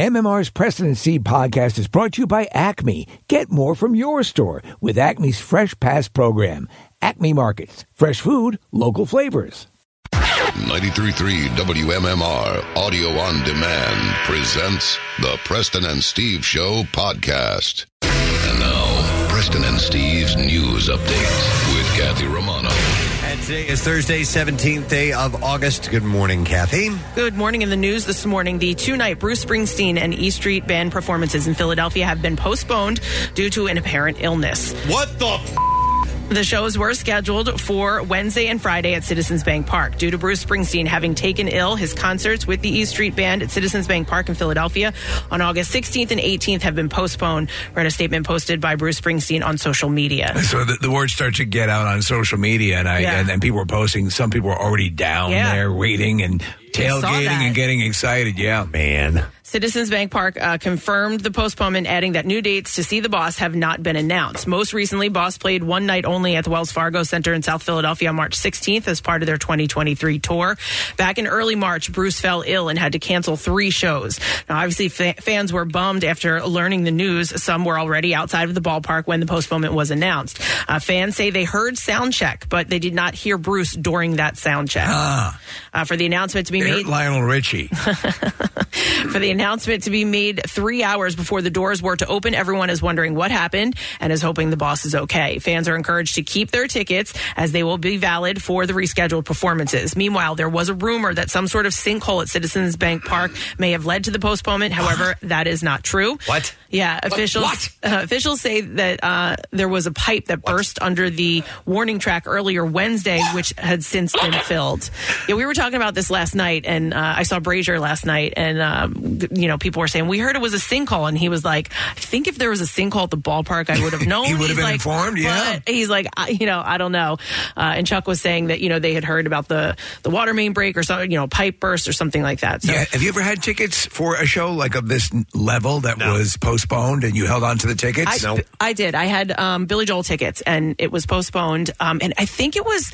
MMR's President Seed podcast is brought to you by Acme. Get more from your store with Acme's Fresh Pass program. Acme Markets, fresh food, local flavors. 933 WMMR Audio on Demand presents the Preston and Steve Show podcast. And now, Preston and Steve's news update with Kathy Romano. And today is Thursday, 17th day of August. Good morning, Kathy. Good morning. In the news this morning, the two night Bruce Springsteen and E Street Band performances in Philadelphia have been postponed due to an apparent illness. What the f- The shows were scheduled for Wednesday and Friday at Citizens Bank Park. Due to Bruce Springsteen having taken ill, his concerts with the E Street Band at Citizens Bank Park in Philadelphia on August 16th and 18th have been postponed, read a statement posted by Bruce Springsteen on social media. So the, the word starts to get out on social media, and I Yeah. and, and people were posting. Some people were already down Yeah. there waiting and tailgating that. and getting excited. Yeah, Man. Citizens Bank Park uh, confirmed the postponement, adding that new dates to see the boss have not been announced. Most recently, Boss played one night only at the Wells Fargo Center in South Philadelphia on March 16th as part of their 2023 tour. Back in early March, Bruce fell ill and had to cancel three shows. Now, obviously, fa- fans were bummed after learning the news. Some were already outside of the ballpark when the postponement was announced. Uh, fans say they heard sound check, but they did not hear Bruce during that sound check. Uh, for the announcement to be Air- made, Lionel Richie. for the announcement to be made three hours before the doors were to open. Everyone is wondering what happened and is hoping the boss is okay. Fans are encouraged to keep their tickets as they will be valid for the rescheduled performances. Meanwhile, there was a rumor that some sort of sinkhole at Citizens Bank Park may have led to the postponement. However, that is not true. What? Yeah, officials What? Uh, officials say that uh, there was a pipe that burst under the warning track earlier Wednesday, which had since been filled. Yeah, we were talking about this last night, and uh, I saw Brazier last night, and um, g- you know people were saying we heard it was a sinkhole, and he was like, "I think if there was a sinkhole at the ballpark, I would have known." He would have He's been like, informed, yeah. "But," he's like, I, you know, I don't know. Uh, and Chuck was saying that you know they had heard about the the water main break or something, you know, pipe burst or something like that. So yeah, have you ever had tickets for a show like of this n- level that was postponed and you held on to the I, tickets? I did. I had um, Billy Joel tickets, and it was postponed. Um, and I think it was,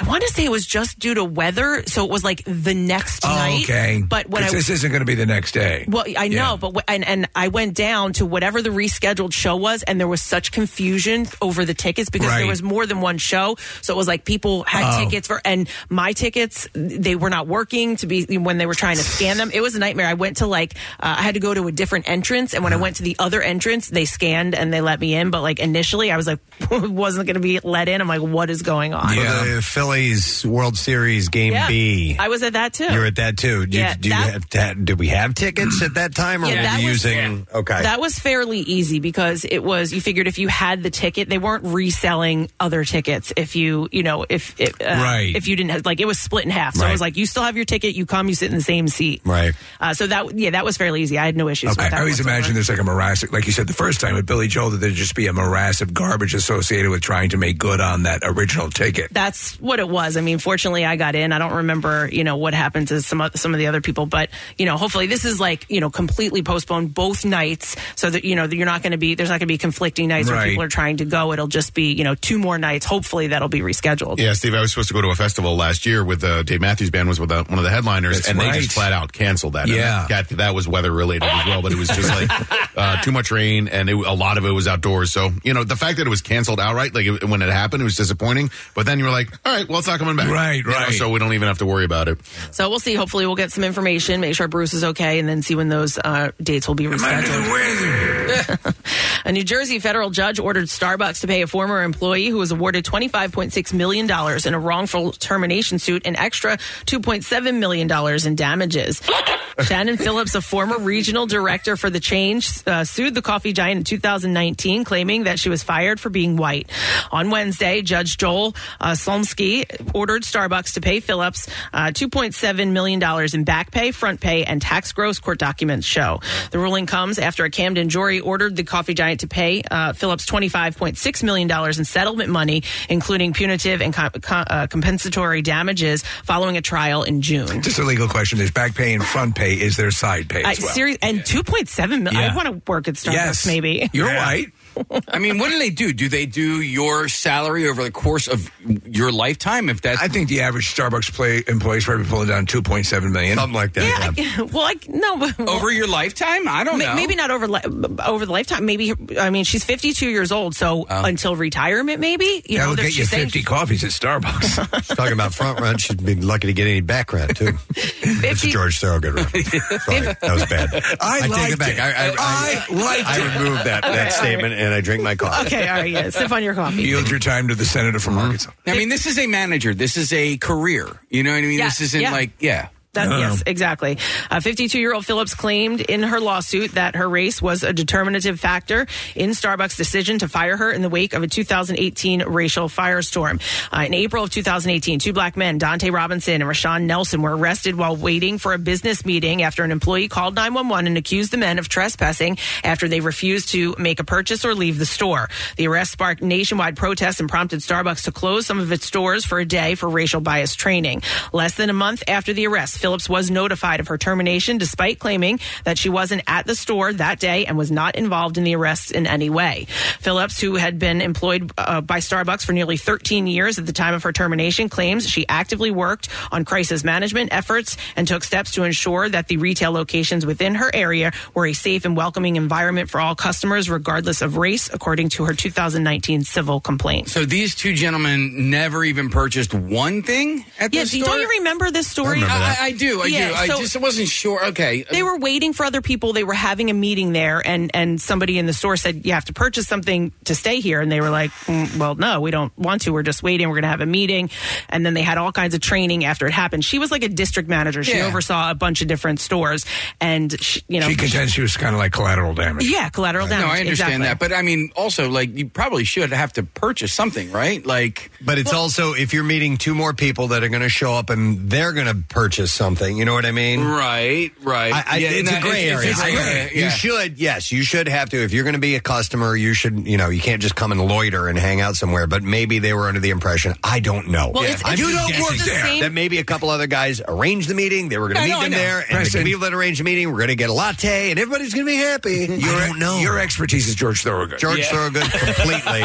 I want to say it was just due to weather, so it was like the next Oh, night. okay. but when I 'Cause this isn't going to be the next day. well, I know, Yeah. but w- and and I went down to whatever the rescheduled show was, and there was such confusion over the tickets because Right. there was more than one show, so it was like people had tickets for, and my tickets they were not working to be when they were trying to scan them. It was a nightmare. I went to like uh, I had to go to a different entrance, and when I went to the other entrance, they scanned and they let me in, but like initially I was like wasn't going to be let in. I'm like, what is going on? Yeah. The Phillies World Series Game Yeah. B. I was at that too. You're at that too. Do, you- Yeah, do you that- have ta- did we have tickets at that time or Yeah, were that we was- using. okay. That was fairly easy because it was you figured if you had the ticket, they weren't reselling other tickets. If you you know if if, uh, Right. if you didn't have, like it was split in half, so Right. it was like you still have your ticket, you come, you sit in the same seat. Right. Uh, so that yeah, that was fairly easy. I had no issues. I, with that I always whatsoever. imagine there's like a morass, like you said the first time with Billy Joel, that there'd just be a morass of garbage associated with trying to make good on that original ticket. That's what it was. I mean, fortunately, I got in. I don't remember, you know, what happened to some of, some of the other people, but you know, hopefully, this is like you know completely postponed both nights, so that you know that you're not going to be there's not going to be conflicting nights where Right. people are trying to go. It'll just be you know two more nights. Hopefully, that'll be rescheduled. Yeah, Steve, I was supposed to go to a festival last year with uh, Dave Matthews Band was with uh, one of the headliners, That's and they right. just flat out canceled that. And Yeah. that, that was weather related as well, but it was just like uh, too much rain, and it, a lot of it was outdoors. So you know, the fact that it was canceled outright, like it, when it happened, it was disappointing. But then you were like, all right, well, it's not coming back, Right, You know, right. so we don't even have to worry about it. So we'll see. Hopefully, we'll get some information, make sure Bruce is okay, and then see when those uh, dates will be rescheduled. A New Jersey federal judge ordered Starbucks to pay a former employee who was awarded $25.6 million in a wrongful termination suit an extra $2.7 million in damages. Shannon Phillips, a former regional director for the change, uh, sued the coffee giant in 2019, claiming that she was fired for being white. On Wednesday, Judge Joel uh, Solmsky ordered Starbucks to pay Phillips uh, $2.7 million in back pay, front pay, and tax gross court documents show. The ruling comes after a Camden jury ordered the coffee giant to pay uh, Phillips $25.6 million in settlement money, including punitive and co- co- uh, compensatory damages following a trial in June. Just a legal question. There's back pay and front pay. Is there side pay? I, As well? seri- and 2.7 million. Yeah. I want to work at Starbucks, yes, maybe. You're white. I mean, what do they do? Do they do your salary over the course of your lifetime? If that's I think the average Starbucks play employees probably pulling down two point seven million. Something like that. yeah. I, well, I no but over your lifetime, I don't Ma- know. Maybe not over li- over the lifetime. Maybe I mean she's fifty two years old, so Oh. until retirement, maybe you That'll that get you she's saying fifty coffees at Starbucks. She's talking about front run. She'd be lucky to get any back run too. It's 50 George Thorogood run. Sorry, that was bad. I, take it liked back. it. I, I, I liked I removed that, that statement and I drink my coffee. Mm-hmm. Okay, all right, yeah. Sip on your coffee. Yield your time to the senator from Arkansas. I mean, this is a manager. This is a career. You know what I mean? Yeah, This isn't yeah. like yeah. That, Yes, exactly. Uh, 52-year-old Phillips claimed in her lawsuit that her race was a determinative factor in Starbucks' decision to fire her in the wake of a 2018 racial firestorm. Uh, in April of 2018, two black men, Dante Robinson and Rashawn Nelson, were arrested while waiting for a business meeting after an employee called 911 and accused the men of trespassing after they refused to make a purchase or leave the store. The arrest sparked nationwide protests and prompted Starbucks to close some of its stores for a day for racial bias training. Less than a month after the arrest, Phillips was notified of her termination despite claiming that she wasn't at the store that day and was not involved in the arrests in any way. Phillips, who had been employed uh, by Starbucks for nearly 13 years at the time of her termination, claims she actively worked on crisis management efforts and took steps to ensure that the retail locations within her area were a safe and welcoming environment for all customers, regardless of race, according to her 2019 civil complaint. So these two gentlemen never even purchased one thing at Yeah, the do- store. don't you remember this story? I, I do. I Yeah, do. so- I just wasn't sure. Okay. uh, They were waiting for other people. They were having a meeting there, and and somebody in the store said, "You have to purchase something to stay here." And they were like, "Mm, "Well, no, we don't want to. We're just waiting. We're going to have a meeting." And then they had all kinds of training after it happened. She was like a district manager. She Yeah. oversaw a bunch of different stores, and she, you know, She contends she was kind of like collateral damage. yeah, collateral damage. No, I understand exactly. that, but I mean, also, like, you probably should have to purchase something, right? Like, But it's also if you're meeting two more people that are going to show up and they're going to purchase something. You know what I mean? right, right. I, I, Yeah, it's no, a gray it's- area. it's a I gray agree. area, You yeah. should, yes, you should have to. If you're going to be a customer, you should, you know, you can't just come and loiter and hang out somewhere. But maybe they were under the impression, I don't know. Well, it's- I'm it's- just You don't guessing work there. same- That maybe a couple other guys arranged the meeting. They were going I to know, meet I them know. there, and Preston. the people that arranged the meeting were going to get a latte, and everybody's going to be happy. You don't know. Your expertise is George Thorogood. George Thorogood completely,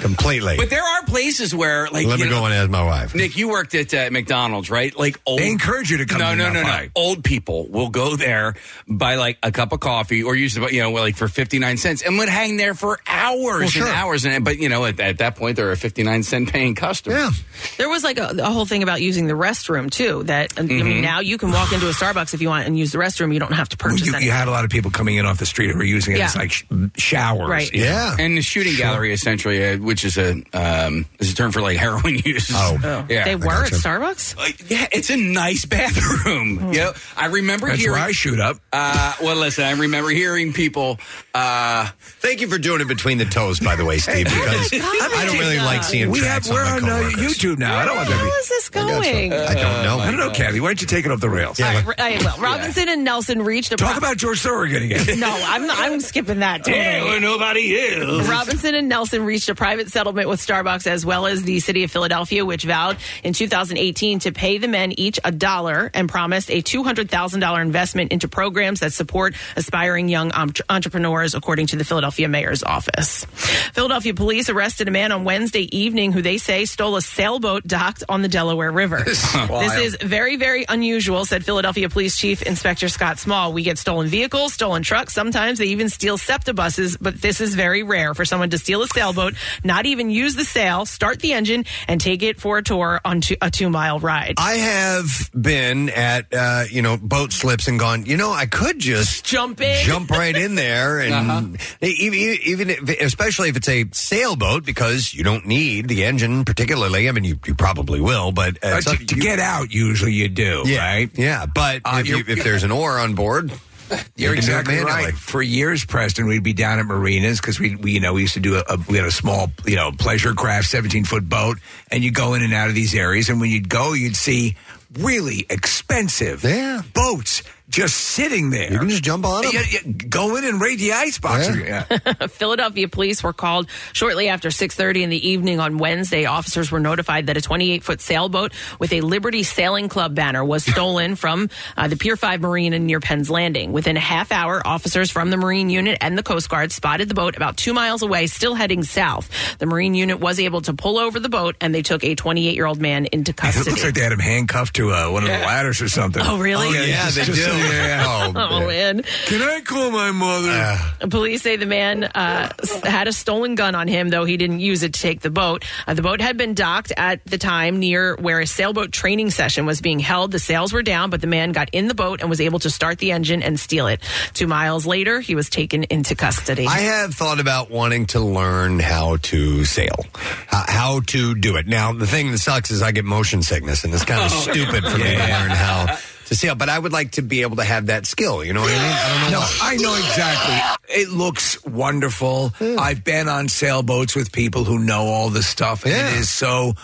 completely. But there are places where, like, Let you me know, go and ask my wife. Nick, you worked at uh, McDonald's, right? Like, old, They encourage you to come No, in no, and no, no. buy. Old people will go there, buy like a cup of coffee, or use the, you know, like for fifty nine cents, and would hang there for hours and sure. hours. And but you know, at, at that point, they're a fifty nine cent paying customer. Yeah. There was like a, a whole thing about using the restroom too. That I Mm-hmm. mean, now you can walk into a Starbucks if you want and use the restroom. You don't have to Well, purchase you, anything. you had a lot of people coming in off the street who were using it as Yeah. like sh- showers. Right. you know? Yeah. And the shooting gallery, essentially, uh, which is a um, is a term for like heroin use. Oh. Oh, yeah. they were at gotcha. Starbucks. Like, yeah, it's a nice bathroom. Yeah, I remember Hmm. That's where hearing. I shoot up. Uh, well, listen, I remember hearing people. Uh, Thank you for doing it between the toes, by the way, Steve. Because Oh I don't really like seeing we have tracks we're on on my uh, coworkers. YouTube now. I don't want that. to How be- is this I got going? some. I don't know. Uh, I don't know, Kathy. Why don't you take it off the rails? Yeah. All right, well, Robinson and Nelson reached a Talk pro- about George Thorogood again. No, I'm not, I'm skipping that. Totally. nobody is. Robinson and Nelson reached a private settlement with Starbucks as well as the city of Philadelphia, which vowed in 2018 to pay the men each a dollar and promised a $200,000 investment into programs that support aspiring young um, entrepreneurs, according to the Philadelphia mayor's office. Philadelphia police arrested a man on Wednesday evening who they say stole a sailboat docked on the Delaware River. This is very, very unusual, said Philadelphia Police Chief Inspector Scott Small. We get stolen vehicles, stolen trucks. Sometimes they even steal SEPTA buses, but this is very rare for someone to steal a sailboat, not even use the sail, start the engine, and take it for a tour on two, a two mile ride. I have been at uh, you know boat slips and gone. You know, I could just Jump in. Uh-huh. jump right in there, and e even, even if, especially if it's a sailboat, because you don't need the engine particularly. I mean, you, you probably will, but uh, Uh, so- to, to get out, usually you do, yeah, right? yeah. But Uh, if, you, you're- if there's an oar on board, you You're can do it exactly manually. right. For years, Preston, we'd be down at marinas because we, we, you know, we used to do a, a we had a small, you know, pleasure craft, seventeen foot boat, and you go in and out of these areas. And when you'd go, you'd see really expensive Yeah. boats just sitting there. You can just jump on 'em. Yeah, yeah, go in and raid the icebox. Yeah. Philadelphia police were called shortly after 6:30 in the evening on Wednesday. Officers were notified that a 28-foot sailboat with a Liberty Sailing Club banner was stolen from uh, the Pier 5 Marine in near Penn's Landing. Within a half hour, officers from the Marine unit and the Coast Guard spotted the boat about 2 miles away still heading south. The Marine unit was able to pull over the boat and they took a 28-year-old man into It custody. looks like they had him handcuffed to uh, one of the ladders or something. Oh, really? he's Yeah, just- they just do. sitting there, yeah. Oh, Oh, man. Uh, Can I call my mother? Police say the man uh, s- had a stolen gun on him, though he didn't use it to take the boat. Uh, the boat had been docked at the time near where a sailboat training session was being held. The sails were down, but the man got in the boat and was able to start the engine and steal it. Two miles later, he was taken into custody. I have thought about wanting to learn how to sail, how, how to do it. Now, the thing that sucks is I get motion sickness, and it's kind of Oh, stupid for me to learn how to sail. But I would like to be able to have that skill. You know what I mean? I don't know. No, why. I know exactly. It looks wonderful. I've been on sailboats with people who know all this stuff, and Yeah. it is so.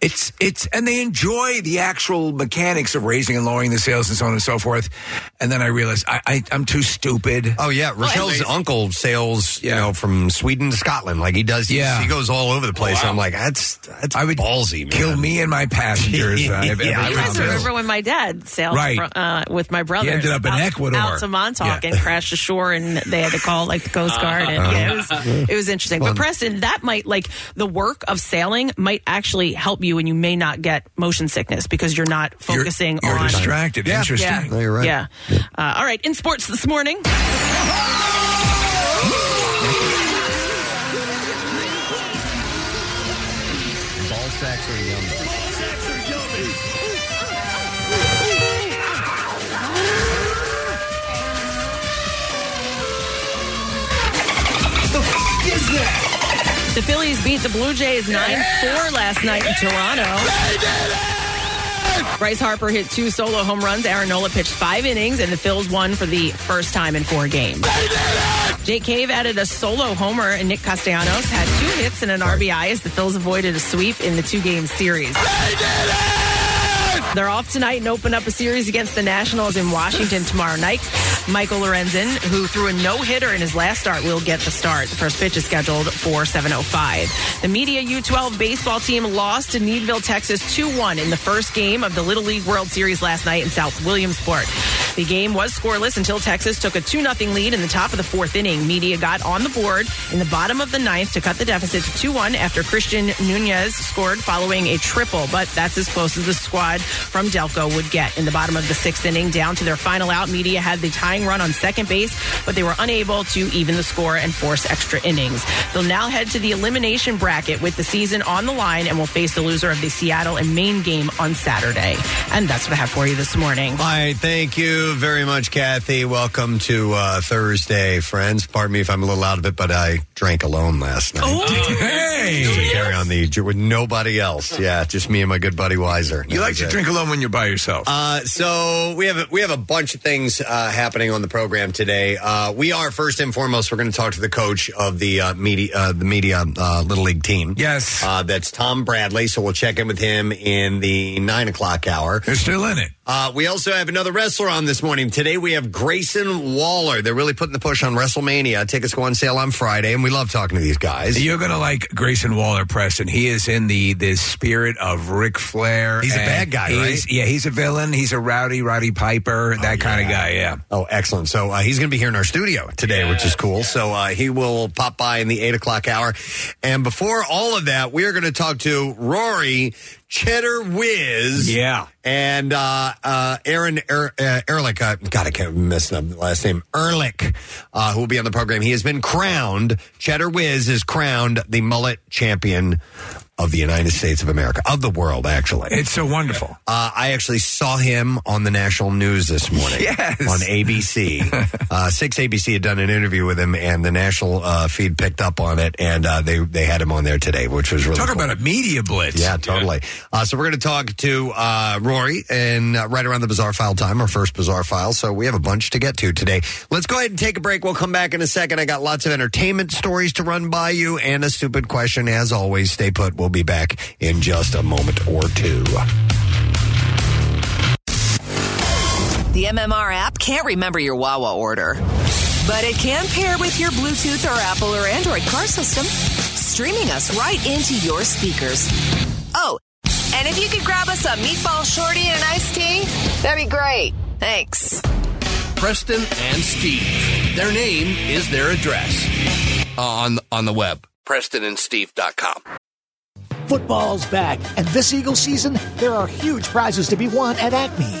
It's it's and they enjoy the actual mechanics of raising and lowering the sails and so on and so forth. And then I realized I, I I'm too stupid. Oh yeah, Rochelle's uncle sails, you Yeah. know, from Sweden to Scotland. Like he does, he's- Yeah. he goes all over the place. I'm like, that's that's I would ballsy, man. Kill me and my passengers. uh, if Yeah, ever I you would found guys too. this. remember when my dad sailed Right. fro- uh, with my brothers? ended up in out- Ecuador. out to Montauk, Yeah. and crashed ashore, and they had to call like the Coast Guard. And yeah, it was it was interesting. But Preston, that might like the work of sailing might actually help you, and you may not get motion sickness because you're not You're- focusing you're, on. distracted. Interesting. Yeah, No, you're right. Yeah. Uh, all right. In sports this morning. The Phillies beat the Blue Jays 9 4 last night in Toronto. Bryce Harper hit two solo home runs. Aaron Nola pitched five innings, and the Phils won for the first time in four games. Jake Cave added a solo homer, and Nick Castellanos had two hits and an RBI as the Phils avoided a sweep in the two game series. They're off tonight and open up a series against the Nationals in Washington tomorrow night. Michael Lorenzen, who threw a no-hitter in his last start, will get the start. The first pitch is scheduled for 7.05. The Media U12 baseball team lost to Needville, Texas 2-1 in the first game of the Little League World Series last night in South Williamsport. The game was scoreless until Texas took a 2 0 lead in the top of the fourth inning. Media got on the board in the bottom of the ninth to cut the deficit to 2 1 after Christian Nunez scored following a triple, but that's as close as the squad from Delco would get. In the bottom of the sixth inning, down to their final out, Media had the tying run on second base, but they were unable to even the score and force extra innings. They'll now head to the elimination bracket with the season on the line and will face the loser of the Seattle and Maine game on Saturday. And that's what I have for you this morning. All right, thank you very much, Kathy. Welcome to uh, Thursday, friends. Pardon me if I'm a little out of it, but I drank alone last Oh, night. Hey, To carry on the with nobody else. Yeah, just me and my good buddy Wiser. you like to drink alone when you're by yourself. Uh, so we have a, we have a bunch of things uh, happening on the program today. Uh, we are first and foremost we're going to talk to the coach of the uh, media uh, the media uh, little league team. Yes. uh, that's Tom Bradley. So we'll check in with him in the nine o'clock hour. They're still in it. Uh, we also have another wrestler on this morning. Today we have Grayson Waller. They're really putting the push on WrestleMania. Tickets go on sale on Friday, and we love talking to these guys. You're gonna like Grayson Waller Preston. He is in the the spirit of Ric Flair. He's a and bad guy, he's- right? Yeah, he's a villain. He's a rowdy, rowdy Piper, that kind of guy. Yeah. Oh, excellent. So uh, he's going to be here in our studio today, which is cool. So uh, he will pop by in the 8 o'clock hour. And before all of that, we are going to talk to Rory Cheddar Wiz. Yeah. And uh, uh, Aaron er- uh, Ehrlich. Uh, God, I can't miss the last name. Ehrlich, uh, who will be on the program. He has been crowned, Cheddar Wiz is crowned the mullet champion of the United States of America, of the world, actually. It's so wonderful. Uh, I actually saw him on the national news this morning. Yes. On ABC. uh, 6 ABC had done an interview with him, and the national uh, feed picked up on it, and uh, they, they had him on there today, which was really Talk cool. about a media blitz. Yeah, totally. Uh, so we're going to talk to uh, Rory and uh, right around the bizarre file time, our first bizarre file. So we have a bunch to get to today. Let's go ahead and take a break. We'll come back in a second. I got lots of entertainment stories to run by you and a stupid question as always. Stay put. We'll be back in just a moment or two. The MMR app can't remember your Wawa order, but it can pair with your Bluetooth or Apple or Android car system, streaming us right into your speakers. Oh, and if you could grab us a meatball shorty and an iced tea, that'd be great. Thanks. Preston and Steve. Their name is their address Uh, on on the web. PrestonandSteve.com. Football's back, and this Eagle season, there are huge prizes to be won at Acme.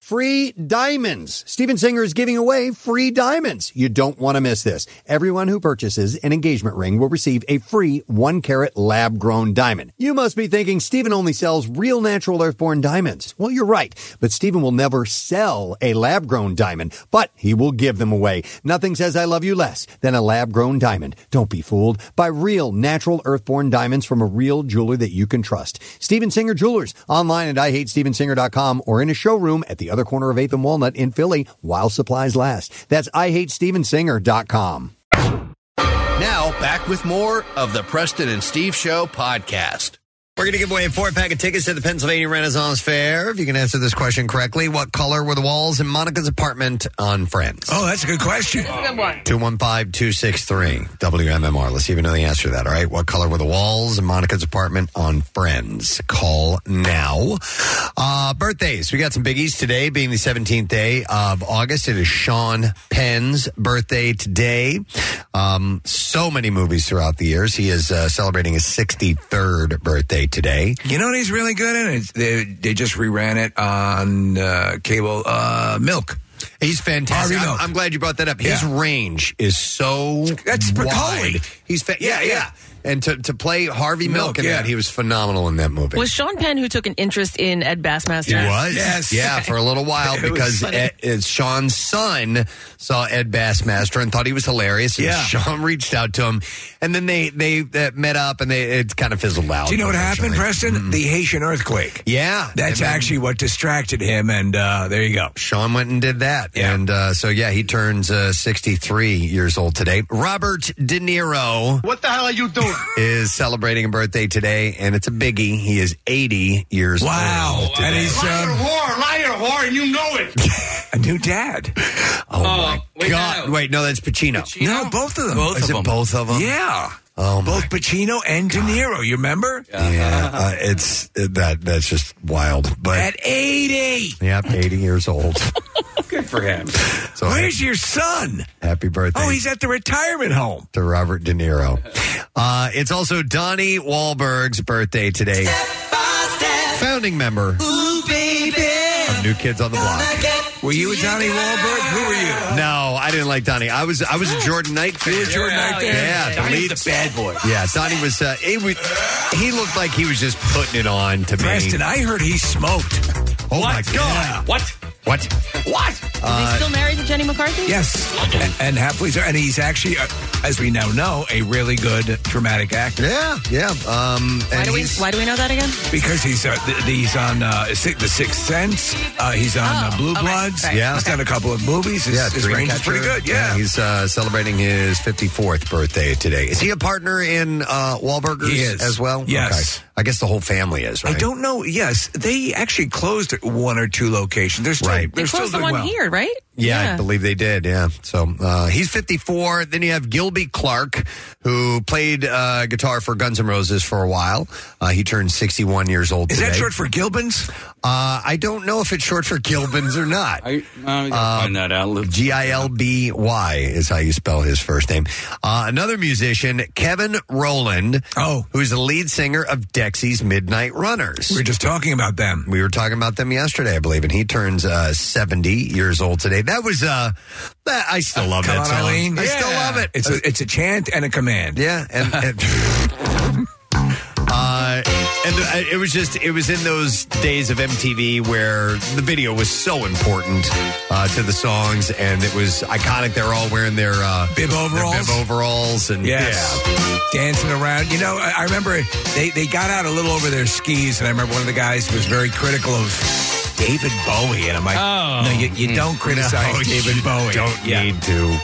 Free diamonds. Steven Singer is giving away free diamonds. You don't want to miss this. Everyone who purchases an engagement ring will receive a free one carat lab grown diamond. You must be thinking Steven only sells real natural earthborn diamonds. Well, you're right, but Steven will never sell a lab grown diamond, but he will give them away. Nothing says I love you less than a lab grown diamond. Don't be fooled by real natural earthborn diamonds from a real jeweler that you can trust. Steven Singer Jewelers online at IHateStevenSinger.com or in a showroom at the other corner of 8th and Walnut in Philly while supplies last. That's IHateStevenSinger.com. Now back with more of the Preston and Steve Show podcast. We're going to give away a four pack of tickets to the Pennsylvania Renaissance Fair. If you can answer this question correctly, what color were the walls in Monica's apartment on Friends? Oh, that's a good question. Good one. 215 263 WMMR. Let's see if you know the answer to that. All right. What color were the walls in Monica's apartment on Friends? Call now. Uh, birthdays. We got some biggies today, being the 17th day of August. It is Sean Penn's birthday today. Um, so many movies throughout the years. He is uh, celebrating his 63rd birthday today. You know what he's really good at? It's, they, they just reran it on uh, cable. Uh, milk. He's fantastic. Harvey I'm, Milk. I'm glad you brought that up. His Yeah. range is so That's Spicoli. wide. He's fa- yeah, Yeah, yeah, yeah. And to, to play Harvey Milk, Milk, in yeah. that, he was phenomenal in that movie. Was Sean Penn who took an interest in Ed Bassmaster? He was, Yes. yeah, for a little while was because funny. Ed, Ed- Sean's son saw Ed Bassmaster and thought he was hilarious. And Yeah. Sean reached out to him, and then they they uh, met up, and they it kind of fizzled out. Do you know what happened, unfortunately. Mm-hmm. Preston? The Haitian earthquake. Yeah, That's And then actually what distracted him, and uh, there you go. Sean went and did that. Yeah. And uh, so, yeah, he turns uh, 63 years old today. Robert De Niro. What the hell are you doing? Is celebrating a birthday today, and it's a biggie. He is 80 years Wow. old. And today. he's um, whore, liar, whore, and you know it. a new dad. Oh, my wait, God. no. Wait, no, that's Pacino. No, both of them. Both Is of it them. both of them? Yeah. Oh, my both Pacino and De Niro. You remember? Yeah, uh, it's it- that. That's just wild. But At 80. yep, 80 years old. Good for him. So Where's your son? happy birthday. Oh, he's at the retirement home. to Robert De Niro. Uh, it's also Donnie Wahlberg's birthday today. Founding member of New Kids on the Block. Were you a Johnny Wahlberg? Who were you? No, I didn't like Donnie. I was I was a Jordan Knight fan. Jordan Knight fan. Yeah, the Donnie's lead- the bad boy. Yeah, Donnie was. Uh, he was. He looked like he was just putting it on to Preston, me. I heard he smoked. Oh my god! What? What? What? Is he still married to Jenny McCarthy? Yes. And, and happily so. And he's actually, uh, as we now know, a really good dramatic actor. Yeah, yeah. Um, Why and do we he's- Why do we know that again? Because he's uh, th- he's on uh, Si- The Sixth Sense. Uh, he's on uh, Oh, Blue okay. Bloods. Right. Yeah. He's done a couple of movies. His, Yeah, his range is pretty Dreamcatcher. good. Yeah. he's uh, celebrating his 54th birthday today. Is he a partner in uh, Wahlburgers He is. as well? Yes. Okay. I guess the whole family is, right? I don't know. Yes, they actually closed one or two locations. They're still, Right. They're They still closed the doing one well. here, right? Yeah, I believe they did. Yeah. So uh, he's 54. Then you have Gilby Clark, who played uh, guitar for Guns N' Roses for a while. Uh, he turned 61 years old Is today. that short for Gilbins? Uh, I don't know if it's short for Gilbins or not. I, uh, find that out. Look- G I L B Y is how you spell his first name. Uh, another musician, Kevin Rowland, Oh. who's the lead singer of Dexy's Midnight Runners. We were just talking about them. We were talking about them yesterday, I believe, and he turns uh, seventy years old today. That was uh, that, I still love Come that on, song. Eileen. I Yeah. still love it. It's a, it's a chant and a command. yeah, and, and uh, And the, I- it was just, it was in those days of MTV where the video was so important uh, to the songs, and it was iconic. They were all wearing their uh, Bib their overalls? bib overalls, and Yes. Dancing around. You know, I, I remember they, they got out a little over their skis, and I remember one of the guys was very critical of David Bowie. And I'm like, Oh. no, you, you don't criticize No, David you Bowie. don't Oh, need to.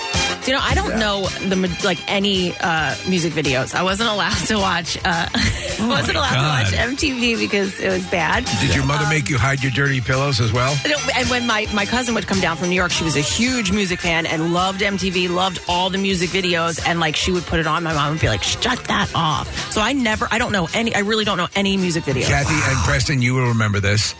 Do you know, I don't know the ma- like any uh, music videos. I wasn't allowed to watch. Uh, wasn't Oh my allowed God. to watch MTV because it was bad. Did your mother make you hide your dirty pillows as well? You know, And when my, my cousin would come down from New York, she was a huge music fan and loved MTV, loved all the music videos. And like she would put it on, my mom would be like, shut that off. So I never, I don't know any, I really don't know any music videos. Kathy and Preston, you will remember this.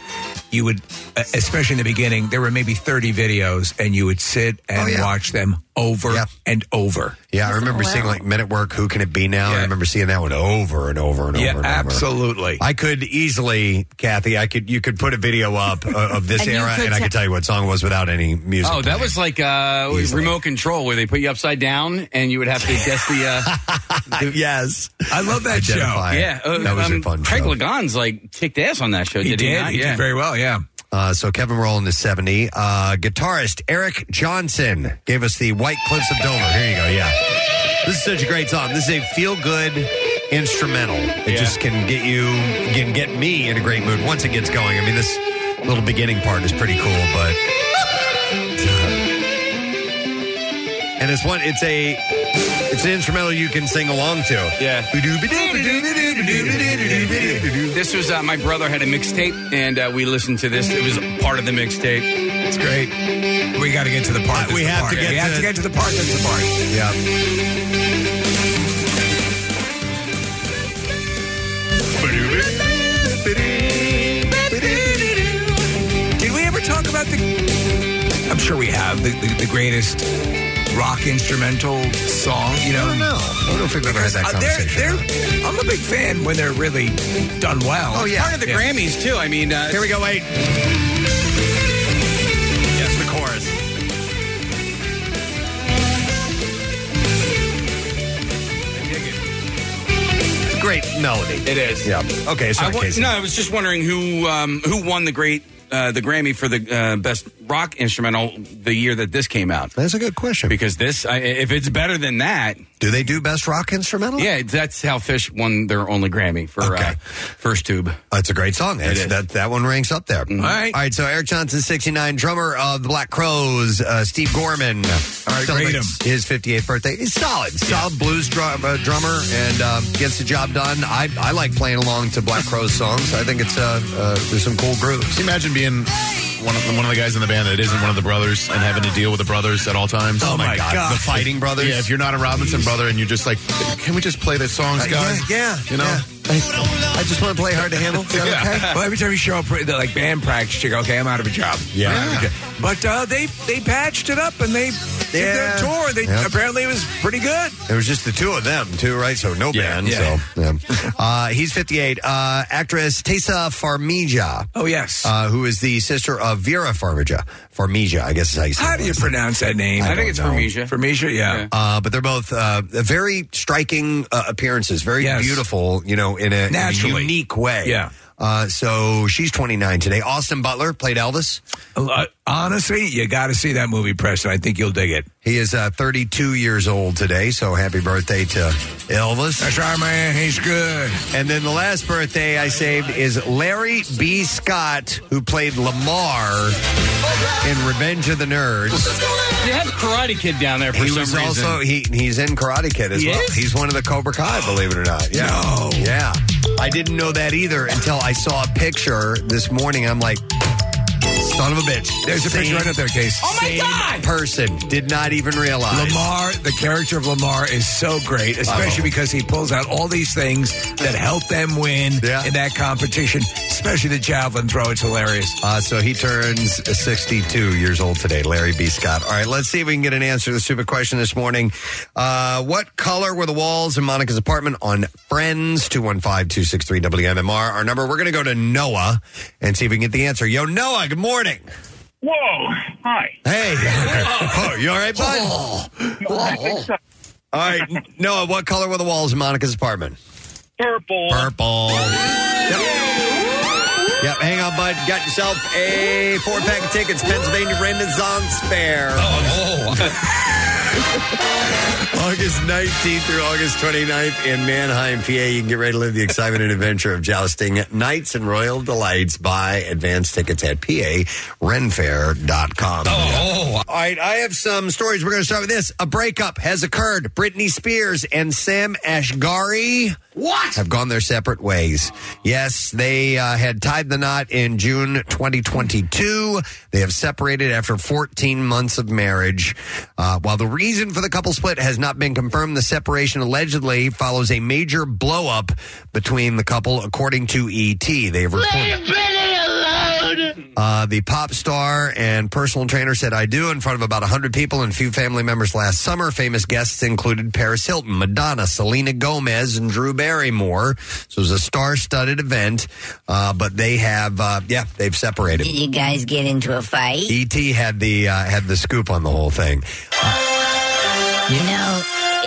You would, uh, especially in the beginning, there were maybe 30 videos, and you would sit Oh, and watch them over and over. Yeah, I remember seeing like Men at Work, Who Can It Be Now? I remember seeing that one over and over and over Yeah, and over. absolutely. I could easily, Kathy, I could you could put a video up uh, of this And you era could and I te- could tell you what song it was without any music. Oh, that was like uh, remote control where they put you upside down and you would have to guess the. Uh, yes, I love that show. Yeah, uh, That was a um, fun Craig show. Lagan's like kicked ass on that show. He did he? did. Not? He did yeah. very well. Yeah. Uh, so Kevin Rowland is 70. Uh, guitarist Eric Johnson gave us the White Cliffs of Dover. Here you go. Yeah. This is such a great song. This is a feel good instrumental. It just can get you, can get me in a great mood once it gets going. I mean, this little beginning part is pretty cool, but. uh, And it's one, it's a, it's an instrumental you can sing along to. Yeah. This was uh, my brother had a mixtape, and uh, we listened to this. It was part of the mixtape. It's great. We got to get to the Uh, part. we have to get we to- have to get to the part. That's the part. Yeah. Did we ever talk about the? I'm sure we have the, the, the greatest rock instrumental song. You know, I don't know. I don't know if we've ever had that conversation They're, they're, I'm a big fan when they're really done well. Oh, yeah. Part of the Grammys, too. I mean, uh, here we go. Wait. Yes, the chorus. Great melody. It is. Yeah. Okay. I Sorry, wa- Casey. no, I was just wondering who um, who won the great uh, the Grammy for the uh, best rock instrumental the year that this came out. That's a good question because this, I, if it's better than that, do they do best rock instrumental? Yeah, that's how Fish won their only Grammy for uh, first tube. That's a great song. It That's- is. Mm-hmm. That that one ranks up there. All right. All right. So Eric Johnson, 69, drummer of the Black Crows, uh, Steve Gorman. All right. Celebrates his 58th birthday. He's solid. Solid blues drum, uh, drummer and uh, gets the job done. I, I like playing along to Black Crows songs. I think it's uh, uh, there's some cool grooves. Imagine being one of the, one of the guys in the band that isn't one of the brothers and having to deal with the brothers at all times. Oh, my God. the fighting brothers. Yeah, if you're not a Robinson brother and you're just like, can we just play the songs, Uh, guys? yeah, yeah, you know. I, I just want to play hard to handle. Is that okay? Well, every time you show up, the, like band practice, you go, okay, I'm out of a job. Yeah. I'm out of a job. But uh, they they patched it up and they did their Yeah. tour. They Yep. apparently it was pretty good. It was just the two of them, too, right? So no band. yeah. So yeah. uh, he's 58. Uh, actress Tessa Farmiga. Oh yes, uh, who is the sister of Vera Farmiga. Farmiga, I guess is how you say. How do you pronounce that name? I think it's Farmiga. Farmiga, yeah. Uh, but they're both uh, very striking uh, appearances, very Yes. beautiful, you know, in a, in a Naturally. unique way. Yeah. Uh, so she's 29 today. Austin Butler played Elvis. Uh, honestly, you got to see that movie, Preston. I think you'll dig it. He is uh, 32 years old today, so happy birthday to Elvis. That's right, man. He's good. And then the last birthday I saved is Larry B. Scott, who played Lamar in Revenge of the Nerds. They have Karate Kid down there for He some was reason. also he he's in Karate Kid as He well. is? He's one of the Cobra Kai, believe it or not. Yeah. Yeah. I didn't know that either until I saw a picture this morning. I'm like, son of a bitch. There's a picture right up there, Case. Oh my god! Person did not even realize. Uh-huh. Lamar, the character of Lamar is so great, especially because he pulls out all these things that help them win in that competition, especially the javelin throw. It's hilarious. Uh, so he turns 62 years old today, Larry B. Scott. All right, let's see if we can get an answer to the stupid question this morning. Uh, what color were the walls in Monica's apartment on Friends? 215 263 WMMR. Our number, we're going to go to Noah and see if we can get the answer. Yo, Noah, good morning. Whoa! Hi. Hey. Oh, you all right, bud? All right, Noah, what color were the walls in Monica's apartment? Purple. Purple. That hang on, bud. Got yourself a four pack of tickets, Pennsylvania Renaissance Fair. Oh, August 19th through August 29th in Manheim, PA. You can get ready to live the excitement and adventure of jousting nights and royal delights. Buy advance tickets at parenfair.com. Oh. All right, I have some stories. We're going to start with this. A breakup has occurred. Britney Spears and Sam Ashgari what? have gone their separate ways. Yes, they uh, had tied the knot in June 2022. They have separated after 14 months of marriage. Uh, while the reason for the couple split has not been confirmed, the separation allegedly follows a major blow up between the couple, according to ET. They have reported. Uh, the pop star and personal trainer said, I do, in front of about 100 people and few family members last summer. Famous guests included Paris Hilton, Madonna, Selena Gomez, and Drew Barrymore. So it was a star studded event, uh, but they have, uh, yeah, they've separated. Did you guys get into a fight? ET had the uh, had the scoop on the whole thing. You know,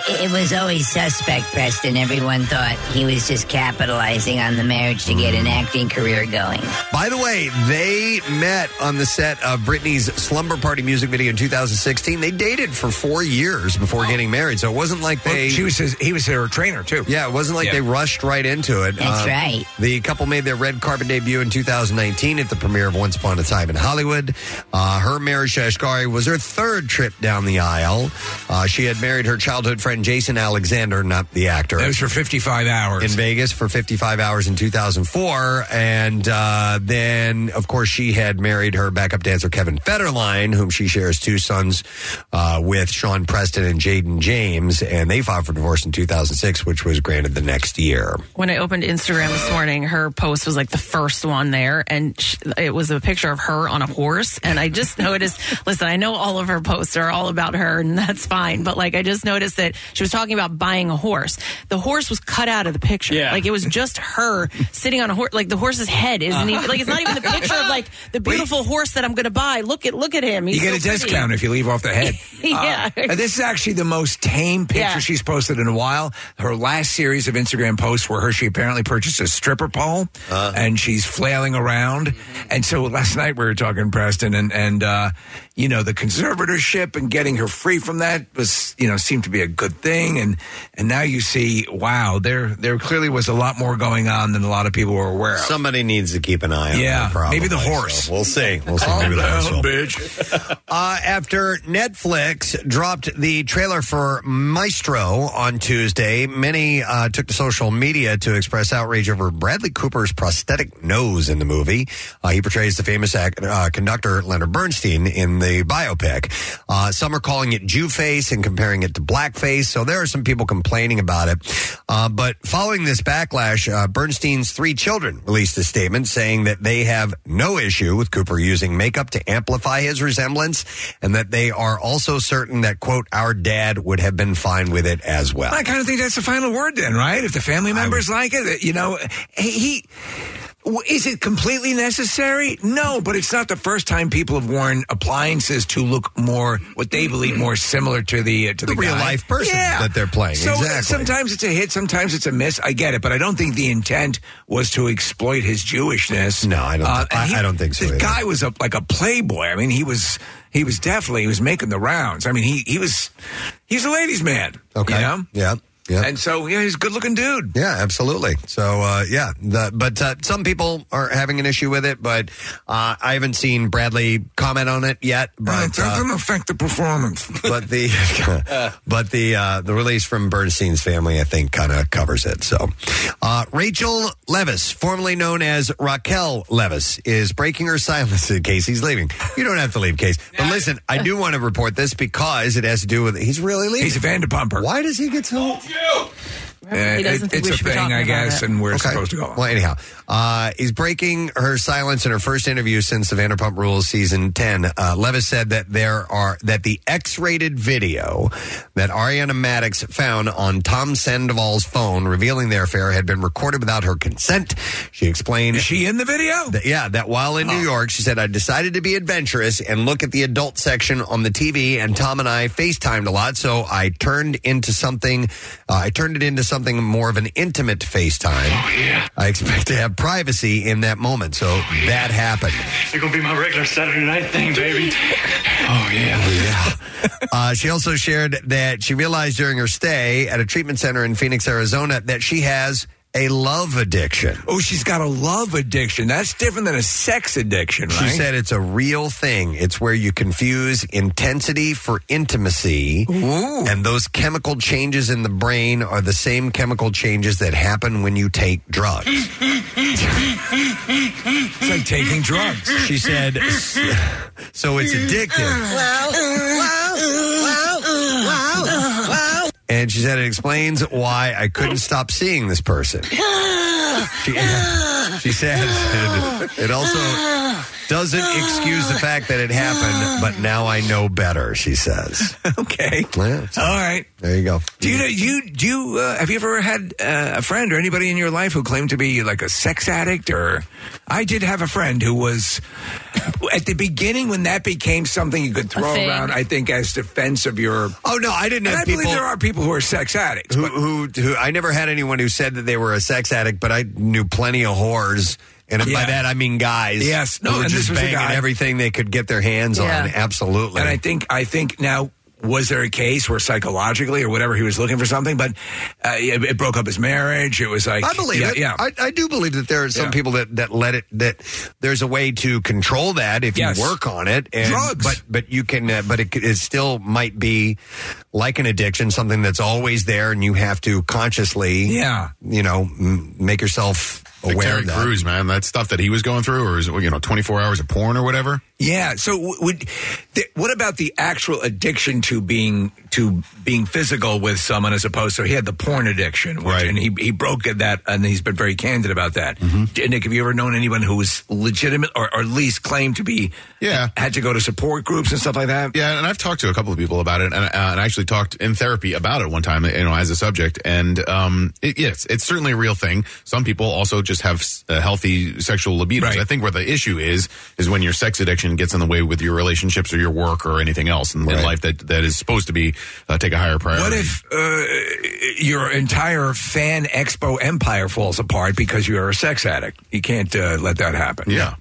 it it was always suspect, Preston. Everyone thought he was just capitalizing on the marriage to get an acting career going. By the way, they met on the set of Britney's Slumber Party music video in 2016. They dated for four years before getting married, so it wasn't like they. she was his, he was their trainer too. Yeah, it wasn't like they rushed right into it. That's right. Uh, The couple made their red carpet debut in 2019 at the premiere of Once Upon a Time in Hollywood. Uh, her marriage to Ashgari was her third trip down the aisle. Uh, she had married her childhood friend Jason Alexander, not the actor. That was for 55 hours. In Vegas for 55 hours in 2004. And uh, then, of course, she had married her backup dancer, Kevin Federline, whom she shares two sons uh, with Sean Preston and Jaden James. And they filed for divorce in 2006, which was granted the next year. When I opened Instagram this morning, her post was like the first one there, and sh it was a picture of her on a horse. And I just noticed. listen, I know all of her posts are all about her, and that's fine. But like, I just noticed that she was talking about buying a horse. The horse was cut out of the picture. Yeah. like it was just her sitting on a horse. Like the horse's head isn't Uh. even like it's not even the picture of like the beautiful horse that I'm going to buy. Look at look at him. He's you get so a pretty. discount if you leave off the head. Uh, Yeah. and this is actually the most tame picture Yeah. she's posted in a while. Her last series of Instagram posts were her. She apparently purchased a stripper pole, Uh-huh. and she's flailing around. Mm-hmm. And so last night we were talking Preston, and and uh, you know the conservatorship and getting her free from that was you know seemed to be a good thing. And and now you see, wow, there there clearly was a lot more going on than a lot of people were aware of. Somebody needs to keep an eye on yeah, her, probably. maybe the horse. So we'll see. We'll see. Maybe the horse will. Uh, after Netflix dropped the trailer for Maestro on Tuesday, many uh, took to social media to express outrage over Bradley Cooper's prosthetic nose in the movie. Uh, he portrays the famous act, uh, conductor Leonard Bernstein in the biopic. Uh, some are calling it Jew face and comparing it to blackface, so there are some people complaining about it. Uh, but following this backlash, uh, Bernstein's three children released a statement saying that they have no issue with Cooper using makeup to amplify his resemblance and that they are also certain that, quote, our dad would have been fine with it as well. I kind of think that's the final word, then, right? If the family members like it, you know, he. he w- is it completely necessary? No, but it's not the first time people have worn appliances to look more what they believe more similar to the uh, to the, real guy. life person Yeah. that they're playing. So uh, Exactly. sometimes it's a hit, sometimes it's a miss. I get it, but I don't think the intent was to exploit his Jewishness. Uh, No, I don't thi- I- I don't think so The either. guy was a, like a playboy. I mean, he was he was definitely he was making the rounds. I mean, he he was he's a ladies' man. Okay. You know? Yeah. Yeah. And so yeah, he's a good looking dude. Yeah, absolutely. So, uh, yeah, the, but uh, some people are having an issue with it, but uh, I haven't seen Bradley comment on it yet. But it doesn't Uh, affect the performance. But the but the uh, the release from Bernstein's family, I think, kind of covers it. So, uh, Rachel Levis, formerly known as Raquel Levis, is breaking her silence in case he's leaving. You don't have to leave, Case. But listen, I do want to report this because it has to do with he's really leaving. He's a Vanderpumper. Why does he get so? He doesn't Uh, it- think it's we a should be thing, talking I about guess, it. and we're supposed to go on. Well, anyhow, uh, he's breaking her silence in her first interview since the Vanderpump Rules season ten. Uh, Levis said that there are that the X-rated video that Ariana Maddox found on Tom Sandoval's phone revealing their affair had been recorded without her consent. She explained, "Is she in the video?" yeah, that while in New York, she said, "I decided to be adventurous and look at the adult section on the TV, and Tom and I FaceTimed a lot, so I turned into something. Uh, I turned it into something more of an intimate FaceTime, I expect to have privacy in that moment. So that happened. You're gonna be my regular Saturday night thing, baby. Oh, yeah. Yeah. uh, she also shared that she realized during her stay at a treatment center in Phoenix, Arizona, that she has a love addiction. Oh, she's got a love addiction. That's different than a sex addiction, right? She said it's a real thing. It's where you confuse intensity for intimacy. And those chemical changes in the brain are the same chemical changes that happen when you take drugs. it's like taking drugs. She said, "S- so it's addictive. And she said it explains why I couldn't stop seeing this person. She, she said it also doesn't excuse the fact that it happened, but now I know better, she says. okay. All right. There you go. Do you know you do you uh, have you ever had uh, a friend or anybody in your life who claimed to be like a sex addict or I did have a friend who was at the beginning when that became something you could throw thing. around I think as defense of your Oh no, I didn't And have I people believe there are people who are sex addicts who, who who I never had anyone who said that they were a sex addict, but I knew plenty of whores. And by Yeah. that I mean guys. Yes. No, who were and this just was a banging guy. everything they could get their hands Yeah. on. Absolutely. And I think I think now was there a case where psychologically or whatever he was looking for something, but uh, it, it broke up his marriage. It was like I believe yeah, it. Yeah, I, I do believe that there are some Yeah. people that, that let it that there's a way to control that if Yes. you work on it. And, Drugs. but but you can uh, but it, c- it still might be like an addiction, something that's always there, and you have to consciously, Yeah. you know, m- make yourself aware Like Terry of that. Crews, man, that stuff that he was going through, or is it, you know, 24 hours of porn or whatever. yeah. So w- would th- what about the actual addiction to being to being physical with someone as opposed to he had the porn addiction, which, right? Mm-hmm. And he he broke that, and he's been very candid about that. D- Nick, have you ever known anyone who was legitimate or, or at least claimed to be? Yeah. Had to go to support groups and stuff like that. Yeah, and I've talked to a couple of people about it, and, uh, and I actually talked in therapy about it one time, you know, as a subject. And um, it, yes, it's certainly a real thing. Some people also just have uh, healthy sexual libidos. I think where the issue is is when your sex addiction gets in the way with your relationships or your work or anything else in, in life that that is supposed to be uh, take a higher priority. What if uh, your entire fan expo empire falls apart because you're a sex addict? You can't uh, let that happen. Yeah.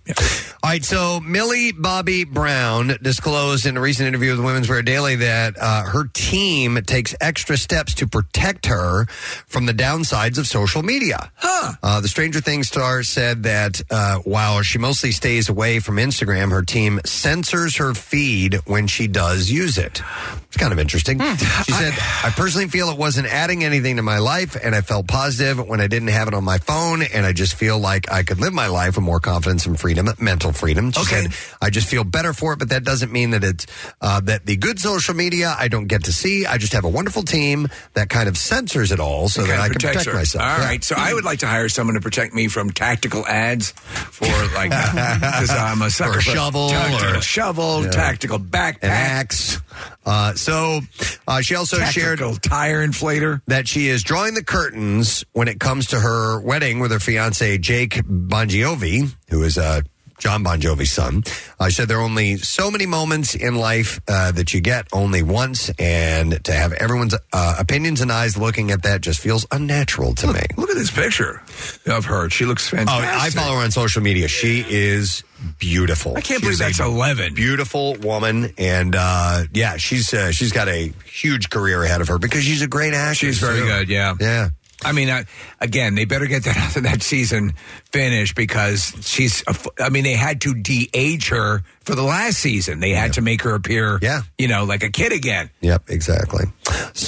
All right, so Millie Bobby Brown disclosed in a recent interview with Women's Wear Daily that uh, her team takes extra steps to protect her from the downsides of social media. Huh. Uh, the Stranger Things star said that uh, while she mostly stays away from Instagram, her team censors her feed when she does use it. It's kind of interesting. Hmm. She said, I personally feel it wasn't adding anything to my life, and I felt positive when I didn't have it on my phone, and I just feel like I could live my life with more confidence and freedom, mental freedom. She okay. said, I just feel better for it, but that doesn't mean that it's uh, that the good social media I don't get to see. I just have a wonderful team that kind of censors it all so Okay, that I can protects protect her. myself. All Yeah. right, so I would like to hire someone to protect me from tactical ads for like because I'm a sucker Or a for shovel tactical or- shovel, Yeah. tactical backpack, axe. Uh, so uh, she also shared tire inflator that she is drawing the curtains when it comes to her wedding with her fiance Jake Bongiovi, who is uh, John Bon Jovi's son. Uh, she said there are only so many moments in life uh, that you get only once, and to have everyone's uh, opinions and eyes looking at that just feels unnatural to me. Look at this picture of her. She looks Oh, fantastic. I follow her on social media. She is beautiful. I can't She believe is that's a 11. Beautiful woman, and uh, yeah, she's uh, she's got a huge career ahead of her because she's a great actress. She's very too. good. Yeah. Yeah. I mean, I, again, they better get that that season finished because she's. a f- I mean, they had to de-age her for the last season. They had to make her appear, yeah. you know, like a kid again. Yep, exactly.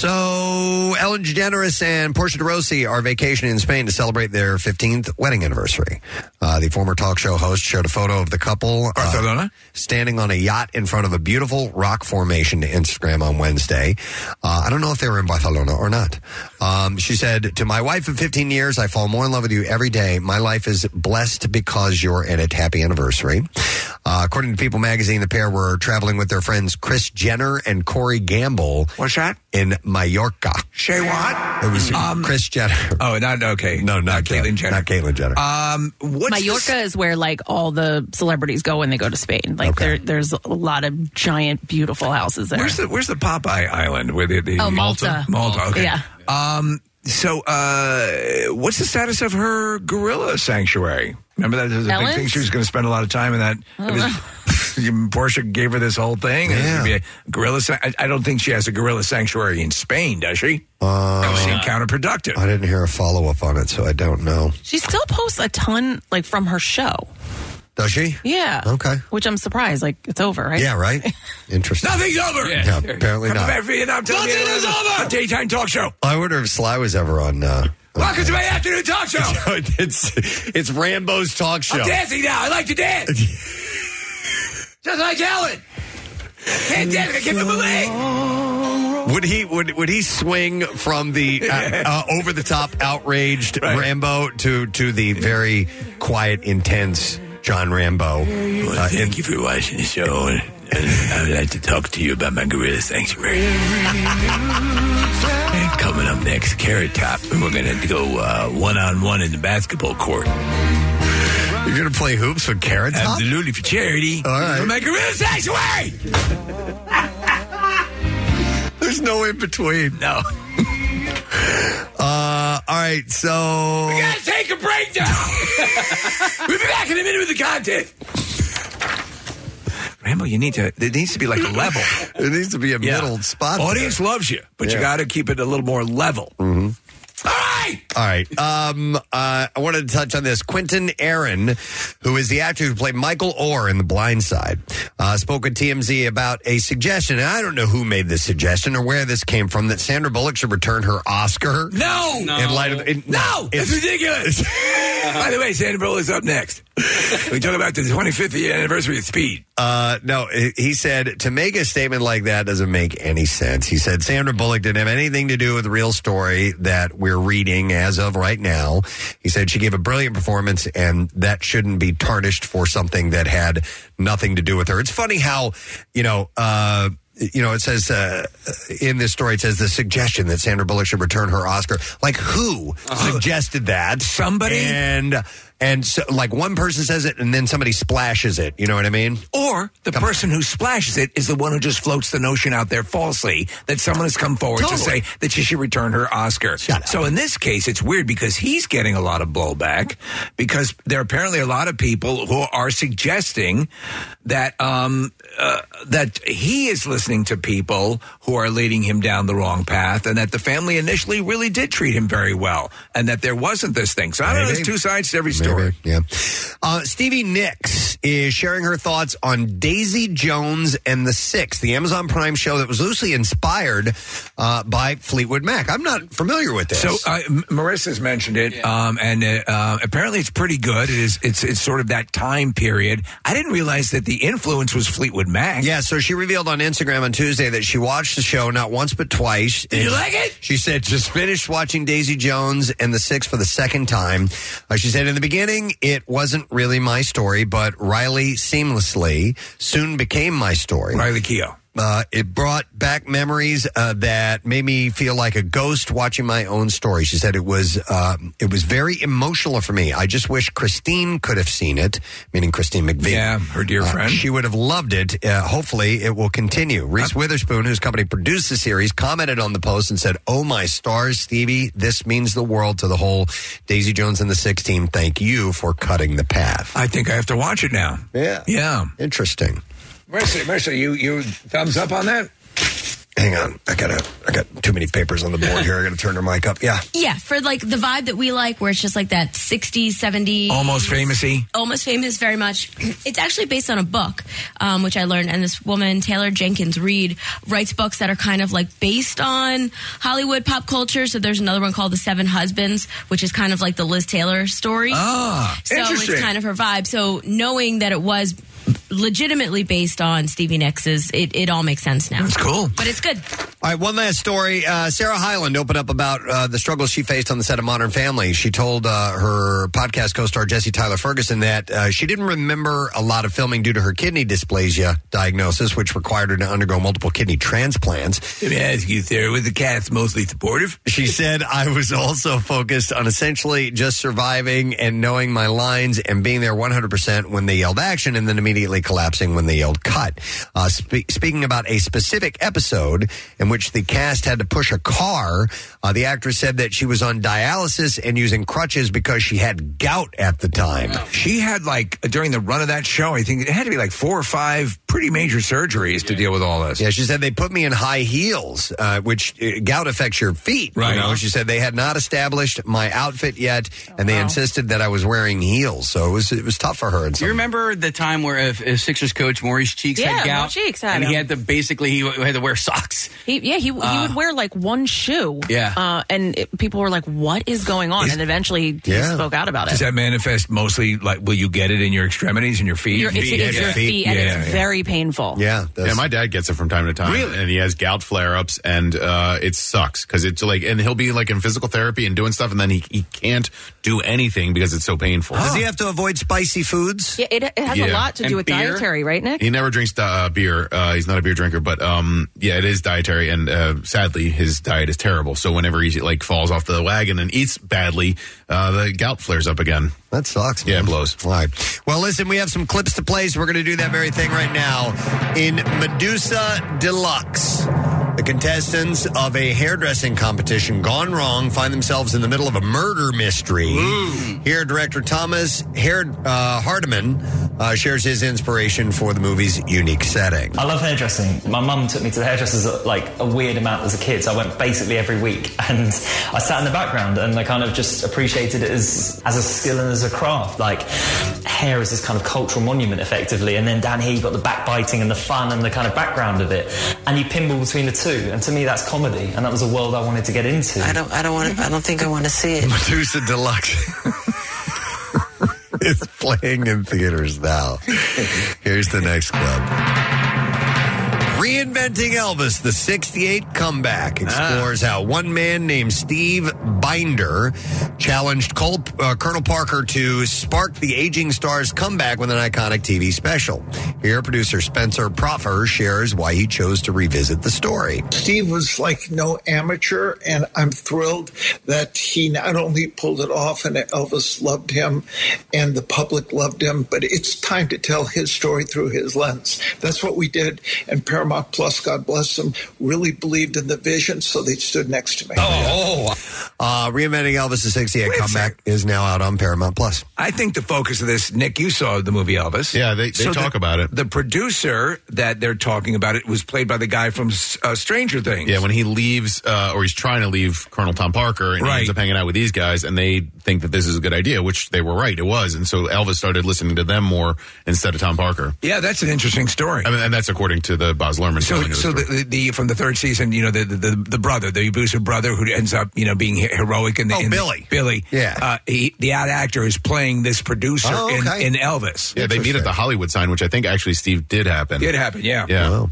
So Ellen DeGeneres and Portia de Rossi are vacationing in Spain to celebrate their 15th wedding anniversary. Uh, the former talk show host shared a photo of the couple uh, standing on a yacht in front of a beautiful rock formation to Instagram on Wednesday. Uh, I don't know if they were in Barcelona or not. Um, she said, "To my wife of 15 years, I fall more in love with you every day. My life is blessed because you're in it. Happy anniversary." Uh, according to People magazine, the pair were traveling with their friends Chris Jenner and Corey Gamble. What's that? In Mallorca. Shay what? It was Chris Jenner. Oh, not okay. No, not, Caitlyn Jenner. Not Caitlyn Jenner. Um, what's Mallorca is where like all the celebrities go when they go to Spain. Like there, there's a lot of giant, beautiful houses there. Where's the Where's the Popeye Island? Where the, the Oh, Malta. Malta. Okay. Yeah. Um, so, uh, what's the status of her gorilla sanctuary? Remember that was a big Ellen's? thing. She was going to spend a lot of time in that. I It don't know. was, Oh. Portia gave her this whole thing. and it was gonna be a gorilla. san- I, I don't think she has a gorilla sanctuary in Spain, does she? that would seem counterproductive. Uh, I didn't hear a follow up on it, so I don't know. She still posts a ton, like from her show. Does she? Yeah. Okay. Which I'm surprised. Like it's over, right? Yeah, right? Interesting. Nothing's over. Yeah, No, apparently Come not. back for you now. Tell me it is over. A daytime talk show. I wonder if Sly was ever on. Uh, Welcome to my afternoon talk show. it's it's Rambo's talk show. I'm dancing now. I like to dance. Just like Ellen. Can't dance. I can't move my leg. Would he would would he swing from the uh, uh, over the top outraged Rambo to to the very quiet intense John Rambo? Uh, thank you for watching the show. And, I would like to talk to you about my gorilla sanctuary. And coming up next, Carrot Top, and we're going to go one on one in the basketball court. You're going to play hoops with Carrot Top? Absolutely for charity. All right. For my gorilla sanctuary. There's no in between. No. uh, all right, so We gotta take a break now. we'll be back in a minute with the content. Rambo, you need to. There needs to be like a level. there needs to be a middle spot. Audience loves you, but you Yeah. got to keep it a little more level. Mm-hmm. All right. Um, uh, I wanted to touch on this. Quentin Aaron, who is the actor who played Michael Orr in The Blind Side, uh, spoke with TMZ about a suggestion. And I don't know who made this suggestion or where this came from that Sandra Bullock should return her Oscar. No, In light of it, no, it's, it's- ridiculous. By the way, Sandra Bullock is up next. we talk about the 25th year anniversary of Speed. Uh, no, he- he said to make a statement like that doesn't make any sense. He said Sandra Bullock didn't have anything to do with the real story that we're reading as of right now. He said she gave a brilliant performance and that shouldn't be tarnished for something that had nothing to do with her. It's funny how, you know, uh, you know, it says uh, in this story, it says the suggestion that Sandra Bullock should return her Oscar. Like, who Uh-huh. suggested that? Somebody. And, and so, like, one person says it and then somebody splashes it. You know what I mean? Or the person who splashes it is the one who just floats the notion out there falsely that someone has come forward to say Totally. that she should return her Oscar. So in this case, it's weird because he's getting a lot of blowback because there are apparently a lot of people who are suggesting that um, uh, that he is listening to people who are leading him down the wrong path, and that the family initially really did treat him very well, and that there wasn't this thing. So I don't know. There's Maybe. two sides to every story. Yeah. Uh, Stevie Nicks is sharing her thoughts on Daisy Jones and the Six, the Amazon Prime show that was loosely inspired uh, by Fleetwood Mac. I'm not familiar with this. So uh, M- Marissa's mentioned it, um, and uh, uh, apparently it's pretty good. It is. It's it's sort of that time period. I didn't realize that the influence was Fleetwood Mac. Yeah, so she revealed on Instagram on Tuesday that she watched the show not once but twice. Did you like it? She said just finished watching Daisy Jones and the Six for the second time. Uh, she said in the beginning it wasn't really my story, but Riley seamlessly soon became my story. Riley Keough. Uh, it brought back memories uh, that made me feel like a ghost watching my own story. She said it was uh, it was very emotional for me. I just wish Christine could have seen it, meaning Christine McVie. Yeah, her dear Uh, friend. She would have loved it. Uh, hopefully, it will continue. Uh, Reese Witherspoon, whose company produced the series, commented on the post and said, "Oh my stars, Stevie! This means the world to the whole Daisy Jones and the Six team. Thank you for cutting the path." I think I have to watch it now. Yeah, yeah, interesting. Marissa, Marissa, you you thumbs up on that? Hang on, I gotta. I got too many papers on the board here. I gotta turn her mic up. Yeah. Yeah, for like the vibe that we like, where it's just like that 60s, 70s. Almost famousy. Almost famous, very much. It's actually based on a book, um, which I learned. And this woman, Taylor Jenkins Reid, writes books that are kind of like based on Hollywood pop culture. So there's another one called The Seven Husbands, which is kind of like the Liz Taylor story. Ah, so interesting. it's kind of her vibe. So knowing that it was legitimately based on Stevie Nicks' it, it all makes sense now. It's cool. But it's good. All right, one last story. Uh, Sarah Hyland opened up about uh, the struggles she faced on the set of Modern Family. She told uh, her podcast co-star Jesse Tyler Ferguson that uh, she didn't remember a lot of filming due to her kidney dysplasia diagnosis, which required her to undergo multiple kidney transplants. Let me ask you, Sarah, was the cast mostly supportive? She said, I was also focused on essentially just surviving and knowing my lines and being there 100% when they yelled action and then immediately collapsing when they yelled cut. Uh, spe- speaking about a specific episode in which the cast had to push a car, uh, the actress said that she was on dialysis and using crutches because she had gout at the time. She had like during the run of that show, I think it had to be like four or five pretty major surgeries to deal with all this. Yeah, she said they put me in high heels, uh, which uh, gout affects your feet. Right. You know? She said they had not established my outfit yet, and they insisted that I was wearing heels, so it was it was tough for her. And Do you remember the time where if, if Sixers coach Maurice Cheeks Yeah, had gout, Maurice Cheeks had and he him. had to basically he w- had to wear socks. He, yeah, he, he Uh, would wear like one shoe. Yeah. Uh, and it- people were like, what is going on? and eventually he spoke out about it. Does that manifest mostly like will you get it in your extremities and your feet? Your- it's, it's your feet, and it's very painful. yeah. My dad gets it from time to time, Really? and he has gout flare-ups, and uh, it sucks because it's like, and he'll be like in physical therapy and doing stuff, and then he, he can't do anything because it's so painful. Does he have to avoid spicy foods? Yeah, it, it has a Yeah. lot to And do with beer? dietary, right, Nick? He never drinks uh, beer. Uh, he's not a beer drinker, but um, yeah, it is dietary, and uh, sadly, his diet is terrible. So whenever he like falls off the wagon and eats badly, uh, the gout flares up again. That sucks. Yeah, it blows. All right. Well, listen, we have some clips to play, so we're going to do that very thing right now in Medusa Deluxe. The contestants of a hairdressing competition gone wrong find themselves in the middle of a murder mystery. Here, director Thomas Hair, uh, Hardiman uh, shares his inspiration for the movie's unique setting. I love hairdressing. My mum took me to the hairdressers at, like a weird amount as a kid, so I went basically every week. And I sat in the background and I kind of just appreciated it as as a skill and as a craft. Like hair is this kind of cultural monument, effectively. And then down here you've got the backbiting and the fun and the kind of background of it, and you pinball between the two. And to me, that's comedy, and that was a world I wanted to get into. I don't. I don't want. I don't think I want to see it. Medusa Deluxe. is playing in theaters now. Here's the next clip. Reinventing Elvis, the 68 comeback, explores how one man named Steve Binder challenged Col- uh, Colonel Parker to spark the aging star's comeback with an iconic TV special. Here, producer Spencer Proffer shares why he chose to revisit the story. Steve was like no amateur, and I'm thrilled that he not only pulled it off and Elvis loved him and the public loved him, but it's time to tell his story through his lens. That's what we did, and Paramount Plus, God bless them, really believed in the vision, so they stood next to me. Oh, uh, reinventing Elvis the 68 comeback is now out on Paramount Plus. I think the focus of this, Nick, you saw the movie Elvis. Yeah, they, they talk about it. The producer that they're talking about it was played by the guy from uh, Stranger Things. Yeah, when he leaves, uh, or he's trying to leave Colonel Tom Parker, and he Right. ends up hanging out with these guys, and they think that this is a good idea, which they were right, it was. And so Elvis started listening to them more instead of Tom Parker. Yeah, that's an interesting story. I mean, and that's according to the Boz Lerman. So, telling of the so story. the, the, the from the third season, you know, the the, the, the brother, the abusive brother, who ends up, you know, being he- heroic in the Oh, in the- Billy. Billy, Yeah. uh, he, the ad actor is playing this producer Oh, okay. in, in Elvis. yeah, they meet at the Hollywood sign, which I think actually Steve did happen. Did happen, yeah. Yeah. All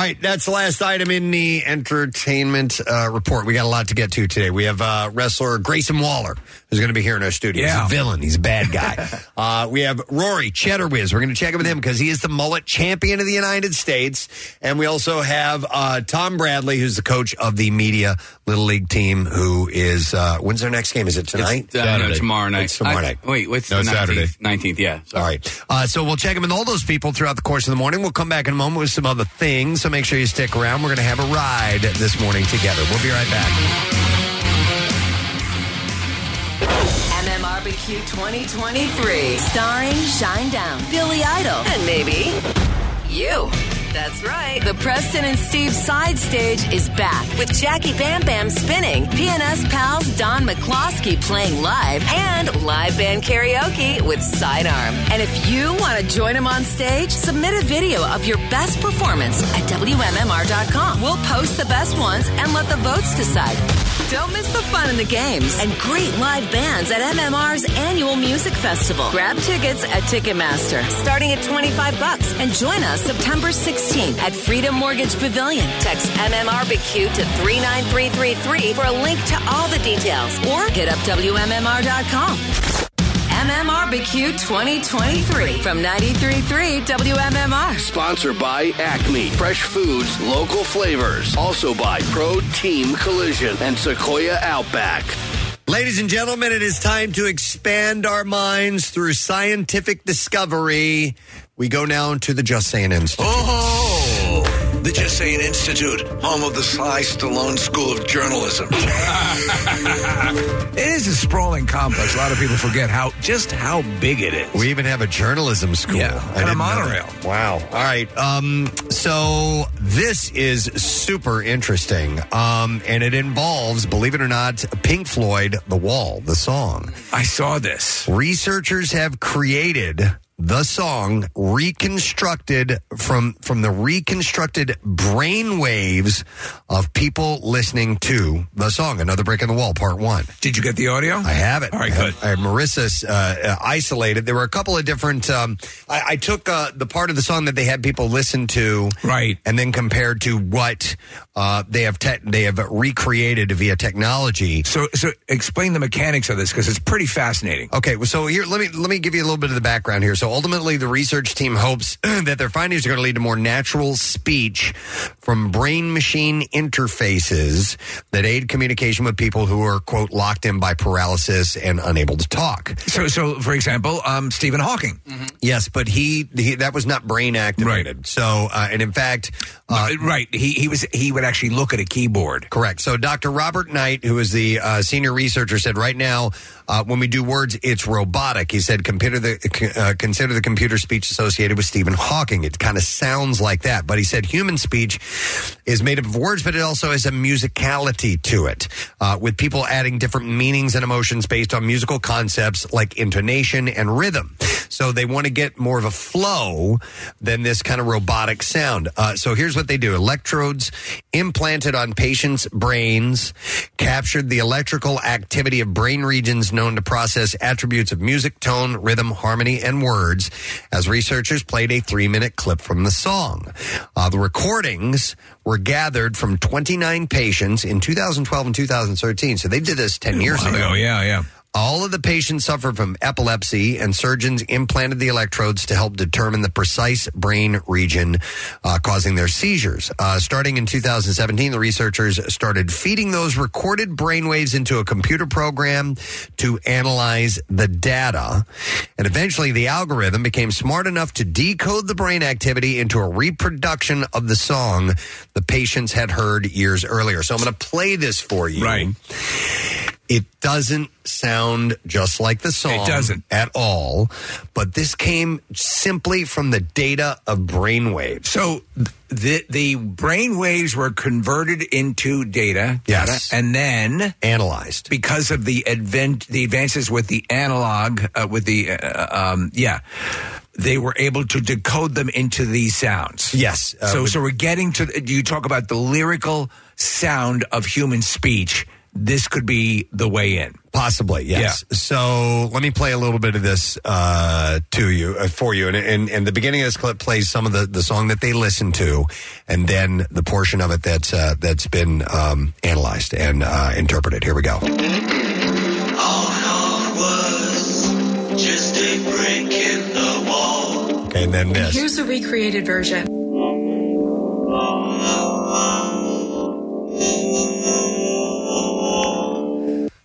right, that's the last item in the entertainment uh, report. We got a lot to get to today. We have uh, wrestler Grayson Waller, who's going to be here in our studio. He's Yeah. a villain, he's a bad guy. uh, we have Rory Cheddar Wiz. We're going to check in with him because he is the mullet champion of the United States. And we also have uh, Tom Bradley, who's the coach of the media Little League team, who is, uh, when's their next game? Is it tonight? It's, uh, no, tomorrow night. It's tomorrow I- night. wait, what's No, the it's 19th, Saturday. 19th, yeah. All right. Uh, so we'll check in with all those people throughout the course of the morning. We'll come back in a moment with some other things. So make sure you stick around. We're going to have a ride this morning together. We'll be right back. MMRBQ 2023. Starring Shine Down, Billy Idol, and maybe you. That's right. The Preston and Steve side stage is back with Jackie Bam Bam spinning, PNS pals Don McCloskey playing live, and live band karaoke with Sidearm. And if you want to join him on stage, submit a video of your best performance at WMMR.com. We'll post the best ones and let the votes decide. Don't miss the fun in the games and great live bands at MMR's annual music festival. Grab tickets at Ticketmaster, starting at 25 bucks, and join us September 16th at Freedom Mortgage Pavilion. Text MMRBQ to 39333 for a link to all the details, or hit up WMMR.com. MMRBQ 2023 from 933 WMMR. Sponsored by Acme, fresh foods, local flavors. Also by Pro Team Collision and Sequoia Outback. Ladies and gentlemen, it is time to expand our minds through scientific discovery. We go now to the Just Saying Institute. Oh, the Just Saying Institute, home of the Sly Stallone School of Journalism. It is a sprawling complex. A lot of people forget how just how big it is. We even have a journalism school yeah, I and a didn't know that. monorail. Wow. All right. Um, so this is super interesting. Um, and it involves, believe it or not, Pink Floyd, The Wall, the song. I saw this. Researchers have created the song reconstructed from from the reconstructed brain waves of people listening to the song another break in the wall part one Did you get the audio? I have it. All right, good. I, I- Marissa uh, uh, isolated. There were a couple of different. Um, I, I took uh, the part of the song that they had people listen to, right, and then compared to what uh, they have te- they have recreated via technology. So, so explain the mechanics of this because it's pretty fascinating. Okay, well, so here let me let me give you a little bit of the background here. So ultimately, the research team hopes that their findings are going to lead to more natural speech from brain machine interfaces that aid communication with people who are quote locked in by paralysis and unable to talk. So, so for example, um, Stephen Hawking. Mm-hmm. Yes, but he, he that was not brain activated. So, uh, and in fact, uh, right, he he was he would actually look at a keyboard. Correct. So, Dr. Robert Knight, who is the uh, senior researcher, said right now, uh, when we do words, it's robotic. He said, consider the uh, consider the computer speech associated with Stephen Hawking. It kind of sounds like that, but he said human speech is made up of words, but it also has a musicality to it, uh, with people adding different meanings and emotions based on musical concepts like intonation and rhythm. So they want to get more of a flow than this kind of robotic sound. Uh, so here's what they do electrodes implanted on patients' brains captured the electrical activity of brain regions known to process attributes of music, tone, rhythm, harmony, and words, as researchers played a three minute clip from the song. Uh, the recordings were gathered from 29 patients in 2012 and 2013. So they did this 10 years Wow. ago. Oh, yeah, yeah. All of the patients suffered from epilepsy, and surgeons implanted the electrodes to help determine the precise brain region uh, causing their seizures. Uh, starting in 2017, the researchers started feeding those recorded brainwaves into a computer program to analyze the data. And eventually, the algorithm became smart enough to decode the brain activity into a reproduction of the song the patients had heard years earlier. So I'm going to play this for you. Right. It doesn't sound just like the song. It doesn't. At all. But this came simply from the data of brainwaves. So the the brain waves were converted into data, Yes. data, and then analyzed because of the advent the advances with the analog uh, with the uh, um, yeah they were able to decode them into these sounds. Yes. uh, so with- so we're getting to you talk about the lyrical sound of human speech. This could be the way in. Possibly, yes. So let me play a little bit of this uh, to you, uh, for you. And, and, and the beginning of this clip plays some of the, the song that they listened to, and then the portion of it that's, uh, that's been um, analyzed and uh, interpreted. Here we go. Just a break in the wall. And then this. Here's a recreated version.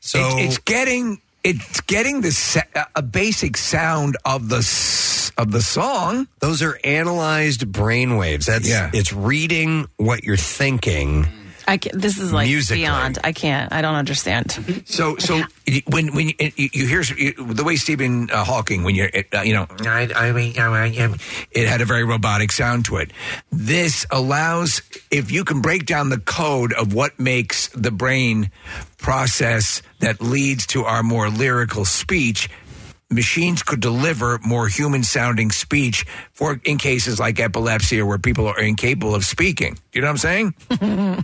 So it's, it's getting it's getting the sa- a basic sound of the s- of the song. Those are analyzed brain waves. That's Yeah. it's reading what you're thinking. I can, this is like Musically. beyond. I can't. I don't understand. So so when when you, you hear you, the way Stephen uh, Hawking when you're uh, you know I, I mean I, I, I, it had a very robotic sound to it. This allows if you can break down the code of what makes the brain process that leads to our more lyrical speech. Machines could deliver more human-sounding speech for in cases like epilepsy or where people are incapable of speaking. You know what I'm saying?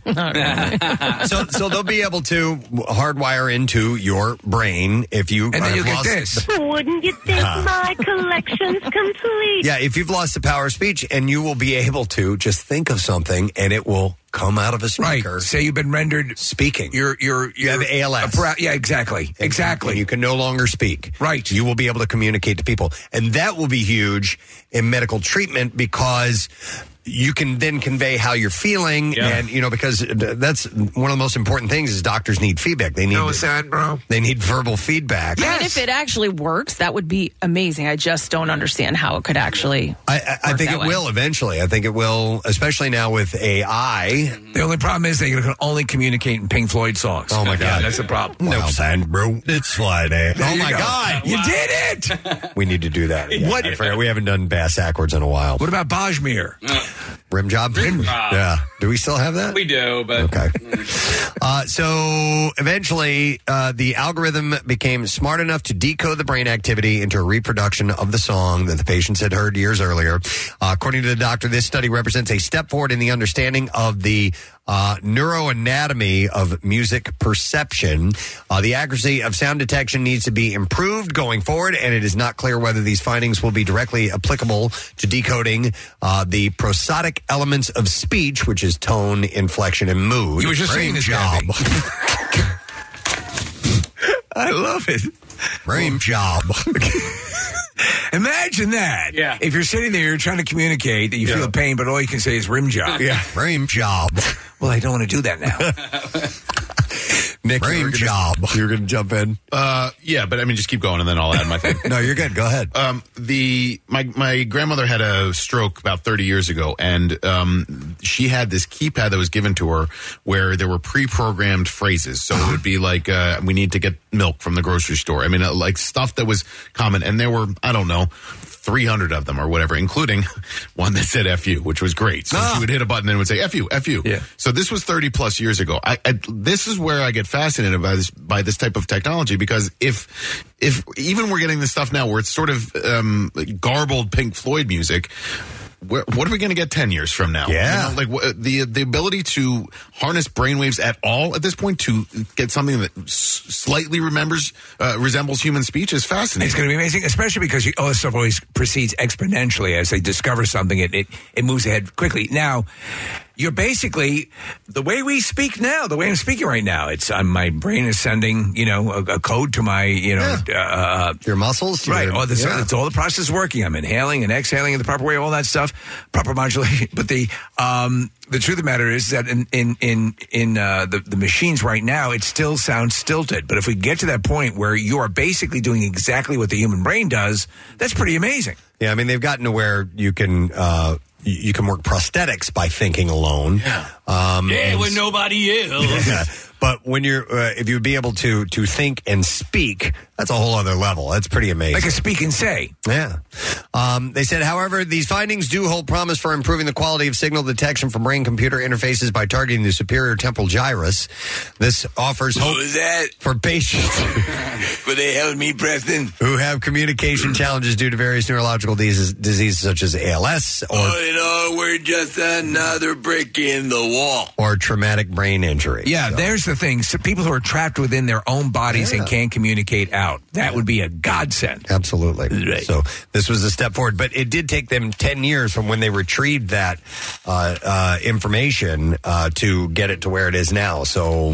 so so they'll be able to hardwire into your brain if you then have you'll get lost this. the- Wouldn't you think my collection's complete? Ah. yeah, if you've lost the power of speech and you will be able to just think of something and it will come out of a speaker. Say you've been rendered speaking. You're you're You have ALS. appara- yeah, exactly. Exactly. And you can no longer speak. Right. You will be able to communicate to people. And that will be huge in medical treatment because you can then convey how you're feeling, and you know because th- that's one of the most important things is doctors need feedback. They need sad, bro. They need verbal feedback. I mean, if it actually works, that would be amazing. I just don't understand how it could actually. I, I, I think it will eventually. I think it will, especially now with AI. The only problem is they can only communicate in Pink Floyd songs. Oh my God, that's the problem. No sign, bro. It's Friday. There oh you my go. God, you did it! We need to do that. again. What- I forgot we haven't done bass backwards in a while. What about Bajmir? Rim job. Rim job. Yeah. Do we still have that? We do, but mm. okay. Uh, so eventually, uh, the algorithm became smart enough to decode the brain activity into a reproduction of the song that the patients had heard years earlier. Uh, according to the doctor, this study represents a step forward in the understanding of the uh, neuroanatomy of music perception. Uh, the accuracy of sound detection needs to be improved going forward, and it is not clear whether these findings will be directly applicable to decoding uh, the prosodic elements of speech, which is tone, inflection, and mood. You were just saying Brain this, job. I love it. Brain job. Imagine that. Yeah. If you're sitting there, you're trying to communicate that you feel pain, but all you can say is rim job. Yeah. Rim job. Well, I don't want to do that now. Nick, you were gonna- You're going to jump in. Uh, yeah, but I mean, just keep going, and then I'll add my thing. no, you're good. Go ahead. Um, the my my grandmother had a stroke about 30 years ago, and um, she had this keypad that was given to her where there were pre-programmed phrases. So it would be like, uh, "We need to get milk from the grocery store." I mean, uh, like stuff that was common, and there were I don't know. 300 of them or whatever, including one that said F you, which was great. So she would hit a button and it would say F you, F you. Yeah. So this was 30 plus years ago. I, I this is where I get fascinated by this by this type of technology because if if even we're getting this stuff now where it's sort of um, garbled Pink Floyd music. where- What are we going to get ten years from now? Yeah. You know, like wha- the the ability to harness brainwaves at all at this point to get something that s- slightly remembers uh, resembles human speech is fascinating. It's going to be amazing, especially because you, all this stuff always proceeds exponentially as they discover something. It, it it moves ahead quickly. Now, you're basically the way we speak now, the way I'm speaking right now. It's um, my brain is sending you know a, a code to my you know uh, your muscles, right? your- all this, yeah. it's all the process working. I'm inhaling and exhaling in the proper way, all that stuff, proper modulation. But the um, the truth of the matter is that in in in, in uh, the the machines right now, it still sounds stilted. But if we get to that point where you are basically doing exactly what the human brain does, that's pretty amazing. Yeah, I mean they've gotten to where you can uh, you- you can work prosthetics by thinking alone. Yeah. Um, Yeah, and- when nobody is. Yeah. But when you're, uh, if you'd be able to to think and speak, that's a whole other level. That's pretty amazing. Like a speak and say. Yeah. Um, they said, however, these findings do hold promise for improving the quality of signal detection from brain computer interfaces by targeting the superior temporal gyrus. This offers hope that? for patients But they held me, Preston. who have communication challenges due to various neurological diseases, diseases such as ALS or Oh. in all, we're just another brick in the wall. or traumatic brain injury. Yeah, there's the thing. So people who are trapped within their own bodies and can't communicate out. That would be a godsend. Absolutely. So this was a step forward, but it did take them 10 years from when they retrieved that uh, uh, information uh, to get it to where it is now. So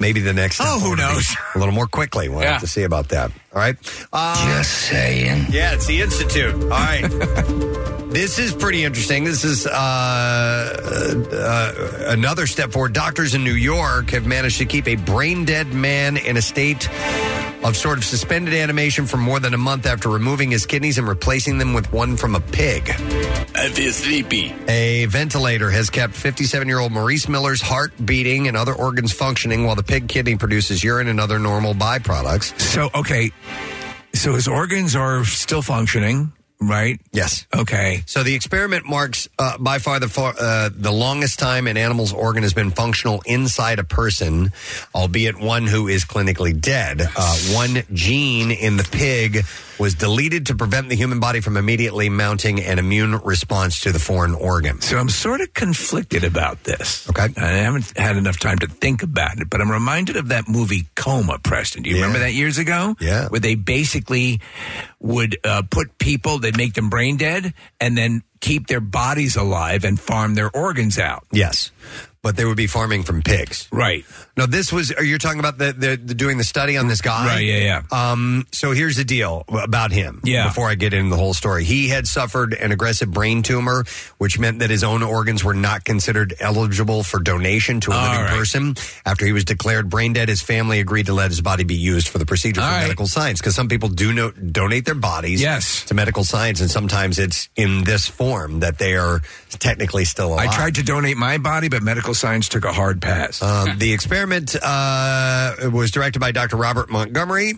maybe the next. Oh, who knows? A little more quickly. We'll have to see about that. All right. Uh, Just saying. Yeah, it's the Institute. All right. This is pretty interesting. This is uh, uh, another step forward. Doctors in New York have managed to keep a brain dead man in a state of sort of suspended animation for more than a month after removing his kidneys and replacing them with one from a pig. I feel sleepy. A ventilator has kept 57 year old Maurice Miller's heart beating and other organs functioning while the pig kidney produces urine and other normal byproducts. So okay, so his organs are still functioning, right? Yes. Okay. So the experiment marks uh, by far the far, uh, the longest time an animal's organ has been functional inside a person, albeit one who is clinically dead. Uh, one gene in the pig was deleted to prevent the human body from immediately mounting an immune response to the foreign organ. So I'm sort of conflicted about this. Okay. I haven't had enough time to think about it, but I'm reminded of that movie Coma, Preston. Do you remember that years ago? Yeah. Where they basically would uh, put people, they'd make them brain dead and then keep their bodies alive and farm their organs out. Yes. but they would be farming from pigs. Right. No, this was. Are you talking about the, the, the doing the study on this guy? Right, yeah, yeah. Um. So here's the deal about him. Yeah. Before I get into the whole story, he had suffered an aggressive brain tumor, which meant that his own organs were not considered eligible for donation to a living person. After he was declared brain dead, his family agreed to let his body be used for the procedure for medical science because some people do no, donate their bodies. Yes. To medical science, and sometimes it's in this form that they are technically still alive. I tried to donate my body, but medical science took a hard pass. Um, the experiment uh, was directed by Dr. Robert Montgomery.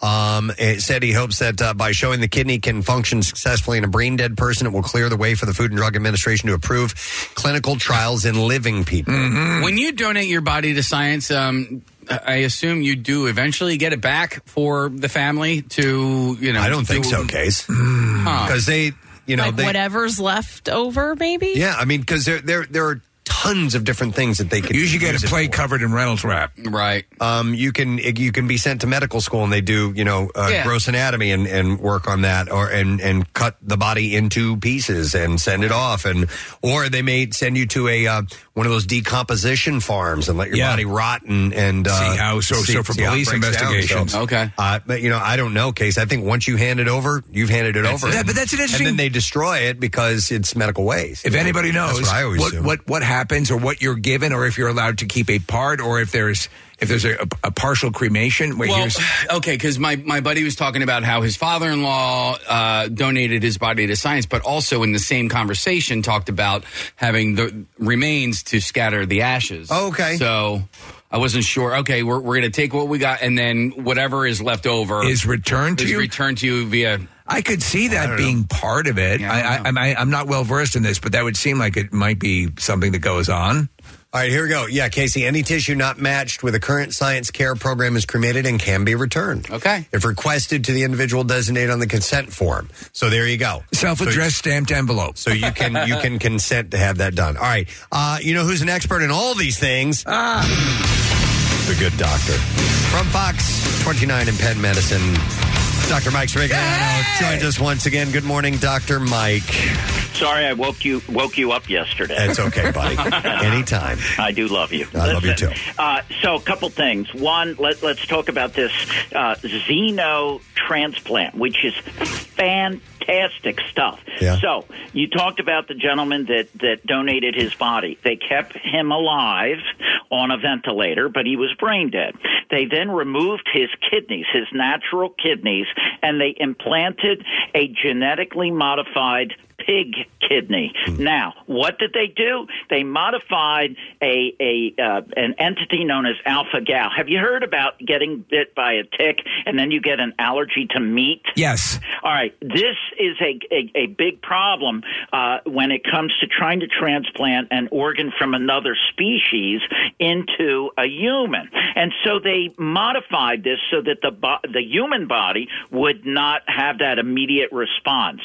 Um, it said he hopes that uh, by showing the kidney can function successfully in a brain dead person, it will clear the way for the Food and Drug Administration to approve clinical trials in living people. Mm. Mm-hmm. When you donate your body to science, um, I assume you do eventually get it back for the family to, you know. I don't think do- so, Case. Mm. Huh. Because they, you know, like they, whatever's left over, maybe. Yeah, I mean, because there, there, there are tons of different things that they can. You usually get a plate covered in Reynolds wrap, right? Um, you can you can be sent to medical school and they do you know uh, Yeah. gross anatomy and, and work on that or and and cut the body into pieces and send it off and or they may send you to a uh, one of those decomposition farms and let your Yeah. body rot and and uh, See how- so- so for see how it police breaks down. investigations. So, okay, uh, but you know I don't know, case. I think once you hand it over, you've handed it That's over. it. Yeah, but that's an interesting- And then they destroy it because it's medical waste. If anybody knows That's what I always what, do. what what happens or what you're given or if you're allowed to keep a part or if there's if there's a, a partial cremation, wait, well, here's okay, because my, my buddy was talking about how his father in law uh, donated his body to science, but also in the same conversation talked about having the remains to scatter the ashes. okay. So I wasn't sure. Okay, we're, we're going to take what we got, and then whatever is left over Is returned to is you? returned to you via. I could see that being part of it. I, I, I'm- I, I'm not well versed in this, but that would seem like it might be something that goes on. All right, here we go. Yeah, Casey, any tissue not matched with a current science care program is cremated and can be returned. Okay. If requested to the individual designated on the consent form. So there you go. Self-addressed stamped envelope. So you can you can consent to have that done. All right. Uh, you know who's an expert in all these things? Ah. The good doctor. From Fox 29 and Penn Medicine. Dr. Mike Sriganano joins us once again. Good morning, Dr. Mike. Sorry, I woke you woke you up yesterday. That's okay, buddy. Anytime. I do love you. I love you too. Uh, so, a couple things. One, let, let's talk about this uh, xenotransplant, which is fantastic stuff. Yeah. So, you talked about the gentleman that, that donated his body. They kept him alive on a ventilator, but he was brain dead. They then removed his kidneys, his natural kidneys, and they implanted a genetically modified pig kidney. Now, what did they do? They modified a a uh, an entity known as alpha gal. Have you heard about getting bit by a tick and then you get an allergy to meat? Yes. All right. This is a, a, a big problem uh, when it comes to trying to transplant an organ from another species into a human. And so they modified this so that the, bo- the human body would not have that immediate response.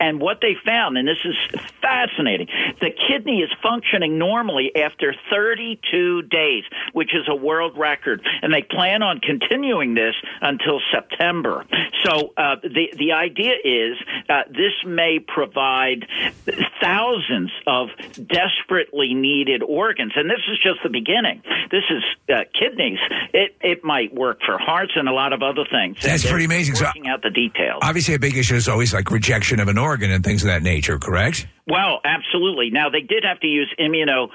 And what they found, and this is fascinating, the kidney is functioning normally after 32 days, which is a world record. And they plan on continuing this until September. So uh, the the idea is uh, this may provide thousands of desperately needed organs, and this is just the beginning. This is uh, kidneys. It it might work for hearts and a lot of other things. That's They're pretty amazing. So- Working out the details. Obviously, a big issue is always like rejection of an organ and things of that nature. Correct? Well, absolutely. Now they did have to use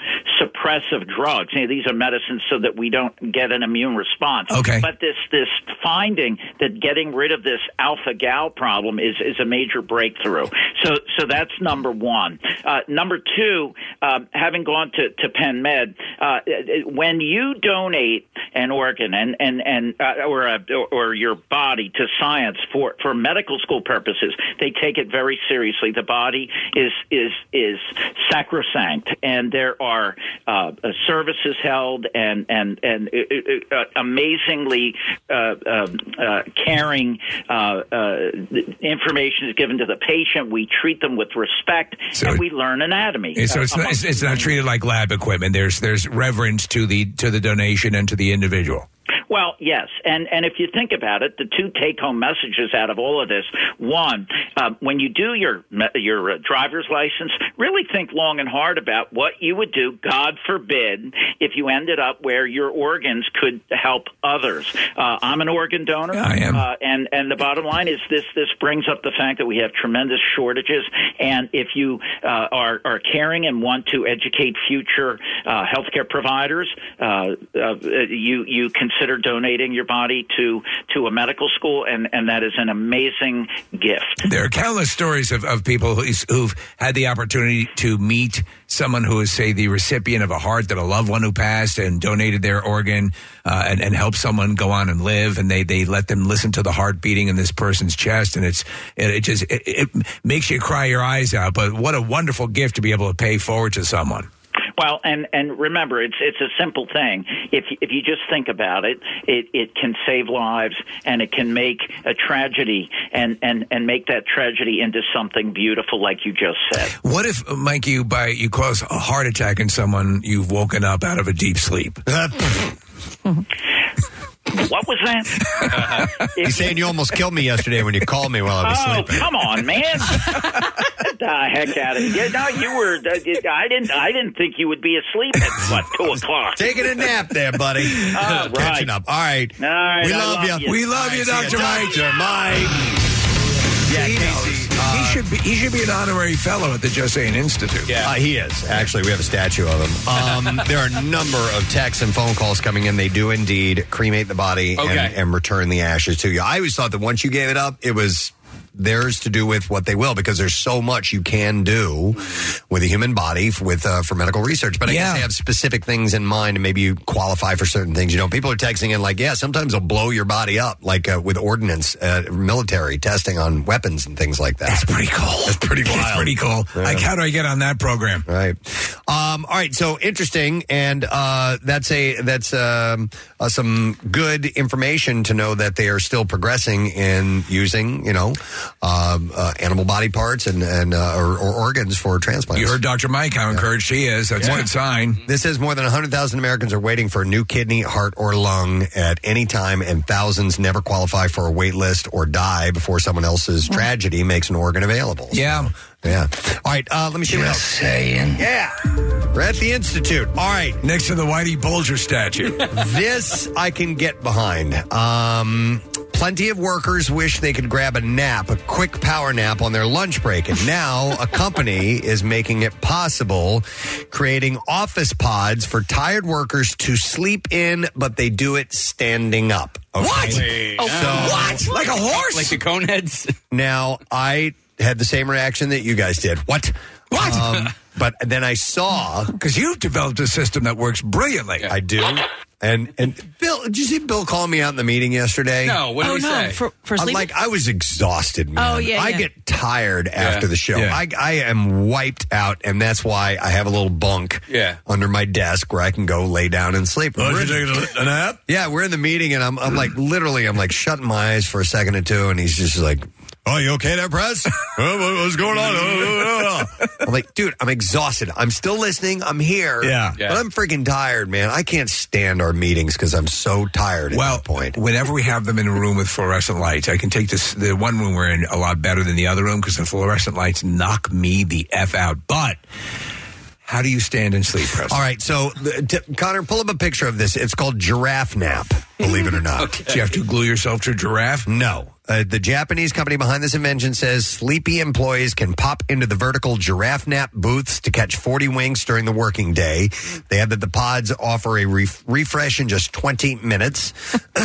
immunosuppressive drugs. You know, these are medicines so that we don't get an immune response. Okay. But this this finding that getting rid of this alpha gal problem is is a major breakthrough. So so that's number one. Uh, number two, um, having gone to to Penn Med, uh, it- when you donate an organ and and and uh, or a, or your body to science for for medical school purposes, they take it very seriously. The body is is is sacrosanct, and there are uh, uh, services held and and and uh, uh, amazingly uh, um, uh, caring uh, uh, information is given to the patient. We treat them with respect, and we learn anatomy. Yeah, so it's Uh, not, it's, it's not treated like lab equipment. There's there's reverence to the to the donation and to the individual. Well, yes, and and if you think about it, the two take-home messages out of all of this: one, um, when you do your your uh, driver's license, really think long and hard about what you would do. God forbid if you ended up where your organs could help others. Uh, I'm an organ donor, I am. Uh, and and the bottom line is this: this brings up the fact that we have tremendous shortages, and if you uh, are are caring and want to educate future uh, healthcare providers, uh, uh, you you consider donating your body to to a medical school, and and that is an amazing gift. There are countless stories of, of people who's, who've had the opportunity to meet someone who is, say, the recipient of a heart that a loved one who passed and donated their organ uh, and, and helped someone go on and live. And they, they let them listen to the heart beating in this person's chest. And it's it, it just it, it makes you cry your eyes out. But what a wonderful gift to be able to pay forward to someone. Well, and and remember, it's it's a simple thing. If if you just think about it, it it can save lives, and it can make a tragedy and and and make that tragedy into something beautiful, like you just said. What if, Mike, you by you cause a heart attack in someone you've woken up out of a deep sleep? What was that? You're saying you almost killed me yesterday when you called me while I was Uh-huh. oh, sleeping. come on, man! Get the heck out of here! No, you were. uh, I didn't. I didn't think you would be asleep at what two o'clock. Taking a nap there, buddy. All right. Catching up. All right. All right, we I love, love you. you. We love you, All right, see Dr. ya. Mike. Dr. Mike. Yeah, he, knows. he should be he should be an honorary fellow at the Just Saying Institute. Yeah. Uh, he is. Actually, we have a statue of him. Um, there are a number of texts and phone calls coming in. They do indeed cremate the body Okay. and, and return the ashes to you. I always thought that once you gave it up, it was theirs to do with what they will because there's so much you can do with a human body f- with uh, for medical research. But I guess they have specific things in mind, and maybe you qualify for certain things. You know, people are texting in like, yeah, sometimes they'll blow your body up, like uh, with ordnance, uh, military testing on weapons and things like that. That's pretty cool. That's pretty wild. That's pretty cool. Yeah. Like, how do I get on that program? Right. Um, all right. So interesting, and uh, that's a that's um, uh, some good information to know that they are still progressing in using you know um, uh, animal body parts and and uh, or, or organs for transplants. You heard Dr. Mike how encouraged she is. That's a Yeah. good sign. This says more than 100,000 Americans are waiting for a new kidney, heart, or lung at any time, and thousands never qualify for a wait list or die before someone else's tragedy makes an organ available. Hmm. Yeah. Yeah. All right. Uh, let me see what else. saying. Yeah. We're at the Institute. All right. Next to the Whitey Bulger statue. this I can get behind. Um, plenty of workers wish they could grab a nap, a quick power nap on their lunch break. And now a company is making it possible, creating office pods for tired workers to sleep in, but they do it standing up. Okay? What? Oh, So- what? Like a horse? Like the coneheads? Now, I had the same reaction that you guys did. What? What? Um, but then I saw because you've developed a system that works brilliantly. I do. And and Bill, did you see Bill call me out in the meeting yesterday? No, what did Oh, he no, say? for- for I'm sleeping? Like I was exhausted, man. Oh, yeah, I yeah. get tired after the show. yeah. I I am wiped out, and that's why I have a little bunk Yeah. under my desk where I can go lay down and sleep. Oh, We're you in- taking a- a nap? Yeah, we're in the meeting, and I'm I'm like literally, I'm like shutting my eyes for a second or two, and he's just like. Oh, you okay there, press? Oh, what- What's going on? I'm like, dude, I'm exhausted. I'm still listening. I'm here. Yeah. But I'm freaking tired, man. I can't stand our meetings because I'm so tired at Well, that point. Whenever we have them in a room with fluorescent lights, I can take this the one room we're in a lot better than the other room because the fluorescent lights knock me the f out. But how do you stand and sleep, Preston? All right, so th- t- Connor, pull up a picture of this. It's called giraffe nap. Believe it or not, Do you have to glue yourself to a giraffe? No. Uh, the Japanese company behind this invention says sleepy employees can pop into the vertical giraffe nap booths to catch 40 winks during the working day. They add that the pods offer a re- refresh in just 20 minutes.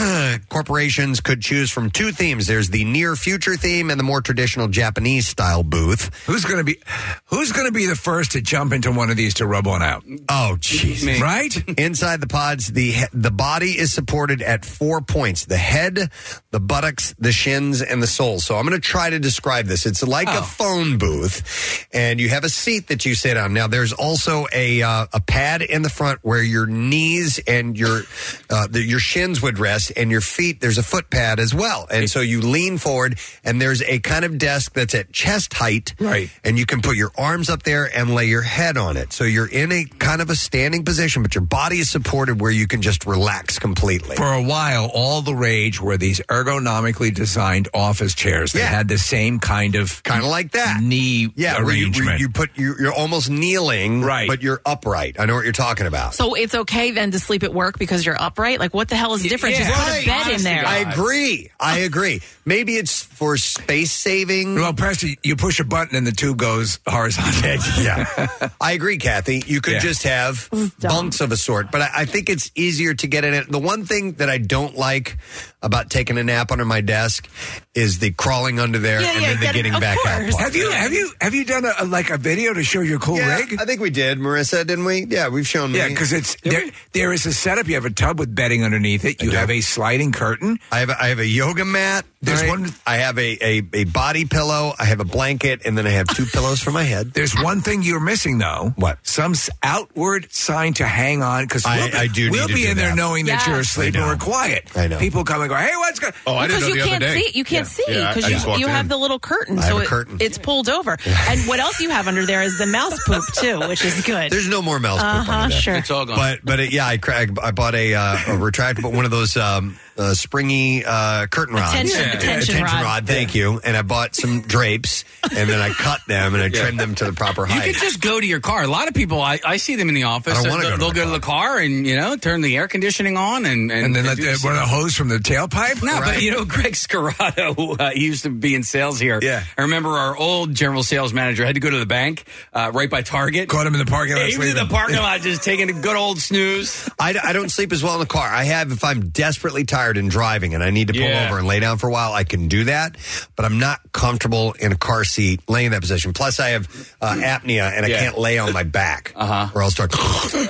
Corporations could choose from two themes. There's the near future theme and the more traditional Japanese style booth. Who's going to be Who's going to be the first to jump into one of these to rub one out? Oh, Jesus. Right? Inside the pods, the he- the body is supported at four points: the head, the buttocks, the shins, and the soles. So I'm going to try to describe this. It's like Oh. a phone booth, and you have a seat that you sit on. Now, there's also a uh, a pad in the front where your knees and your uh, the, your shins would rest, and your feet. There's a foot pad as well, and so you lean forward, and there's a kind of desk that's at chest height, right? And you can put your arms up there and lay your head on it. So you're in a kind of a standing position, but your body is supported where you can just relax completely For for a while, all the rage were these ergonomically designed office chairs that had the same kind of kind of like that knee Yeah, where you, arrangement. where you put you, you're almost kneeling, right? But you're upright. I know what you're talking about. So it's okay then to sleep at work because you're upright? Like, what the hell is the difference? Just put a bed in there. I agree. I agree. Maybe it's for space saving. Well, Preston, you push a button and the tube goes horizontal. yeah, I agree, Kathy. You could Yeah. just have bunks of a sort, but I, I think it's easier to get in it. The one thing that I don't like about taking a nap under my desk is the crawling under there and then the getting back out. part. Have you have you have you done a, a- like a video to show your cool Yeah, rig? I think we did, Marissa, didn't we? Yeah, we've shown. Yeah, me. because it's there, there is a setup. You have a tub with bedding underneath it. You have a sliding curtain. I have a, I have a yoga mat. There's Right. one. I have a, a a body pillow. I have a blanket, and then I have two pillows for my head. There's one thing you're missing though. What? Some s- outward sign to hang on because we'll, I- be- I do we'll need to be do in there that. knowing that you're Yes. asleep I and know. we're quiet. I know. People come and go. Hey, what's going? Oh, I didn't because know you the can't other day. see, you can't Yeah. see Yeah, I- I because just walked you, you in. have the little curtain, I have so a it- curtain. it's pulled over. and what else you have under there is the mouse poop too, which is good. There's no more mouse poop Uh-huh, under there. Sure, But but it, yeah, I, cra- I bought a, uh, a retractable one of those um, uh, springy uh, curtain rods, Attention- Yeah. attention rod. Thank you. And I bought some drapes, and then I cut them and I trimmed them to the proper You height. could just go to your car. A lot of people, I, I see them in the office. I don't They'll, wanna go to they'll go to the car and you know turn the air conditioning on and and, And then let do the- this. one of the hose from the tailpipe. No, Right. but you know Greg Scarrato, uh, he used to be in sales here. Yeah, I remember our old general sales manager had to go to the bank uh, right by Target. Caught him in the parking lot. He was in the sleeping. parking lot just taking a good old snooze. I, I don't sleep as well in the car. I have if I'm desperately tired and driving and I need to pull Yeah. over and lay down for a while, I can do that. But I'm not comfortable in a car seat laying in that position. Plus, I have uh, apnea and I Yeah. can't lay on my back, uh-huh. or I'll start. I'll do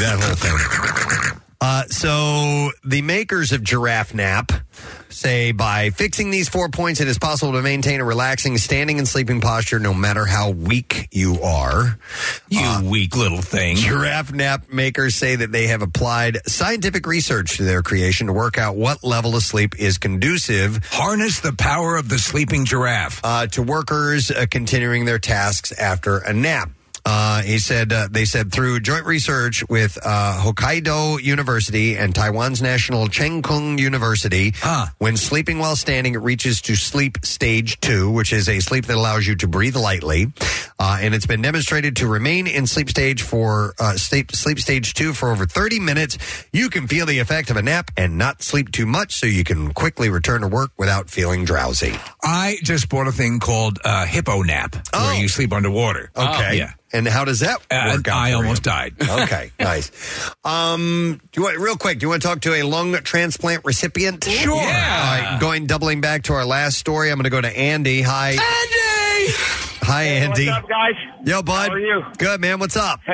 that whole thing. Uh, so the makers of Giraffe Nap say by fixing these four points, it is possible to maintain a relaxing standing and sleeping posture no matter how weak you are. Uh, You weak little thing. Giraffe nap makers say that they have applied scientific research to their creation to work out what level of sleep is conducive. Harness the power of the sleeping giraffe uh, to workers uh, continuing their tasks after a nap. Uh, he said uh, they said through joint research with uh, Hokkaido University and Taiwan's National Cheng Kung University, when sleeping while standing, it reaches to sleep stage two, which is a sleep that allows you to breathe lightly, uh, and it's been demonstrated to remain in sleep stage for uh, sleep sleep stage two for over thirty minutes. You can feel the effect of a nap and not sleep too much, so you can quickly return to work without feeling drowsy. I just bought a thing called uh, hippo nap, where you sleep underwater. Oh. Oh, Okay. yeah. And how does that work Uh, out? I for almost you? died. okay, nice. Um, do you want real quick? Do you want to talk to a lung transplant recipient? Sure. All right, going doubling back to our last story. I'm going to go to Andy. Hi, Andy. Hi, Andy. What's up, guys? Yo, bud. How are you? Good, man. What's up?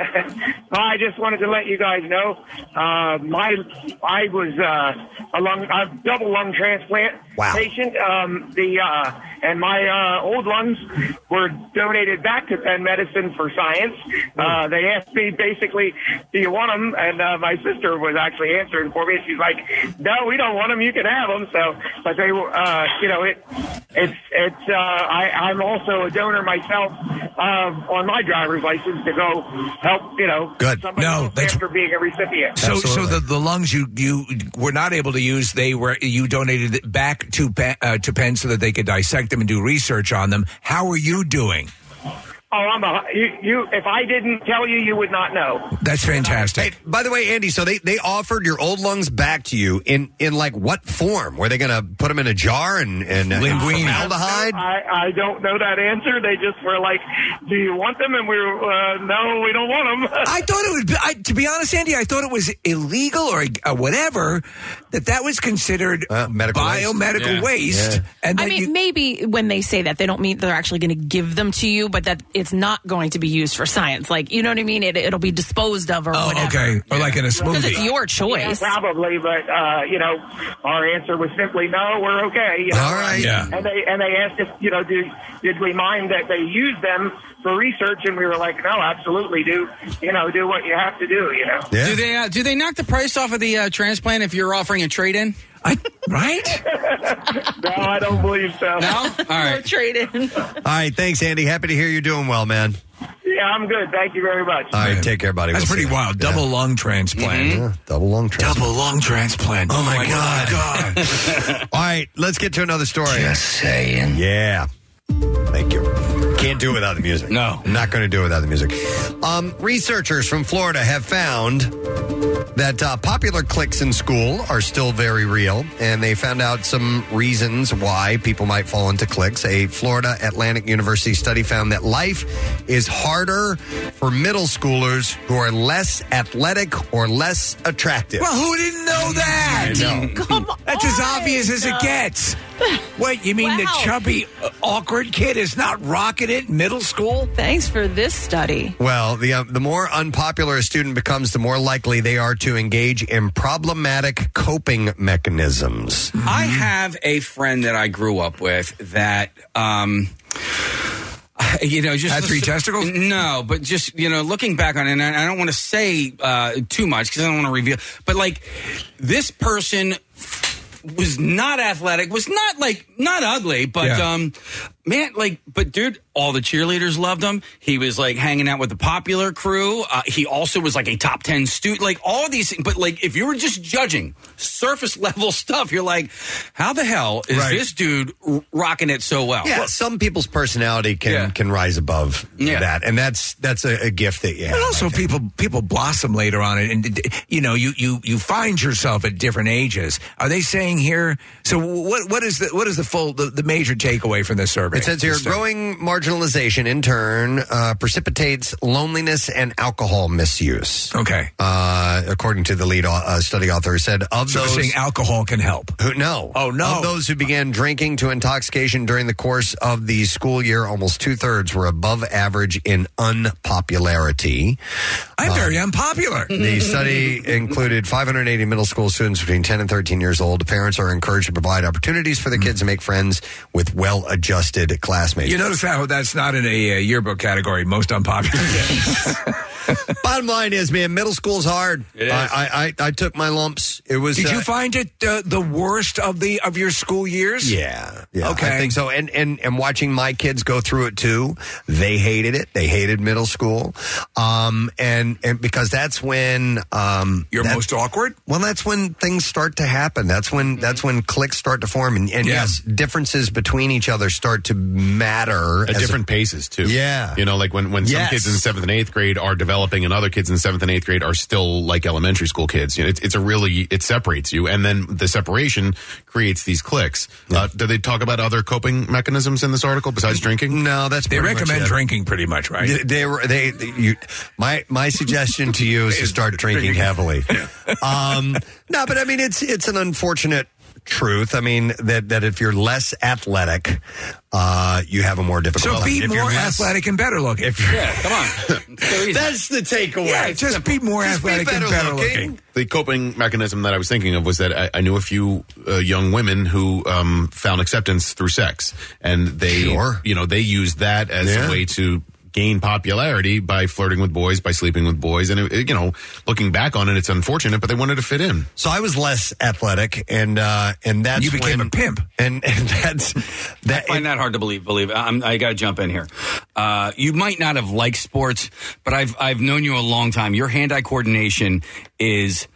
I just wanted to let you guys know, uh, my I was uh, a lung, a double lung transplant Wow. patient. Um, the uh, and my uh, old lungs were donated back to Penn Medicine for science. Hmm. Uh, they asked me basically, "Do you want them?" And uh, my sister was actually answering for me. and She's like, "No, we don't want them. You can have them." So, but they were, uh, you know, it it's it's. Uh, I, I'm also a donor myself um, on my driver's license to go help. You know, Good. Somebody No, else that's- after being a recipient. So, so the, the lungs you you were not able to use, they were you donated it back to Penn, uh, to Penn so that they could dissect them and do research on them. How are you doing? Oh, I'm a you, you. If I didn't tell you, you would not know. That's fantastic. By the way, Andy. So they they offered your old lungs back to you in in like what form? Were they going to put them in a jar and and uh, Formaldehyde? I, I don't know that answer. They just were like, "Do you want them?" And we were, uh, "No, we don't want them." I thought it would. Be, I, to be honest, Andy, I thought it was illegal or uh, whatever that that was considered Uh, biomedical Yeah. waste. And then I mean, you, maybe when they say that, they don't mean they're actually going to give them to you, but that it's not going to be used for science. Like, you know what I mean? It, it'll be disposed of or oh, whatever. okay, or like in a Because smoothie. it's your choice. Yeah, probably, but uh, you know, our answer was simply no. We're okay. You know? All right. Yeah. And they and they asked us, you know, do did we mind that they used them for research? And we were like, no, absolutely. Do you know? Do what you have to do. You know. Do they uh, do they knock the price off of the uh, transplant if you're offering a trade in? right? Mm-hmm. no, I don't believe so. No. All right. Trade in. All right, thanks, Andy. Happy to hear you're doing well, man. Yeah, I'm good. Thank you very much. All right, take care, buddy. That's We'll pretty see you. Mm-hmm. wild. Double lung transplant. Double lung transplant. Double lung transplant. Oh, my God. All right, let's get to another story. Just saying. Yeah. Thank you. Can't do it without the music. No. Not going to do it without the music. Um, researchers from Florida have found that uh, popular cliques in school are still very real, and they found out some reasons why people might fall into cliques. A Florida Atlantic University study found that life is harder for middle schoolers who are less athletic or less attractive. Well, who didn't know that? I know. That's as obvious as it gets. Wait, you mean the chubby, uh, awkward kid is not rocketed middle school? Thanks for this study. Well, the uh, the more unpopular a student becomes, the more likely they are to engage in problematic coping mechanisms. I have a friend that I grew up with that, um, you know, just Had three testicles. No, but just you know, looking back on it, and I I don't want to say uh, too much because I don't want to reveal. But like, this person was not athletic, was not like not ugly, but Yeah. um, man, like, but dude, all the cheerleaders loved him. He was like hanging out with the popular crew. Uh, he also was like a top ten student, like all these. things. But like, if you were just judging surface level stuff, you're like, how the hell is Right. this dude r- rocking it so well? Yeah, some people's personality can can rise above that, and that's that's a, a gift that you have. And also, people people blossom later on, and- and you know, you you you find yourself at different ages. Are they saying here? So, what what is the what is the full the, the major takeaway from this survey? It says here, This study? growing marginalization in turn uh, precipitates loneliness and alcohol misuse. Okay, uh, according to the lead au- uh, study author, who said of So they're those saying alcohol can help. Who, no. Oh, no. Of those who began drinking to intoxication during the course of the school year, almost two thirds were above average in unpopularity. Um, I'm very unpopular. The study included 580 middle school students between 10 and 13 years old. Parents are encouraged to provide opportunities for the kids to make friends with well adjusted classmates. You notice how that's not in a uh, yearbook category. Most unpopular. Bottom line is, man, middle school's hard. I, I, I, I took my lumps. It was. Did uh, you find it uh, the worst of the of your school years? Yeah. Yeah, Okay. I think so. And, and and watching my kids go through it too, they hated it. They hated middle school, um, and and because that's when um, you're most awkward. Mm-hmm. Well, that's when things start to happen. That's when that's when cliques start to form, and, and Yeah. yes, differences between each other start to matter At as a- different paces too. Yeah. you know, like when when some Yes. kids in seventh and eighth grade are developing, and other kids in seventh and eighth grade are still like elementary school kids. You know, it's, it's a really it separates you, and then the separation creates these cliques. Uh, do they talk about other coping mechanisms in this article besides drinking? No, that's They recommend drinking pretty much, right? They, they, were- they, they- you, my, my suggestion to you is to start drinking heavily. Um, no, but I mean, it's, it's an unfortunate truth. I mean, that, that if you're less athletic, uh, you have a more difficult So time. be If you're more less- athletic and better looking. yeah, come on. That's the takeaway. Yeah, just be more athletic and better looking. The coping mechanism that I was thinking of was that I, I knew a few uh, young women who um, found acceptance through sex, and they, Sure. you know, they used that as Yeah. a way to gain popularity by flirting with boys, by sleeping with boys, and it, it- you know, looking back on it, it's unfortunate, but they wanted to fit in. So I was less athletic, and uh, and that's You became when- a pimp. and, and that's that. I find that hard to believe. Believe I'm, I got to jump in here. Uh, you might not have liked sports, but I've I've known you a long time. Your hand-eye coordination is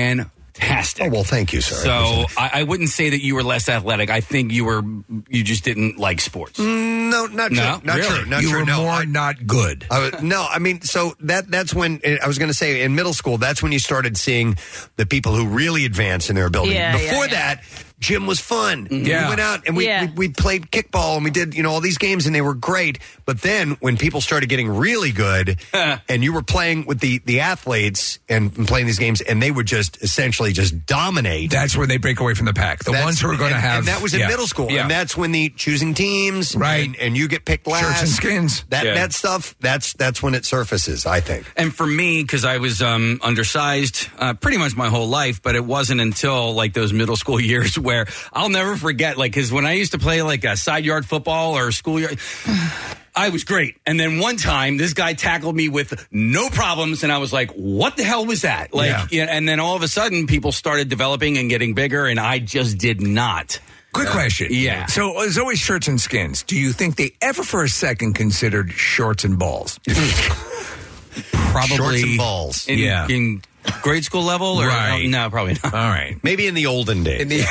fantastic. Oh well, thank you, sir. So I, I wouldn't say that you were less athletic. I think you were you just didn't like sports. Mm, No, not true. No? Not Really? true. Not You true. were no, more I- not good. I was, no, I mean, so that that's when eh, I was going to say in middle school. That's when you started seeing the people who really advanced in their ability. Yeah, yeah, Before yeah. that, gym was fun. Yeah. We went out and we, Yeah. we we played kickball and we did you know all these games and they were great. But then when people started getting really good, and you were playing with the the athletes and playing these games, and they would just essentially just dominate. That's where they break away from the pack. The That's- ones who are going to and- have and that was in yeah. middle school, Yeah. and that's when the choosing teams, Right. and, and you get picked last, Shirts and skins. that Yeah. that stuff. That's that's when it surfaces. I think. And for me, because I was um, undersized uh, pretty much my whole life, but it wasn't until like those middle school years where I'll never forget, like, because when I used to play like a side yard football or school yard, I was great. And then one time, this guy tackled me with no problems, and I was like, "What the hell was that?" Like, yeah. and then all of a sudden, people started developing and getting bigger, and I just did not. Quick question. Yeah. So as always, shirts and skins. Do you think they ever, for a second, considered shorts and balls? Probably Shorts and balls. In, Yeah. in grade school level, or Right. no, probably not. All right. Maybe in the olden days. In the,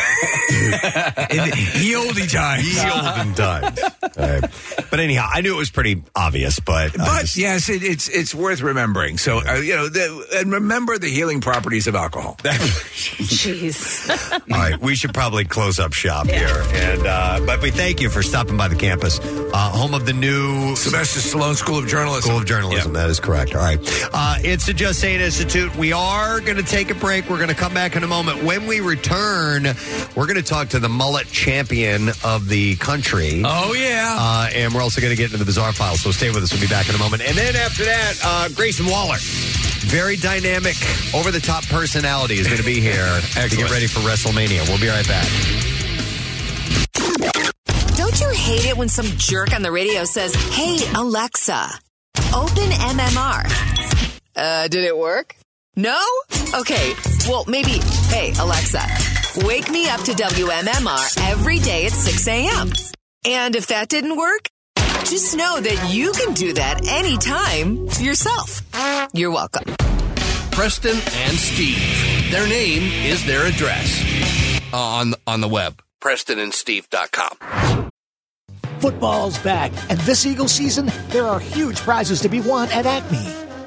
oldie times. Ye olden times. All right. But anyhow, I knew it was pretty obvious, but uh, I But yes, it, it's it's worth remembering. So uh, you know, the, and remember the healing properties of alcohol. Jeez. All right, we should probably close up shop here, and uh, but we thank you for stopping by the campus, uh, home of the new Sylvester Stallone School of Journalism. School of Journalism, that is correct. All right, uh, it's the Just Saying Institute. We are going to take a break. We're going to come back in a moment. When we return, we're going to talk to the mullet champion of the country. Oh yeah, uh, and we're also going to get into the bizarre file. So stay with us. We'll be back in a moment, and then after that, uh, Grayson Waller. Very dynamic, over the top personality is going to be here to get ready for WrestleMania. We'll be right back. Don't you hate it when some jerk on the radio says, Hey, Alexa, open MMR? Uh, did it work? No? Okay, well, maybe, Hey, Alexa, wake me up to WMMR every day at 6 a.m. And if that didn't work, just know that you can do that anytime yourself. You're welcome. Preston and Steve. Their name is their address uh, on on the web. PrestonandSteve.com. Football's back, and this Eagle season, there are huge prizes to be won at Acme.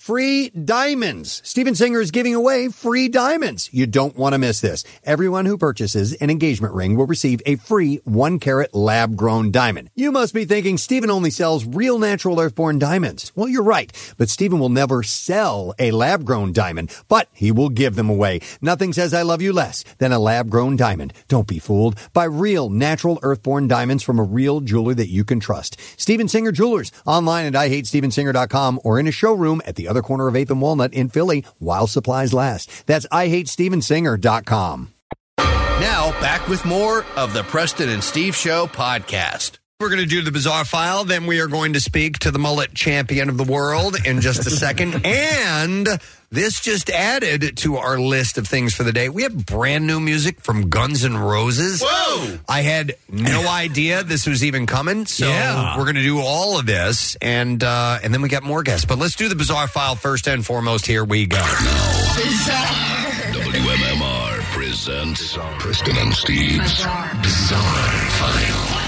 Free diamonds. Steven Singer is giving away free diamonds. You don't want to miss this. Everyone who purchases an engagement ring will receive a free one carat lab grown diamond. You must be thinking Steven only sells real natural earthborn diamonds. Well, you're right, but Steven will never sell a lab grown diamond, but he will give them away. Nothing says I love you less than a lab grown diamond. Don't be fooled by real natural earthborn diamonds from a real jeweler that you can trust. Steven Singer Jewelers online at IHateStevenSinger.com or in a showroom at the other corner of 8th and Walnut in Philly while supplies last. That's IHateStevenSinger.com. Now back with more of the Preston and Steve Show podcast. We're going to do the bizarre file. Then we are going to speak to the mullet champion of the world in just a second. And this just added to our list of things for the day. We have brand new music from Guns N' Roses. Whoa! I had no idea this was even coming. So Yeah. we're going to do all of this, and uh, and then we got more guests. But let's do the bizarre file first and foremost. Here we go. WMMR presents Preston and Steve's Bizarre File.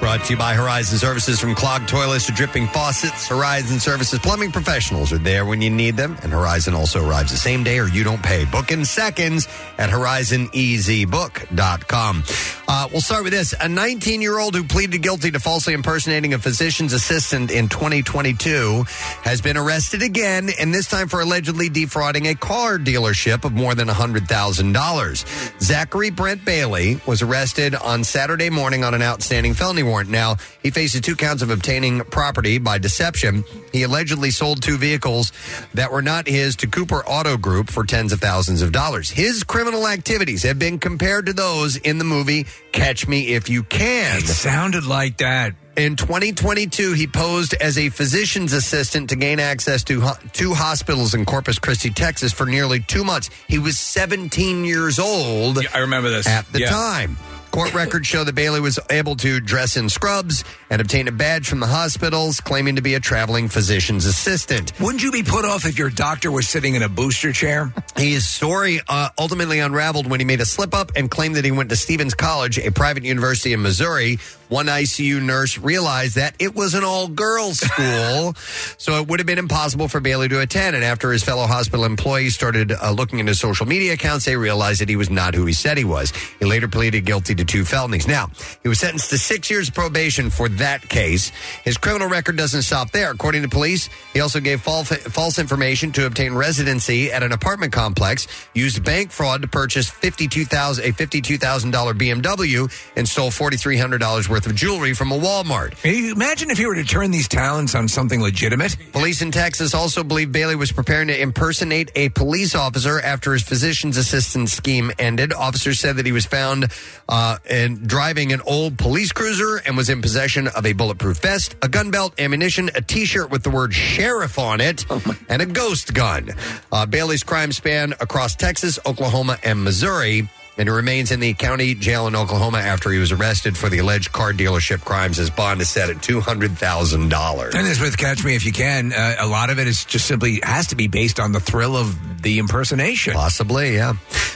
Brought to you by Horizon Services from clogged toilets to dripping faucets. Horizon Services plumbing professionals are there when you need them, and Horizon also arrives the same day or you don't pay. Book in seconds at horizoneasybook.com. Uh, we'll start with this. A 19 year old who pleaded guilty to falsely impersonating a physician's assistant in 2022 has been arrested again, and this time for allegedly defrauding a car dealership of more than $100,000. Zachary Brent Bailey was arrested on Saturday morning on an outstanding felony warrant. Now, he faces two counts of obtaining property by deception. He allegedly sold two vehicles that were not his to Cooper Auto Group for tens of thousands of dollars. His criminal activities have been compared to those in the movie Catch Me If You Can. It sounded like that. In 2022, he posed as a physician's assistant to gain access to ho- two hospitals in Corpus Christi, Texas, for nearly two months. He was 17 years old. I remember this at the Yeah. time. Court records show that Bailey was able to dress in scrubs and obtain a badge from the hospitals, claiming to be a traveling physician's assistant. Wouldn't you be put off if your doctor was sitting in a booster chair? His story uh, ultimately unraveled when he made a slip up and claimed that he went to Stevens College, a private university in Missouri. One ICU nurse realized that it was an all girls school, so it would have been impossible for Bailey to attend. And after his fellow hospital employees started uh, looking into social media accounts, they realized that he was not who he said he was. He later pleaded guilty to two felonies. Now, he was sentenced to six years probation for that case. His criminal record doesn't stop there. According to police, he also gave false, false information to obtain residency at an apartment complex, used bank fraud to purchase 52000 a $52,000 BMW, and stole $4,300 worth of jewelry from a Walmart. Imagine if he were to turn these talents on something legitimate. Police in Texas also believe Bailey was preparing to impersonate a police officer after his physician's assistant scheme ended. Officers said that he was found uh, and driving an old police cruiser and was in possession of a bulletproof vest, a gun belt, ammunition, a T-shirt with the word "sheriff" on it, and a ghost gun. Uh, Bailey's crime span across Texas, Oklahoma, and Missouri and he remains in the county jail in Oklahoma after he was arrested for the alleged car dealership crimes. His bond is set at two hundred thousand dollars. And this with Catch Me If You Can, uh, a lot of it is just simply has to be based on the thrill of the impersonation. Possibly, yeah.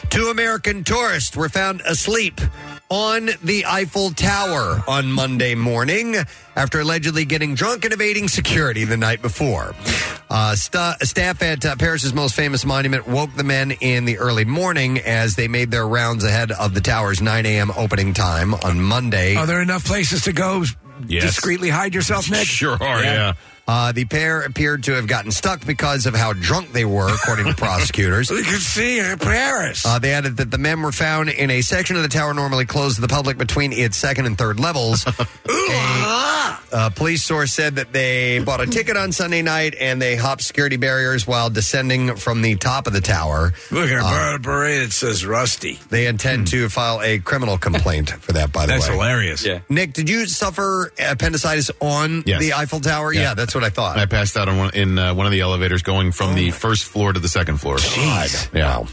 Two American tourists were found asleep on the Eiffel Tower on Monday morning after allegedly getting drunk and evading security the night before. Uh, sta staff at uh, Paris's most famous monument woke the men in the early morning as they made their rounds ahead of the tower's 9 a.m. opening time on Monday. Are there enough places to go Yes. discreetly hide yourself, Nick? Sure are, yeah. Uh, the pair appeared to have gotten stuck because of how drunk they were, according to prosecutors. We could see it in Paris. Uh, they added that the men were found in a section of the tower normally closed to the public between its second and third levels. a uh, police source said that they bought a ticket on Sunday night and they hopped security barriers while descending from the top of the tower. Look at Uh, Bird Parade, it says Rusty. Hmm. They intend to file a criminal complaint for that, by the That's way. hilarious. Yeah. Nick, did you suffer appendicitis on Yes. the Eiffel Tower? Yeah. that's what I thought. Oh I passed out on one, in uh, one of the elevators going from the first floor to the second floor. Jeez. Yeah.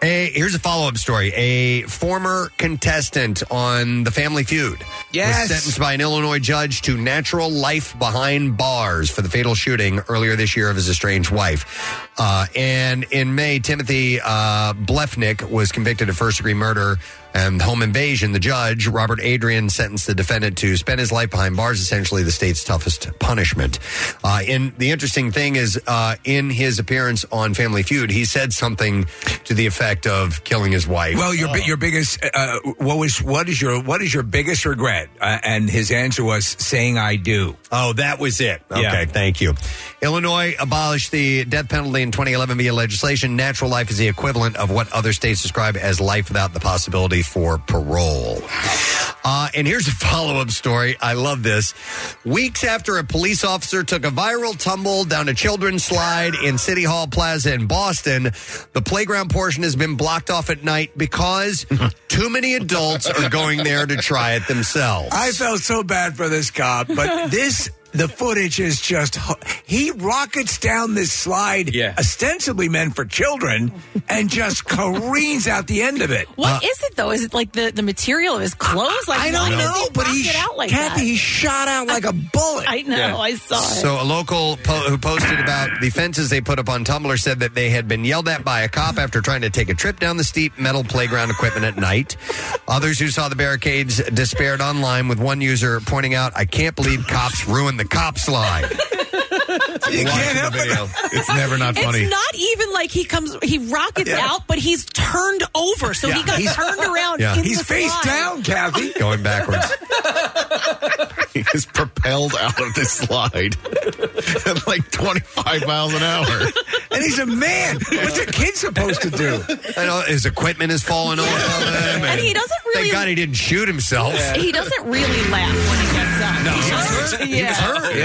A, here's a follow up story. A former contestant on The Family Feud Yes. was sentenced by an Illinois judge to natural life behind bars for the fatal shooting earlier this year of his estranged wife. Uh, and in May, Timothy uh, Blefnick was convicted of first degree murder and home invasion. The judge, Robert Adrian, sentenced the defendant to spend his life behind bars, essentially the state's toughest punishment. Uh, in the interesting thing is, uh, in his appearance on Family Feud, he said something to the effect of killing his wife. Well, your bi- your biggest uh, what was what is your what is your biggest regret? Uh, and his answer was saying I do. Oh, that was it. Okay, thank you. Illinois abolished the death penalty in 2011 via legislation. Natural life is the equivalent of what other states describe as life without the possibility for parole. Uh, and here's a follow up story. I love this. Weeks after a police officer took a viral tumble down a children's slide in City Hall Plaza in Boston, the playground portion has been blocked off at night because too many adults are going there to try it themselves. I felt so bad for this cop, but this the footage is just he rockets down this slide ostensibly meant for children and just careens out the end of it. Uh, What is it though? Is it like the, the material of his clothes? Like I don't why does know, he but rock he it sh- out like Kathy, that? he shot out like a bullet. I know. Yeah. I saw it. So a local po- who posted about the fences they put up on Tumblr said that they had been yelled at by a cop after trying to take a trip down the steep metal playground equipment at night. Others who saw the barricades despaired online, with one user pointing out, "I can't believe cops ruined the cop slide." You Watch the video. It's never not funny. It's not even like he comes, he rockets Yeah. out, but he's turned over. So he Yeah. got He's- turned around. Yeah. in He's the face slide. down, Kathy. Going backwards. he is propelled out of this slide at like 25 miles an hour. And he's a man. What's a kid supposed to do? I know his equipment is falling off. And he doesn't really- Thank God he didn't shoot himself. He doesn't really laugh when he gets up. No, He's he was just- hurt. He was hurt.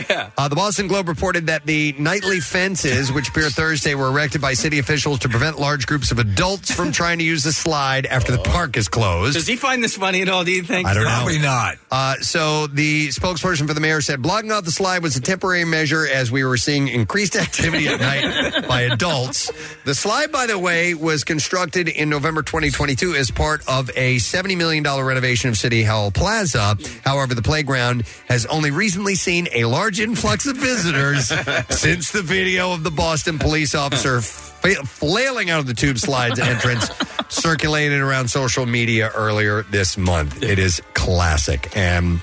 Yeah. Uh, the Boston Globe reported that the nightly fences, which appear Thursday, were erected by city officials to prevent large groups of adults from trying to use the slide after the park is closed. Does he find this funny at all? Do you think? I don't know. not. Uh, so the spokesperson for the mayor said blocking off the slide was a temporary measure as we were seeing increased activity at night by adults. The slide, by the way, was constructed in November 2022 as part of a $70 million renovation of City Hall Plaza. However, the playground has only recently seen a large influx of visitors since the video of the Boston police officer fa- flailing out of the tube slides entrance circulated around social media earlier this month. It is classic. And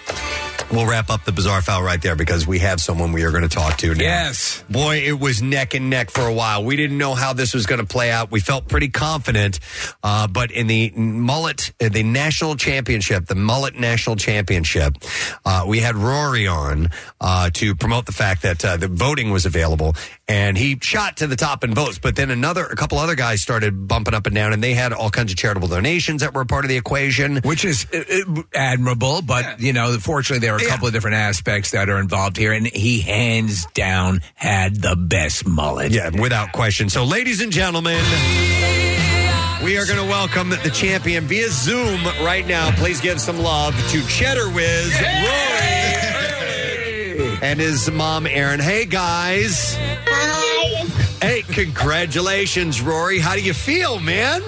We'll wrap up the bizarre file right there because we have someone we are going to talk to now. Yes. Boy, it was neck and neck for a while. We didn't know how this was going to play out. We felt pretty confident, uh, but in the mullet, uh, the national championship, the mullet national championship, uh, we had Rory on uh, to promote the fact that uh, the voting was available, and he shot to the top in votes. But then another, a couple other guys started bumping up and down, and they had all kinds of charitable donations that were a part of the equation, which is Uh, admirable, but you know, fortunately, there are a couple of different aspects that are involved here, and he hands down had the best mullet. Yeah, without question. So, ladies and gentlemen, we are going to welcome the champion via Zoom right now. Please give some love to Cheddar Wiz, Rory, and his mom, Erin. Hey, guys. Hi. Hey, congratulations, Rory. How do you feel, Oh, man?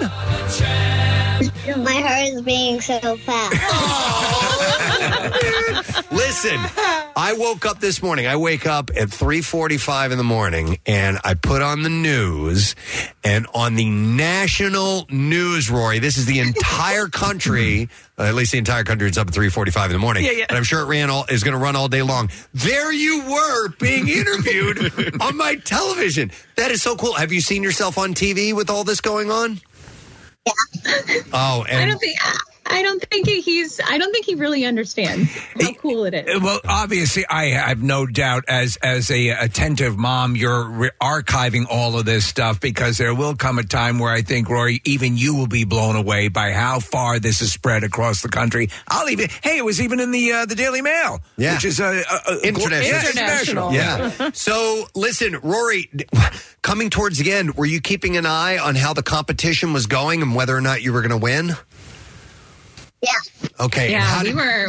My heart is beating so fast. Listen, I woke up this morning. I wake up at 3:45 in the morning and I put on the news and on the national news, Rory, this is the entire country, uh, at least the entire country is up at 3:45 in the morning. Yeah, yeah. And I'm sure it ran all is going to run all day long. There you were being interviewed on my television. That is so cool. Have you seen yourself on TV with all this going on? Yeah. Oh, I and don't think I don't think he's I don't think he really understands how cool it is. Uh, Well, obviously, I have no doubt. As as a attentive mom, you're re- archiving all of this stuff because there will come a time where I think Rory, even you will be blown away by how far this is spread across the country. I'll even hey, it was even in the uh, the Daily Mail, Yeah. which is uh, uh, uh, international. Yeah, international. Yeah. so listen, Rory, d- coming towards the end, were you keeping an eye on how the competition was going and whether or not you were going to win? Yeah. Okay. and yeah, how we did- were.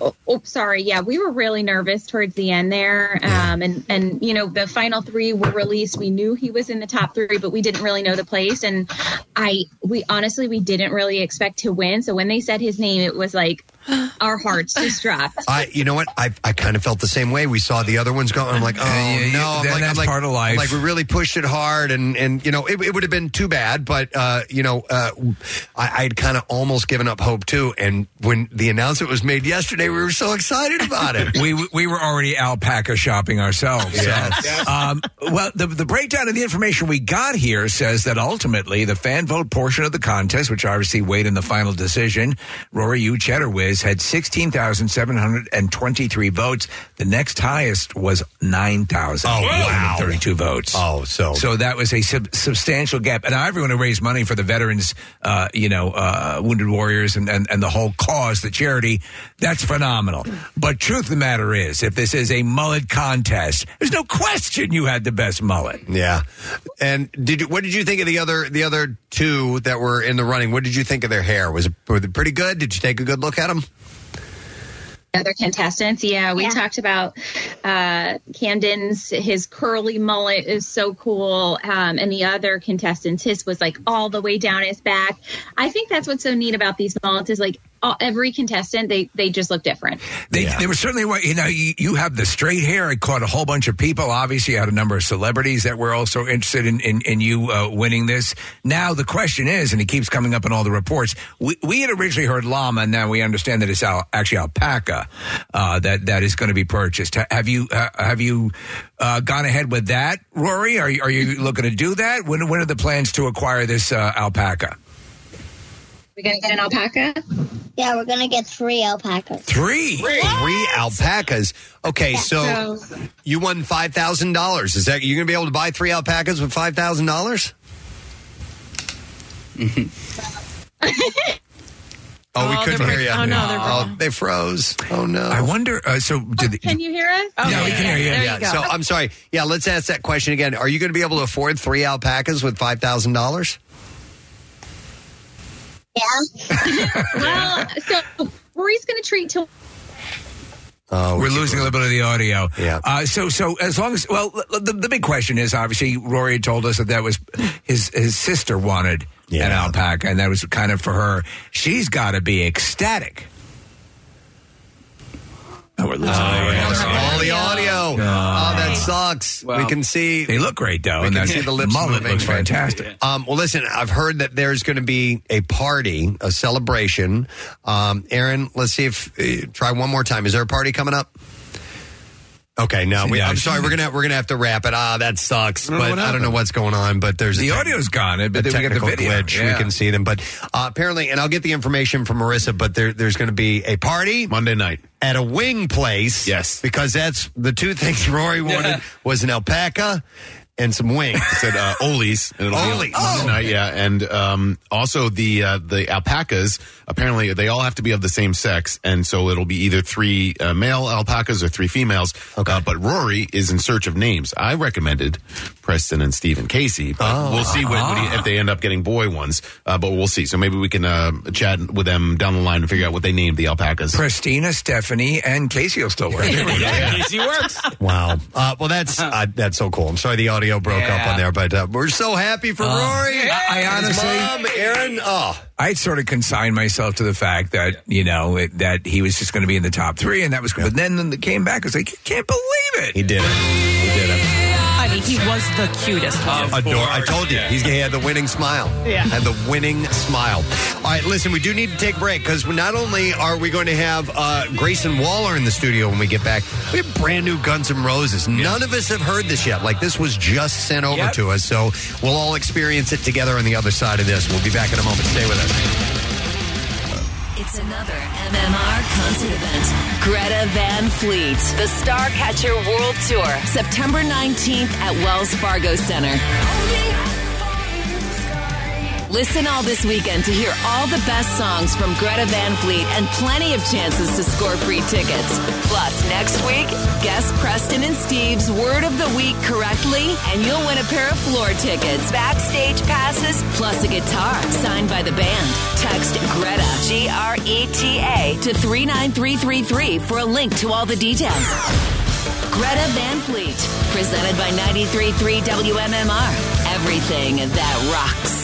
Oh, oh, sorry. Yeah, we were really nervous towards the end there, um, and and you know the final three were released. We knew he was in the top three, but we didn't really know the place. And I, we honestly, we didn't really expect to win. So when they said his name, it was like our hearts just dropped. I, you know what? I, I kind of felt the same way. We saw the other ones go. I'm like, oh yeah, no! yeah, I'm then like, I'm that's like, part of life. I'm Like we really pushed it hard, and and you know, it, it would have been too bad. But uh, you know, uh, I, I'd kind of almost given up hope too. And when the announcement was made yesterday, we were so excited about it. we we were already alpaca shopping ourselves. so, Yes. um, well, the, the breakdown of the information we got here says that ultimately the fan vote portion of the contest, which obviously weighed in the final decision, Rory U. Cheddar Whiz had 16,723 votes. The next highest was 9,132 votes. Oh, so. Oh, So that was a sub- substantial gap. And now everyone who raised money for the veterans, uh, you know, uh, Wounded Warriors and, and, and the whole cause, the charity, that's phenomenal. But truth of the matter is, if this is a mullet contest, there's no question you had the best mullet. Yeah. And did you, what did you think of the other the other two that were in the running? What did you think of their hair? Was it, were they pretty good? Did you take a good look at them? other contestants. Yeah, we talked about uh, Camden's his curly mullet is so cool, um, and the other contestants his was like all the way down his back. I think that's what's so neat about these mullets is like all, every contestant they they just look different. They, they were certainly, wa- you know, you, you have the straight hair. It caught a whole bunch of people. Obviously, you had a number of celebrities that were also interested in, in, in you uh, winning this. Now, the question is, and it keeps coming up in all the reports, we, we had originally heard llama, and now we understand that it's al- actually alpaca uh, that, that is going to be purchased. Ha- Have you, uh, have you uh, gone ahead with that, Rory? Are, you- are you looking to do that? When, when are the plans to acquire this uh, alpaca? We're gonna get an alpaca. Yeah, we're gonna get three alpacas. Three. Three, alpacas. Okay, so, you won five thousand dollars. Is that you gonna be able to buy three alpacas with five thousand dollars? Oh, we Oh, couldn't they're hear you. break- oh, no, they're oh, they froze. Oh no! I wonder. Uh, so did the, Can you hear us? yeah, we can hear you. So I'm sorry. Yeah, let's ask that question again. Are you going to be able to afford three alpacas with five thousand dollars? well, so Rory's gonna treat to Oh, we're losing a little bit of the audio. Yeah. Uh, so, so as long as well, l- l- the, the big question is obviously Rory had told us that that was his his sister wanted an alpaca, and that was kind of for her. She's got to be ecstatic. Oh, we're losing all the audio. Oh, that's sucks. Well, we can see they look great though, We and can that see the lips mullet moving. looks but- fantastic. Um, well, listen, I've heard that there's going to be a party, a celebration. Um, Aaron, let's see if uh, try one more time. Is there a party coming up? Okay, no. We, Yeah, I'm she- sorry. We're gonna we're gonna have to wrap it. Ah, that sucks. I don't know But what I don't know happened. what's going on. But there's The a audio's gone, but a then we got the technical video. glitch. Yeah. We can see them. But uh, apparently, and I'll get the information from Marissa. But there, there's going to be a party Monday night at a wing place. Yes, because that's the two things Rory wanted was an alpaca and some wings. said uh, Ollie's. And it'll Be Ollie's. Monday night, yeah, and um, also the uh, the alpacas. Apparently, they all have to be of the same sex, and so it'll be either three uh, male alpacas or three females. Okay. Uh, but Rory is in search of names. I recommended Preston and Stephen Casey, but we'll see when, when he- if they end up getting boy ones. Uh, but we'll see. So maybe we can uh, chat with them down the line and figure out what they named the alpacas. Christina, Stephanie, and Casey will still work. Casey works. Wow. Uh, well, that's uh, that's so cool. I'm sorry the audio broke up Yeah. Oh. on there, but uh, we're so happy for Rory. I, I and his honestly, mom, Aaron. Oh, I'd sort of consigned myself to the fact that you know it, that he was just going to be in the top three, and that was. But then, then it came back. I was like, I can't believe it. He did it. He did it. I mean, he was the cutest one. Adore. I told you, he's he had the winning smile. Yeah. had the winning smile. All right, listen, we do need to take a break because not only are we going to have uh, Grayson Waller in the studio when we get back, we have brand new Guns N' Roses. None of us have heard this yet. Like this was just sent over to us, so we'll all experience it together on the other side of this. We'll be back in a moment. Stay with us. It's another MMR concert event. Greta Van Fleet, the Star Catcher World Tour, September 19th at Wells Fargo Center. Listen all this weekend to hear all the best songs from Greta Van Fleet and plenty of chances to score free tickets. Plus, next week, guess Preston and Steve's word of the week correctly, and you'll win a pair of floor tickets, backstage passes, plus a guitar signed by the band. Text Greta, G R E T A, to 39333 for a link to all the details. Greta Van Fleet, presented by 93.3 WMMR. Everything that rocks.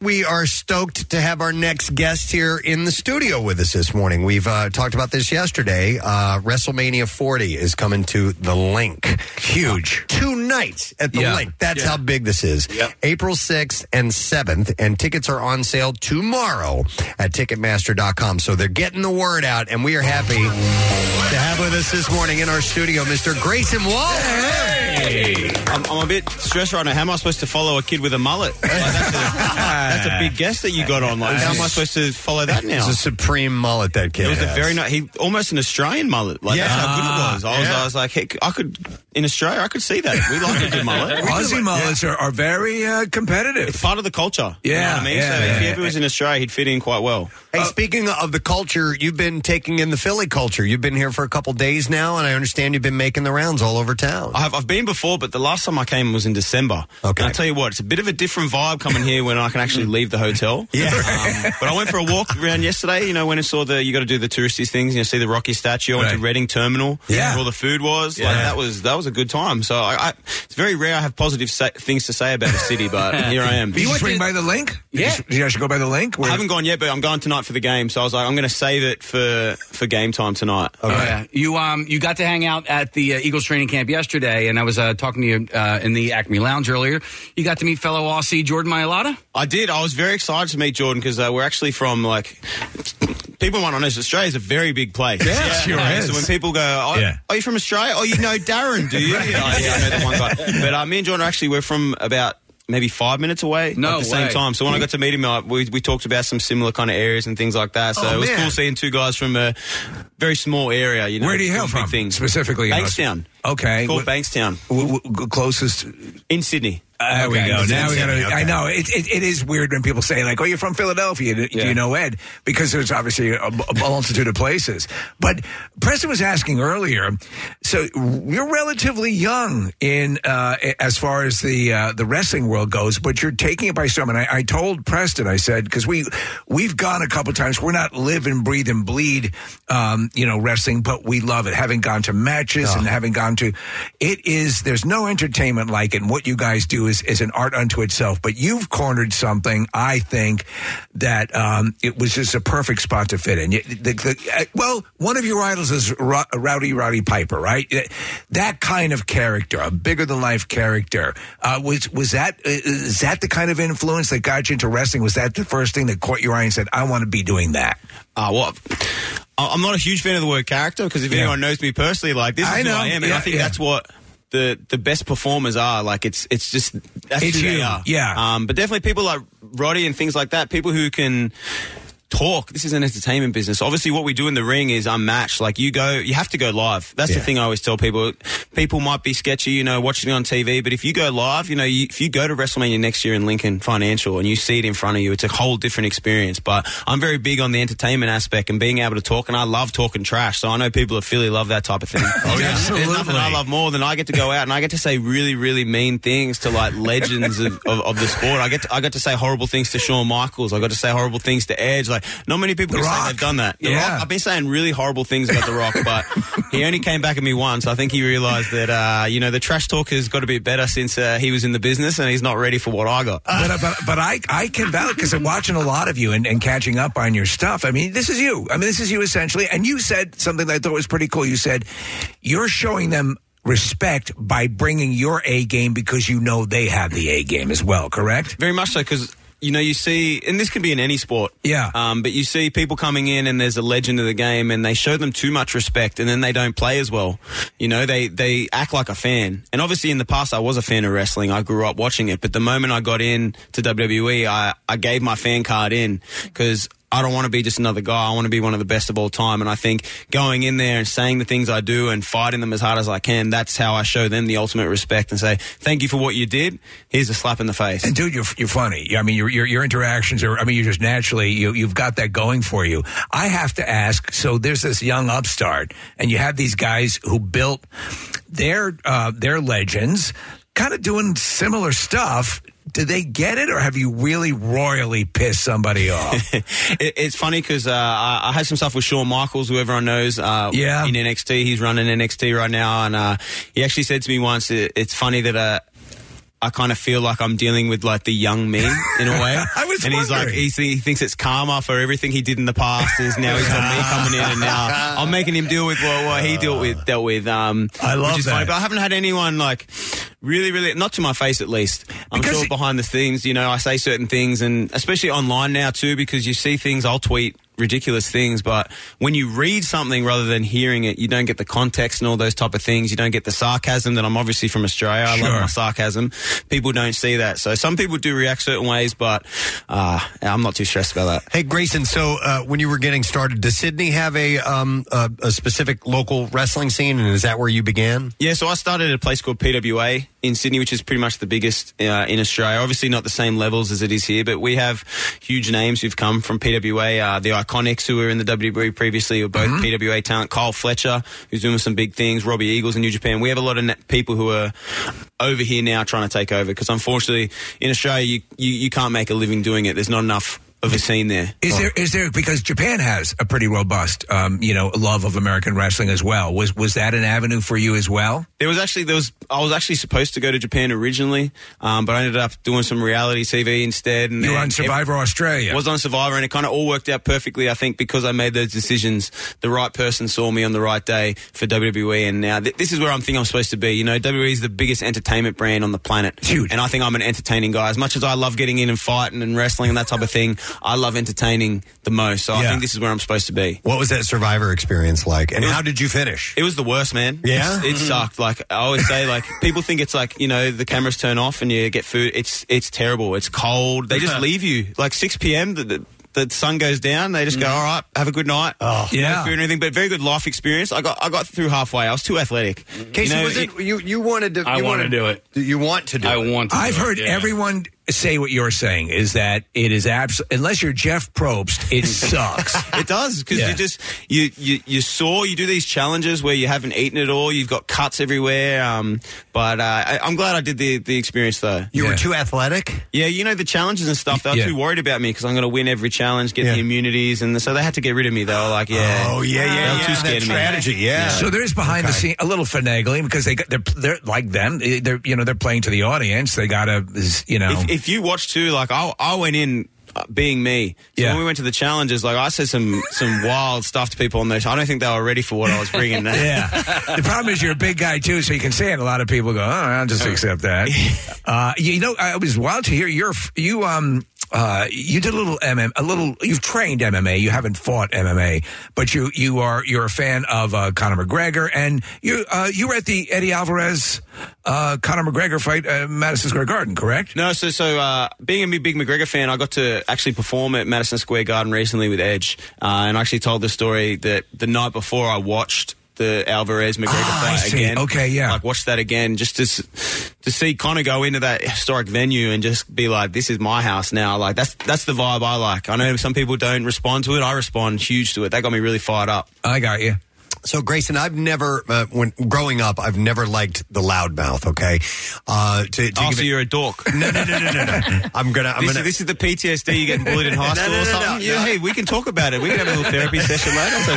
We are stoked to have our next guest here in the studio with us this morning. We've uh, talked about this yesterday. Uh, WrestleMania 40 is coming to the link. Huge. two nights at the Yeah. link. That's Yeah. how big this is. April 6th and 7th, and tickets are on sale tomorrow at Ticketmaster.com. So they're getting the word out, and we are happy to have with us this morning in our studio Mr. Grayson Waller. I'm, I'm a bit stressed right now. How am I supposed to follow a kid with a mullet? Like, that's, a, that's a big guess that you got on. Like, how am I supposed to follow that now? It's a supreme mullet that kid It was has. a very nice, he almost an Australian mullet. Like that's how good it was. I was, I was like, heck, I could in Australia, I could see that. We like a good mullet. Aussie mullets are, are very uh, competitive. It's part of the culture. you know Yeah, what I mean, yeah, so yeah, if he yeah. ever was in Australia, he'd fit in quite well. Hey, speaking of the culture, you've been taking in the Philly culture. You've been here for a couple days now, and I understand you've been making the rounds all over town. I have, I've been before, but the last time I came was in December. Okay. And I tell you what, it's a bit of a different vibe coming here when I can actually leave the hotel. Yeah. Um, but I went for a walk around yesterday. You know, when I saw the you got to do the touristy things. You know, see the Rocky statue. I went to Reading Terminal. Yeah. Where all the food was. Like, Yeah. that was that was a good time. So I, I it's very rare I have positive sa- things to say about the city, Uh, but here I am. Did you, swing by the link? Yeah. Did you, did you actually go by the link? I haven't gone yet, but I'm going tonight for the game. So I was like, I'm going to save it for for game time tonight. Yeah. You um you got to hang out at the uh, Eagles training camp yesterday, and I was uh, talking to you uh, in the Acme Lounge earlier. You got to meet fellow Aussie Jordan Mailata. I did. I was very excited to meet Jordan because uh, we're actually from like. People might not know Australia is a very big place. Yeah, it sure Uh, is. So when people go, oh, Yeah. "Are you from Australia? Oh, you know Darren, do you?" Yeah, I- yeah, I know that one guy. But uh, me and Jordan are actually we're from about maybe five minutes away No at the same way. time. So when I got to meet him, uh, we we talked about some similar kind of areas and things like that. So Oh, it was man. cool seeing two guys from a very small area. You know, Where do you hail big from? Things Specifically, in Bankstown. Aus- Okay. It's called Wh- Bankstown. W- w- closest in Sydney. There we Okay. go. It's Now in we got Sydney, to. okay. I know it, it. It is weird when people say like, "Oh, you're from Philadelphia. Do, do Yeah. you know Ed?" Because there's obviously a, a multitude of places. But Preston was asking earlier, so you're relatively young in uh, as far as the uh, the wrestling world goes, but you're taking it by storm. And I, I told Preston, I said, because we we've gone a couple times. We're not Oh. live and breathe and bleed, um, you know, wrestling, but we love it. Having gone to matches and having gone down to it is there's no entertainment like it. And what you guys do is is an art unto itself. But you've cornered something, I think, that um, it was just a perfect spot to fit in. You- the- the- uh, well, one of your idols is Ro- Rowdy Roddy Piper, right? Uh, That kind of character, a bigger than life character, uh, was was that uh, is that the kind of influence that got you into wrestling? Was that the first thing that caught your eye and said, "I want to be doing that"? Uh, well, I- I'm not a huge fan of the word character because if Yeah. anyone knows me personally, like this is I know. who I am, and Yeah, I think yeah. that's what the the best performers are. Like it's it's just that's It's who they you. are. Yeah. Um, but definitely people like Roddy and things like that. People who can. Talk. This is an entertainment business. Obviously, what we do in the ring is unmatched. Like you go, you have to go live. That's Yeah. the thing I always tell people. People might be sketchy, you know, watching it on TV, but if you go live, you know, you, if you go to WrestleMania next year in Lincoln Financial and you see it in front of you, it's a whole different experience. But I'm very big on the entertainment aspect and being able to talk, and I love talking trash. So I know people at Philly love that type of thing. oh yeah, There's nothing I love more than I get to go out and I get to say really, really mean things to like legends of, of, of the sport. I get to, I got to say horrible things to Shawn Michaels. I got to say horrible things to Edge. Like not many people The can Rock. say they've done that. The Yeah. Rock, I've been saying really horrible things about The Rock, but he only came back at me once. I think he realized that uh, you know the trash talk has got to be better since uh, he was in the business and he's not ready for what I got. but, uh, but, but I, I can validate because I'm watching a lot of you and, and catching up on your stuff. I mean, this is you. I mean, this is you essentially. And you said something that I thought was pretty cool. You said, you're showing them respect by bringing your A game because you know they have the A game as well, correct? Very much so, because you know you see, and this can be in any sport. Yeah. Um, but you see people coming in, and there's a legend of the game, and they show them too much respect, and then they don't play as well. You know, they they act like a fan. And obviously, in the past, I was a fan of wrestling. I grew up watching it, but the moment I got in to WWE, I I gave my fan card in because. I don't want to be just another guy. I want to be one of the best of all time. And I think going in there and saying the things I do and fighting them as hard as I can, that's how I show them the ultimate respect and say, thank you for what you did. Here's a slap in the face. And dude, you're you're funny. I mean, your your, your interactions are. I mean, you're just naturally you you've got that going for you. I have to ask. So there's this young upstart, and you have these guys who built their uh, their legends, kind of doing similar stuff. Do they get it, or have you really royally pissed somebody off? it, it's funny because uh, I, I had some stuff with Shawn Michaels, who everyone knows. Uh, Yeah. In NXT, he's running NXT right now, and uh, he actually said to me once, it, "It's funny that uh, I kind of feel like I'm dealing with like the young me in a way." I was and he's like, wondering. he, he thinks it's karma for everything he did in the past. Is now he's on me coming in, and now I'm making him deal with what, what he dealt with dealt with. Um, I love which is funny, that. but I haven't had anyone like. Really, really, not to my face at least. I'm sure behind the scenes, you know, I say certain things, and especially online now too, because you see things. I'll tweet ridiculous things, but when you read something rather than hearing it, you don't get the context and all those type of things. You don't get the sarcasm that I'm obviously from Australia. I Sure. love my sarcasm. People don't see that, so some people do react certain ways, but uh, I'm not too stressed about that. Hey Grayson, so uh, when you were getting started, does Sydney have a um, a, a specific local wrestling scene, and is that where you began? Um, Yeah, so I started at a place called PWA in Sydney, which is pretty much the biggest uh, in Australia. Obviously, not the same levels as it is here, but we have huge names who've come from PWA. Uh, the Iconics, who were in the WWE previously, were Mm-hmm. both PWA talent. Kyle Fletcher, who's doing some big things. Robbie Eagles in New Japan. We have a lot of na- people who are over here now trying to take over because, unfortunately, in Australia, you, you, you can't make a living doing it. There's not enough of a scene there. Is there is there because Japan has a pretty robust um, you know love of American wrestling as well. Was was that an avenue for you as well? There was actually there was I was actually supposed to go to Japan originally, um, but I ended up doing some reality TV instead. And You were then on Survivor Australia. was on Survivor, and it kind of all worked out perfectly. I think because I made those decisions, the right person saw me on the right day for WWE, and now th- this is where I'm think I'm supposed to be. You know, WWE is the biggest entertainment brand on the planet, Huge. and I think I'm an entertaining guy. As much as I love getting in and fighting and wrestling and that type of thing, I love entertaining the most. So I Yeah. think this is where I'm supposed to be. What was that Survivor experience like, and It was- how did you finish? It was the worst, man. Yeah? It's- it Mhm. sucked. Like I always say, like people think it's like you know the cameras turn off and you get food. It's it's terrible. It's cold. They just leave you like six p.m. The, the, the sun goes down. They just go, Mm. all right, have a good night. Oh, Yeah. food or anything, but very good life experience. I got I got through halfway. I was too athletic. Casey, Mm. was it, you you wanted to? I you wanna wanted- do it. You want to do? I it. want to do I've it, heard yeah. everyone say what you're saying is that it is abs unless you're Jeff Probst, it sucks. it does because you just you, you you saw you do these challenges where you haven't eaten at all. You've got cuts everywhere. Um, but uh, I, I'm glad I did the the experience though. You were too athletic. Yeah, you know the challenges and stuff. They were Yeah. too worried about me because I'm going to win every challenge, get the immunities, and so they had to get rid of me. They were like, yeah, Oh, yeah, yeah, They were yeah, too that scared of me. strategy, So there is behind the scene a little finagling because they got, they're they're like them. They're you know they're playing to the audience. They gotta you know. If, if you watch too, like I, I went in uh, being me. So when we went to the challenges, like I said some some wild stuff to people on those. I don't think they were ready for what I was bringing. there. yeah. The problem is you're a big guy too, so you can say it. and A lot of people go, "Oh, I'll just accept that." Uh, you know, I was wild to hear your you um uh you did a little MM a little you've trained MMA, you haven't fought MMA, but you you are you're a fan of uh, Conor McGregor and you uh, you were at the Eddie Alvarez uh, Conor McGregor fight at Madison Square Garden, correct? No, so so uh, being a big McGregor fan, I got to actually perform at Madison Square Garden recently with Edge, uh, and I actually told the story that the night before I watched the Alvarez McGregor Ah, I fight see. again. Okay, yeah. like watched that again just to s- to see Connor go into that historic venue and just be like, "This is my house now." Like that's that's the vibe I like. I know some people don't respond to it. I respond huge to it. That got me really fired up. I got you. So, Grayson, I've never, uh, when growing up, I've never liked the loudmouth. Okay, uh, to, to Oh, give so it- you're a dork. No, no, no, no, no, no. I'm gonna, I'm this, gonna. is, this is the PTSD you getting bullied in high No, school no, no, or no, something. yeah, no. hey, we can talk about it. We can have a little therapy session later. That's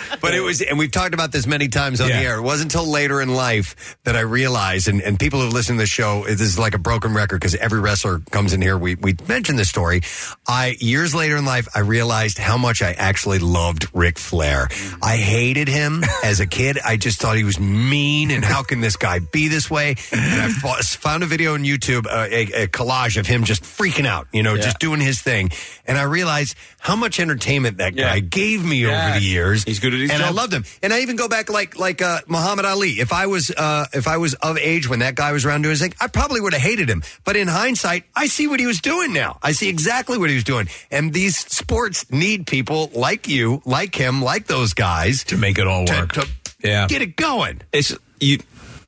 okay. But it was, and we've talked about this many times on the air. It wasn't until later in life that I realized, and, and people who've listened to the show, this is like a broken record because every wrestler comes in here. We we mentioned this story. I years later in life, I realized how much I actually loved Ric Flair. I hated him as a kid. I just thought he was mean, and how can this guy be this way? And I fo- found a video on YouTube, uh, a, a collage of him just freaking out, you know, Yeah. just doing his thing, and I realized how much entertainment that Yeah. guy gave me Yeah. over the years. He's good at his and I job. loved him. And I even go back like like uh, Muhammad Ali. If I was uh, if I was of age when that guy was around doing his thing, I probably would have hated him. But in hindsight, I see what he was doing now. I see exactly what he was doing. And these sports need people like you, like him, like those guys to make it all work. yeah, get it going. It's you.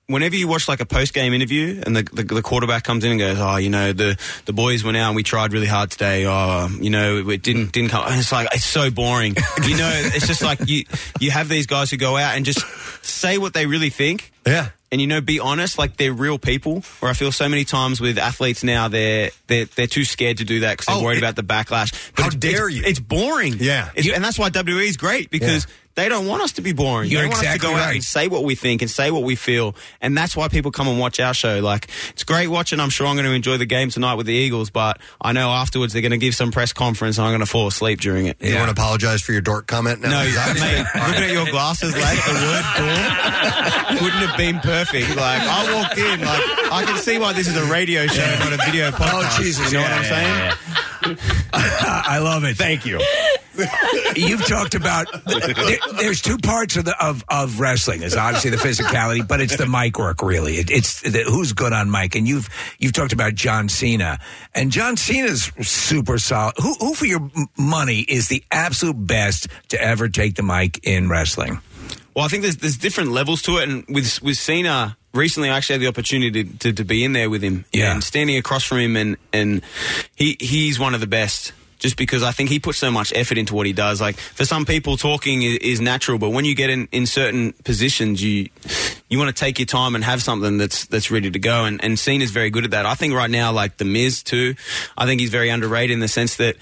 Whenever you watch like a post game interview and the, the the quarterback comes in and goes, oh, you know, the the boys went out and we tried really hard today. Oh, you know, it didn't didn't come. And it's like it's so boring. you know, it's just like you you have these guys who go out and just say what they really think. Yeah. And you know, be honest, like they're real people. Where I feel so many times with athletes now, they're they're they're too scared to do that because they're worried about the backlash. But Oh, how dare you? It's boring. Yeah, and that's why WWE is great because they don't want us to be boring. You're they want us to exactly go out right. and say what we think and say what we feel, and that's why people come and watch our show. Like it's great watching. I'm sure I'm going to enjoy the game tonight with the Eagles, but I know afterwards they're going to give some press conference and I'm going to fall asleep during it. You want to apologize for your dork comment? No, you- mate, looking at your glasses, like the word dork wouldn't have been perfect. Like I walked in, like I can see why this is a radio show, not a video podcast. Oh Jesus, you know yeah, what I'm yeah, saying? yeah, Uh, I love it. Thank you. You've talked about there, there's two parts of the of, of wrestling. It's obviously the physicality, but it's the mic work really. It, it's the, who's good on mic, and you've you've talked about John Cena, and John Cena's super solid. Who, who for your m- money is the absolute best to ever take the mic in wrestling? Well, I think there's there's different levels to it, and with with Cena recently, I actually had the opportunity to, to, to be in there with him, Yeah. and standing across from him, and and he he's one of the best. Just because I think he puts so much effort into what he does. Like for some people, talking is, is natural, but when you get in, in certain positions, you you want to take your time and have something that's that's ready to go. And and Cena's very good at that. I think right now, like the Miz too, I think he's very underrated in the sense that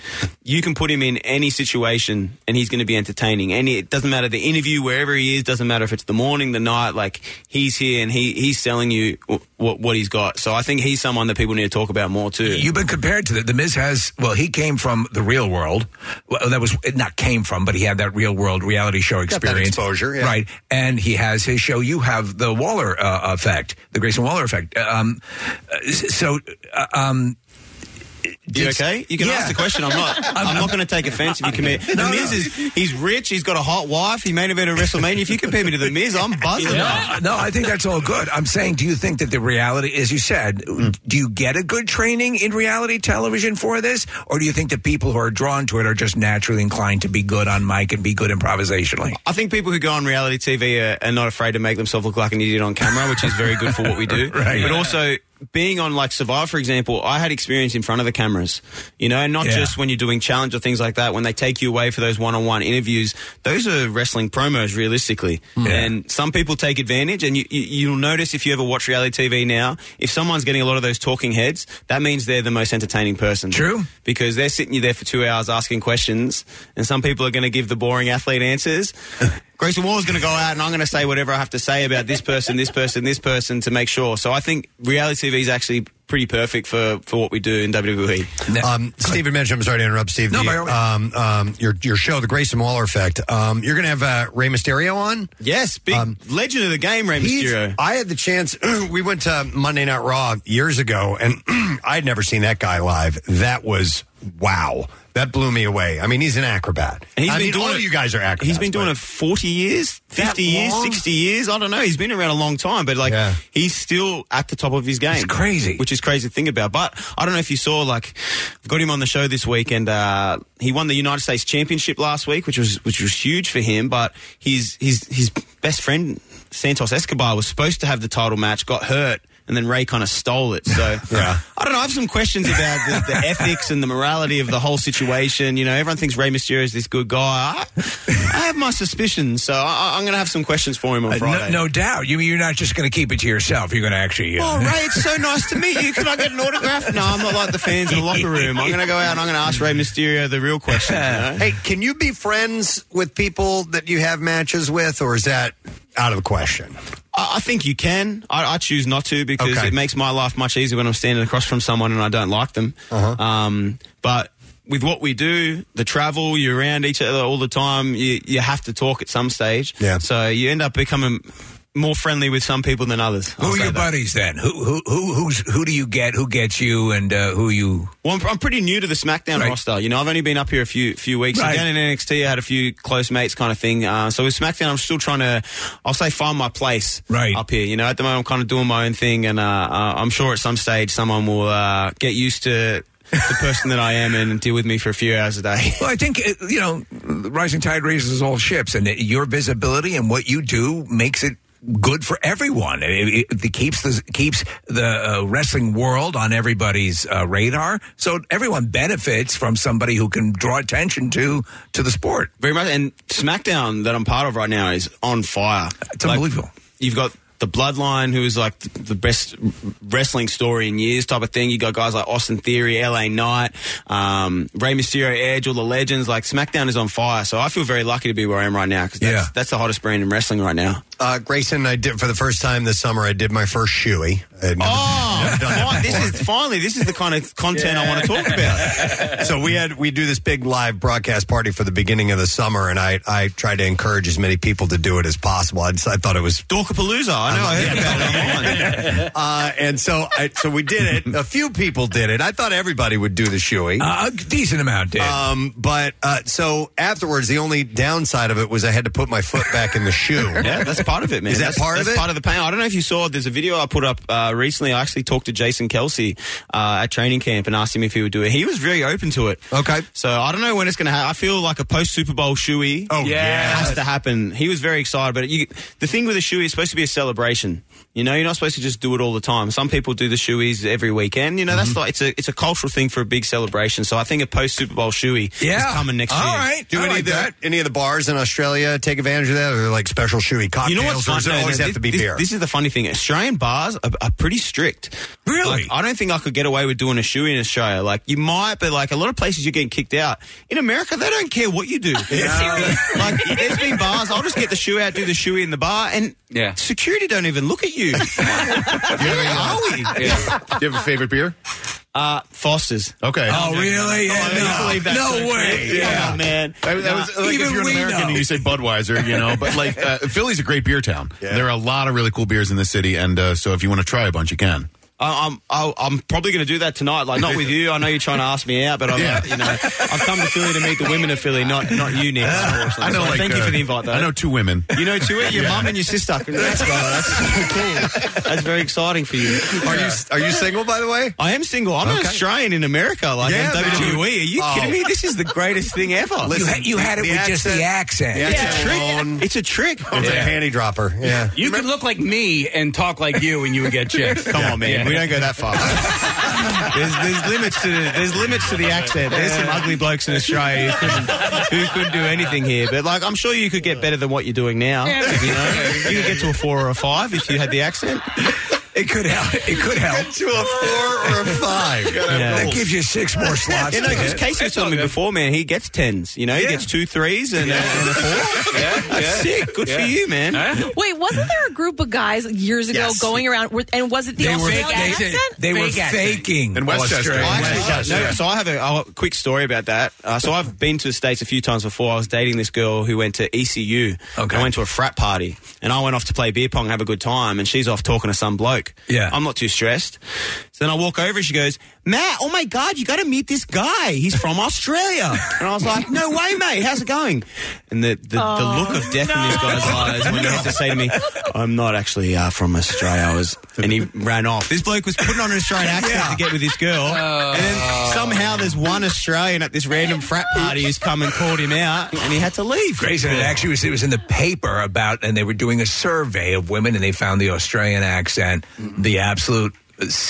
you can put him in any situation and he's going to be entertaining. And it doesn't matter the interview, wherever he is, doesn't matter if it's the morning, the night. Like he's here and he he's selling you what what he's got. So I think he's someone that people need to talk about more too. You've been compared to the, the Miz has. Well, he came from the real world. Well, that was not came from, but he had that real world reality show that experience, exposure, yeah. right? And he has his show. You have the Waller uh, effect, the Grayson Waller effect. Um, uh, so, uh, um, You okay? You can Yeah. ask the question. I'm not. I'm, not going to take offense if you commit. The No, Miz no. is he's rich. He's got a hot wife. He main evented WrestleMania. If you compare me to the Miz, I'm buzzing. No, I think that's all good. I'm saying, do you think that the reality, as you said, do you get a good training in reality television for this, or do you think that people who are drawn to it are just naturally inclined to be good on mic and be good improvisationally? I think people who go on reality TV are, are not afraid to make themselves look like an idiot on camera, which is very good for what we do. Right. But also, being on like Survive, for example, I had experience in front of the cameras, you know, and not Yeah. just when you're doing challenge or things like that. When they take you away for those one on one interviews, those are wrestling promos realistically. And some people take advantage. And you, you, you'll notice if you ever watch reality TV now, if someone's getting a lot of those talking heads, that means they're the most entertaining person. True. Because they're sitting you there for two hours asking questions, and some people are going to give the boring athlete answers. Grayson Waller's going to go out and I'm going to say whatever I have to say about this person, this person, this person to make sure. So I think reality TV is actually pretty perfect for, for what we do in E. WWE. Um, Stephen mentioned. I'm sorry to interrupt, Steve. No, the, um, um, your your show, the Grayson Waller Effect. Um, you're going to have uh, Rey Mysterio on. Um, Yes, big legend of the game, Rey Mysterio. I had the chance. we went to Monday Night Raw years ago, and I'd never seen that guy live. That was wow. That blew me away. I mean, he's an acrobat. And he's I been mean, doing all it- of you guys are acrobats. He's been doing but- it 40 years, 50 years, long? 60 years. I don't know. He's been around a long time, but like he's still at the top of his game. It's crazy. Which is crazy to think about. But I don't know if you saw, like, I've got him on the show this week and uh, he won the United States Championship last week, which was which was huge for him. But his, his, his best friend, Santos Escobar, was supposed to have the title match, got hurt. And then Ray kind of stole it. So I don't know. I have some questions about the, the ethics and the morality of the whole situation. You know, everyone thinks Ray Mysterio is this good guy. I, I have my suspicions, so I, I- I'm going to have some questions for him on Uh, No, Friday. no doubt. You you're not just going to keep it to yourself. You're going to actually. Uh, Oh, Ray, it's so nice to meet you. Can I get an autograph? No, I'm not like the fans in the locker room. I'm going to go out and I'm going to ask Ray Mysterio the real question. You know? Hey, can you be friends with people that you have matches with, or is that out of the question? I, I think you can. I, I choose not to because Okay. it makes my life much easier when I'm standing across from someone and I don't like them. Uh-huh. Um, but with what we do, the travel, you're around each other all the time. You you have to talk at some stage. Yeah. So you end up becoming more friendly with some people than others. who are your buddies then? Who who who who's who do you get? Who gets you? And uh, who you? Well, I'm, I'm pretty new to the SmackDown roster. You know, I've only been up here a few few weeks. Right. Again in NXT, I had a few close mates kind of thing. Uh, so with SmackDown, I'm still trying to, I'll say, find my place right. up here. You know, at the moment, I'm kind of doing my own thing, and uh, uh, I'm sure at some stage someone will uh, get used to the person that I am and deal with me for a few hours a day. Well, I think uh, you know, the rising tide raises all ships, and that your visibility and what you do makes it good for everyone. It, it- it keeps the keeps the uh, wrestling world on everybody's uh, radar, so everyone benefits from somebody who can draw attention to to the sport. Very much. And SmackDown that I'm part of right now is on fire. It's unbelievable. You've got the Bloodline, who is like th- the best wrestling story in years type of thing. You got guys like Austin Theory, LA Knight, um, Rey Mysterio, Edge, all the legends. Like SmackDown is on fire. So I feel very lucky to be where I am right now because that's, that's the hottest brand in wrestling right now. Uh, Grayson, I did for the first time this summer. I did my first shoey. I had never- Oh, fi- this is finally this is the kind of content I want to talk about. so we had we do this big live broadcast party for the beginning of the summer, and I I tried to encourage as many people to do it as possible. I, just, I thought it was Dorkapalooza. I know. I heard uh, and so I, so we did it. A few people did it. I thought everybody would do the shoey. Uh, a decent amount did. Um, but uh, so afterwards, the only downside of it was I had to put my foot back in the shoe. Yeah, that's part of it, man. Is that that's, part that's of it? Part of the pain. I don't know if you saw. There's a video I put up uh, recently. I actually talked to Jason Kelsey uh, at training camp and asked him if he would do it. He was very open to it. Okay. So I don't know when it's going to happen. I feel like a post Super Bowl shoey. Oh yeah. has to happen. He was very excited, but you, the thing with a shoey is supposed to be a celebration. You know, you're not supposed to just do it all the time. Some people do the shoeys every weekend. You know, Mm-hmm. that's like it's a it's a cultural thing for a big celebration. So I think a post Super Bowl shoey is coming next year. Do any of the any of the bars in Australia take advantage of that? Or like special shoey cocktails? or does it No, no, always have this, to be this- beer? This is the funny thing. Australian bars are, are pretty strict. Really? I don't think I could get away with doing a shoe in Australia. Like you might, but like a lot of places you're getting kicked out. In America, they don't care what you do. like there's been bars. I'll just get the shoe out, do the shoe in the bar, and yeah. security don't even look at you. Where are we? Do you have a favorite beer? Uh, Foster's. Okay. Oh, really? Yeah, I can't no. believe that's No so true. way. Yeah, Yeah. man. That, that was, Nah. like, Even if you're an we American know. and you say Budweiser, you know, but like uh, Philly's a great beer town. There are a lot of really cool beers in this city, and uh, so if you want to try a bunch, you can. I- I'm I'll, I'm probably going to do that tonight. Like not with you. I know you're trying to ask me out, but I'm you know I've come to Philly to meet the women of Philly, not not you, Nick. Ah, unfortunately. I know, So like, thank you uh, for the invite, though. I know two women. You know, two your Yeah. mum and your sister. Congrats, brother. That's so cool. That's very exciting for you. Are you are you single by the way? I am single. I'm an Okay. Australian in America. Like Yeah, in WWE. man. Are you Oh. kidding me? This is the greatest thing ever. Listen, You ha- you had it the with just the accent- accent. the It's accent a trick. It's a trick. It's a panty dropper. Yeah. You could look like me and talk like you, and you would get chicks. Oh, Come on, man. We don't go that far. there's, there's limits to the, there's limits to the accent. There's some ugly blokes in Australia who couldn't, who couldn't do anything here. But like, I'm sure you could get better than what you're doing now. You know, you could get to a four or a five if you had the accent. It could help. It could help. to a four or a five. That gives you six more slots. You know, because Casey was telling me before, man, he gets tens. You know, he gets two threes and, uh, and a four. yeah, That's sick. Good for Yeah. you, man. Wait, wasn't there a group of guys years ago Yes. going around, with- and was it the They were- Australian they- accent? they were faking In Westchester. Australia. I actually- Westchester. no, so I have a, a quick story about that. Uh, so I've been to the States a few times before. I was dating this girl who went to ECU. Okay. I went to a frat party and I went off to play beer pong, have a good time, and she's off talking to some bloke. Yeah. I'm not too stressed. So then I walk over and she goes, Matt, oh my God, you got to meet this guy. He's from Australia. and I was like, no way, mate. How's it going? And the, the, the look of death in this guy's eyes when he had to say to me, I'm not actually uh, from Australia. I was, and he ran off. This bloke was putting on an Australian accent to get with this girl. And then somehow there's one Australian at this random frat party who's come and called him out, and he had to leave. Grayson, it actually was, it was in the paper about, and they were doing a survey of women, and they found the Australian accent the absolute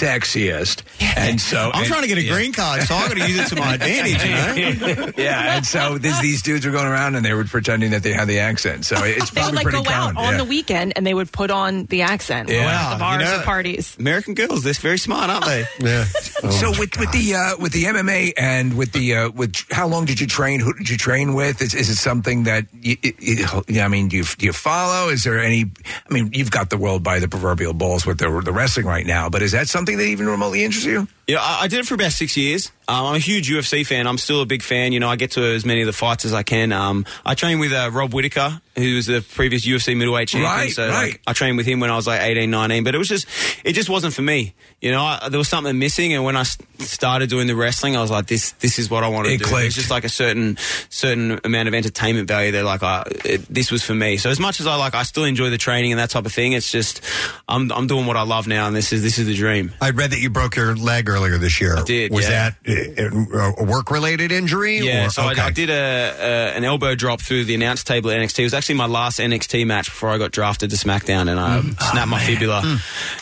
sexiest. And so I'm and- trying to get a yeah. green card, so I'm going to use it to my advantage. You know? yeah, and so this, these dudes were going around and they were pretending that they had the accent. So it's They would probably like go pretty common. out on yeah. the weekend and they would put on the accent. Yeah. Wow, at the Wow, you bars know- at parties. American girls, they're very smart, aren't they? yeah. so with, with the uh, with the MMA and with the uh, with how long did you train? Who did you train with? Is, is it something that you, it, it- I mean? Do you do you follow? Is there any? I mean, you've got the world by the proverbial balls with the, the wrestling right now. But is that something that even remotely interests you? Yeah, I, I did it for about six years. Um, I'm a huge UFC fan. I'm still a big fan. You know, I get to as many of the fights as I can. Um, I train with uh, Rob Whitaker, who was the previous UFC middleweight champion. Right, so right. Like, I trained with him when I was like 18, 19, but it was just, it just wasn't for me. You know, I, there was something missing, and when I s- started doing the wrestling, I was like, this, this is what I want to It do. clicked. It's just like a certain, certain amount of entertainment value. That like, I, it, this was for me. So as much as I like, I still enjoy the training and that type of thing. It's just, I'm, I'm doing what I love now, and this is, this is the dream. I read that you broke your leg earlier this year. I did, Was yeah. that uh, a work related injury? Yeah, or- so I, I did a, a an elbow drop through the announce table at NXT. It was actually my last NXT match before I got drafted to SmackDown, and I snapped my fibula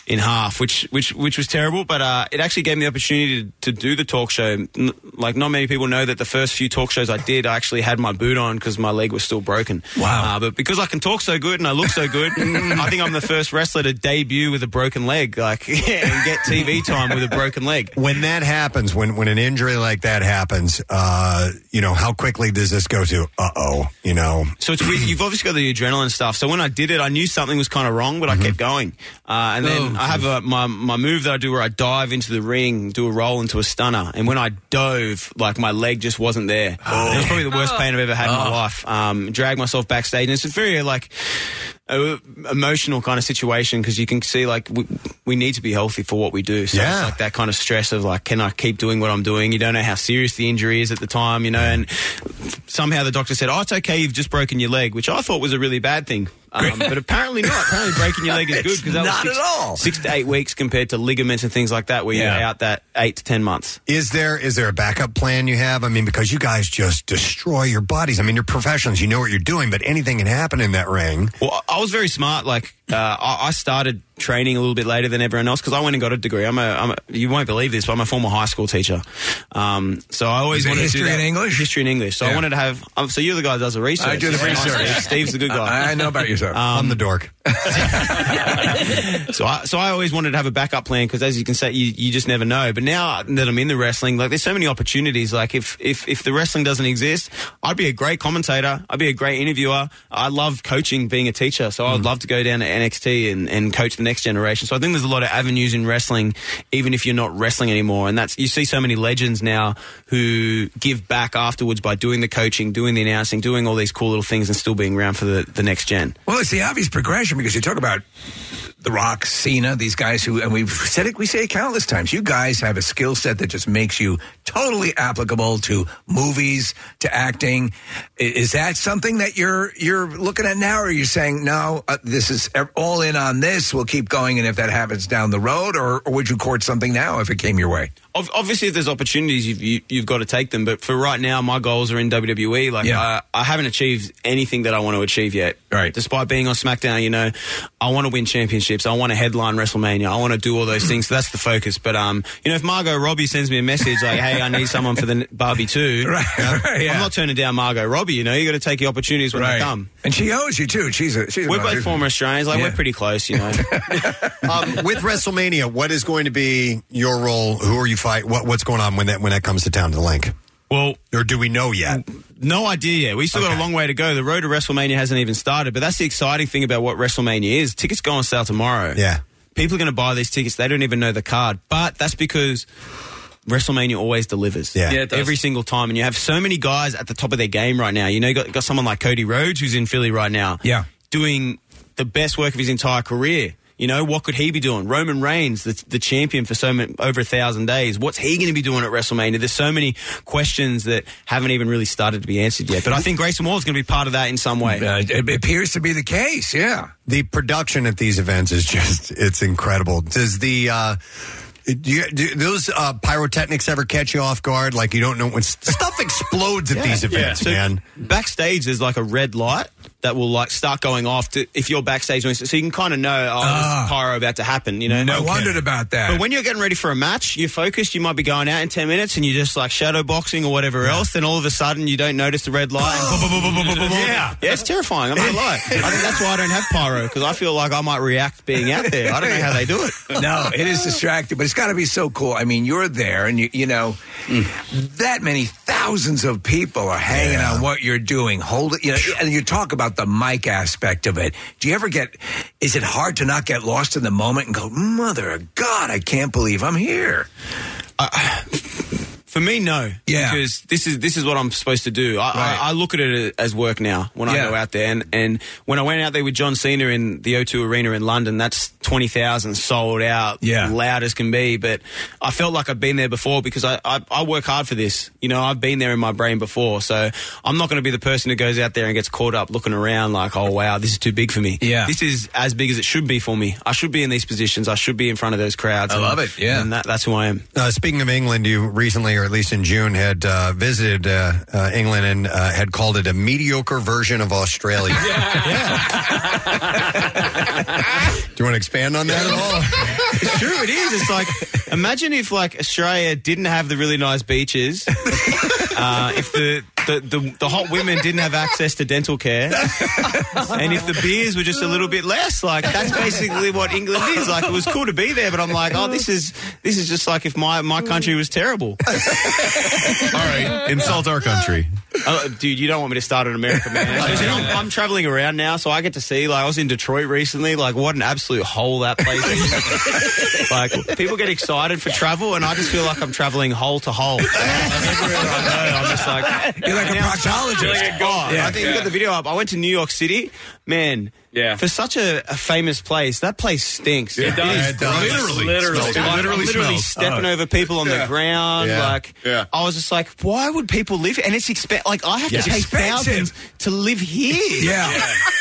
in half, which which which was terrible. But uh, it actually gave me the opportunity to, to do the talk show. N- like not many people know that the first few talk shows I did, I actually had my boot on because my leg was still broken. Wow! Uh, but because I can talk so good and I look so good, I think I'm the first wrestler to debut with a broken leg, like and get TV time with a broken leg. When that happens, when when an injury like that happens, uh, you know how quickly does this go to? Uh oh, you know. So it's weird. You've obviously got the adrenaline stuff. So when I did it, I knew something was kind of wrong, but I kept going. Uh, and then I have a, my my move that I do where I dive into the ring, do a roll into a stunner, and when I dove, like my leg just wasn't there. It was probably the worst pain I've ever had in my life. Um, dragged myself backstage, and it's a very like uh, emotional kind of situation because you can see like we, we need to be healthy for what we do. So Yeah. it's like that kind of stress of like, can I keep doing what I'm doing? You don't know how serious the injury is at the time, you know. And somehow the doctor said, "Oh, it's okay. You've just broken your leg," which I thought was a really bad thing. Um, but apparently not. Apparently breaking your leg is good because that Not was six, at all. six to eight weeks compared to ligaments and things like that, where you're Yeah. out that eight to ten months. Is there is there a backup plan you have? I mean, because you guys just destroy your bodies. I mean, you're professionals. You know what you're doing, but anything can happen in that ring. Well, I I was very smart. Like uh, I, I started training a little bit later than everyone else because I went and got a degree. I'm a, I'm a you won't believe this, but I'm a former high school teacher. Um, so I always Is it wanted history to do that. and English? History and English. So I Yeah. wanted to have. Um, so you're the guy that does the research. I do the Yeah. research. Steve- Steve's the good guy. Um, I- I know about you, sir. I'm the dork. so I, so I always wanted to have a backup plan because as you can say, you, you just never know. But now that I'm in the wrestling, like there's so many opportunities. Like if, if, if the wrestling doesn't exist, I'd be a great commentator. I'd be a great interviewer. I love coaching being a teacher. So I'd love to go down to NXT and, and coach the next generation. So I think there's a lot of avenues in wrestling, even if you're not wrestling anymore. And that's, you see so many legends now who give back afterwards by doing the coaching, doing the announcing, doing all these cool little things and still being around for the, the next gen. Well, it's the obvious progression because you talk about The Rock, Cena, these guys who, and we've said it, we say it countless times. You guys have a skill set that just makes you totally applicable to movies, to acting. I- Is that something that you're you're looking at now, or are you saying no? Uh, this is e- all in on this. We'll keep going, and if that happens down the road, or, or would you court something now if it came your way? Ob- Obviously, if there's opportunities, you've, you, you've got to take them. But for right now, my goals are in WWE. Like, Yeah. I, I haven't achieved anything that I want to achieve yet. Right. Despite being on SmackDown, you know, I want to win championships. I want to headline WrestleMania. I want to do all those things. So that's the focus. But, um, you know, if Margot Robbie sends me a message like, hey, I need someone for the n- Barbie 2, I'm not turning down Margot Robbie. You know, you got to take the opportunities when they come. And she owes you too. She's a she's. a We're both nice- former Australians. Like, Yeah. we're pretty close, you know. um, with WrestleMania, what is going to be your role? Who are you fight? What, what's going on when that when that comes to town to the link? Well, or do we know yet? No idea yet. We still got a long way to go. The road to WrestleMania hasn't even started, but that's the exciting thing about what WrestleMania is. Tickets go on sale tomorrow. Yeah. People are going to buy these tickets. They don't even know the card, but that's because WrestleMania always delivers. Yeah. Yeah, it does. Every single time. And you have so many guys at the top of their game right now. You know, you got, got someone like Cody Rhodes who's in Philly right now. Yeah. Doing the best work of his entire career. You know, what could he be doing? Roman Reigns, the, the champion for so many, over a thousand days. What's he going to be doing at WrestleMania? There's so many questions that haven't even really started to be answered yet. But I think Grayson Wall is going to be part of that in some way. Uh, it appears to be the case. Yeah. The production at these events is just it's incredible. Does the uh, do, you, do those uh, pyrotechnics ever catch you off guard? Like you don't know when s- stuff explodes at these events, So man. Backstage, there's like a red light that will like start going off to, if you're backstage, so you can kind of know, oh, there's pyro about to happen. You know, Ah. No wondered about that. But when you're getting ready for a match, you're focused. You might be going out in ten minutes, and you're just like shadow boxing or whatever else. Then all of a sudden, you don't notice the red light. yeah, yeah, it's terrifying. I'm not gonna lie. I think that's why I don't have pyro because I feel like I might react being out there. I don't know how they do it. no, it is distracting, but it's got to be so cool. I mean, you're there, and you, you know that many thousands of people are hanging on what you're doing. Hold it, you know, and you talk about the mic aspect of it. Do you ever get? Is it hard to not get lost in the moment and go, "Mother of God, I can't believe I'm here." Uh, For me, no. Yeah. Because this is this is what I'm supposed to do. I, I, I look at it as work now when Yeah. I go out there. And, and when I went out there with John Cena in the O2 Arena in London, that's 20,000 sold out, Yeah. loud as can be. But I felt like I've been there before because I, I, I work hard for this. You know, I've been there in my brain before. So I'm not going to be the person who goes out there and gets caught up looking around like, oh, wow, this is too big for me. Yeah. This is as big as it should be for me. I should be in these positions. I should be in front of those crowds. I And- love it, yeah. And that, that's who I am. Uh, speaking of England, you recently, or at least in June, had uh, visited uh, uh, England and uh, had called it a mediocre version of Australia. Do you want to expand on that at all? It's true, it is. It's like imagine if like Australia didn't have the really nice beaches, uh, if the, the the the hot women didn't have access to dental care, and if the beers were just a little bit less. Like that's basically what England is. Like it was cool to be there, but I'm like, oh, this is this is just like if my my country was terrible. All right, insult our country. Oh, dude, you don't want me to start in America, man. Especially I'm, I'm traveling around now, so I get to see. Like, I was in Detroit recently. Like, what an absolute hole that place is. like, people get excited for travel, and I just feel like I'm traveling hole to hole. Like, everywhere I go, I'm just like you're like a proctologist. God, Yeah. I think you Yeah. got the video up. I went to New York City, man. Yeah, for such a, a famous place, that place stinks. It does. is Yeah, it does. gross. Literally. Literally Smells. smells. I'm Literally smells. stepping Oh. over people on Yeah. the ground. Yeah. Like, Yeah. I was just like, why would people live? here? And it's expensive. Like, I have Yes. to pay Expensive. thousands to live here. Yeah.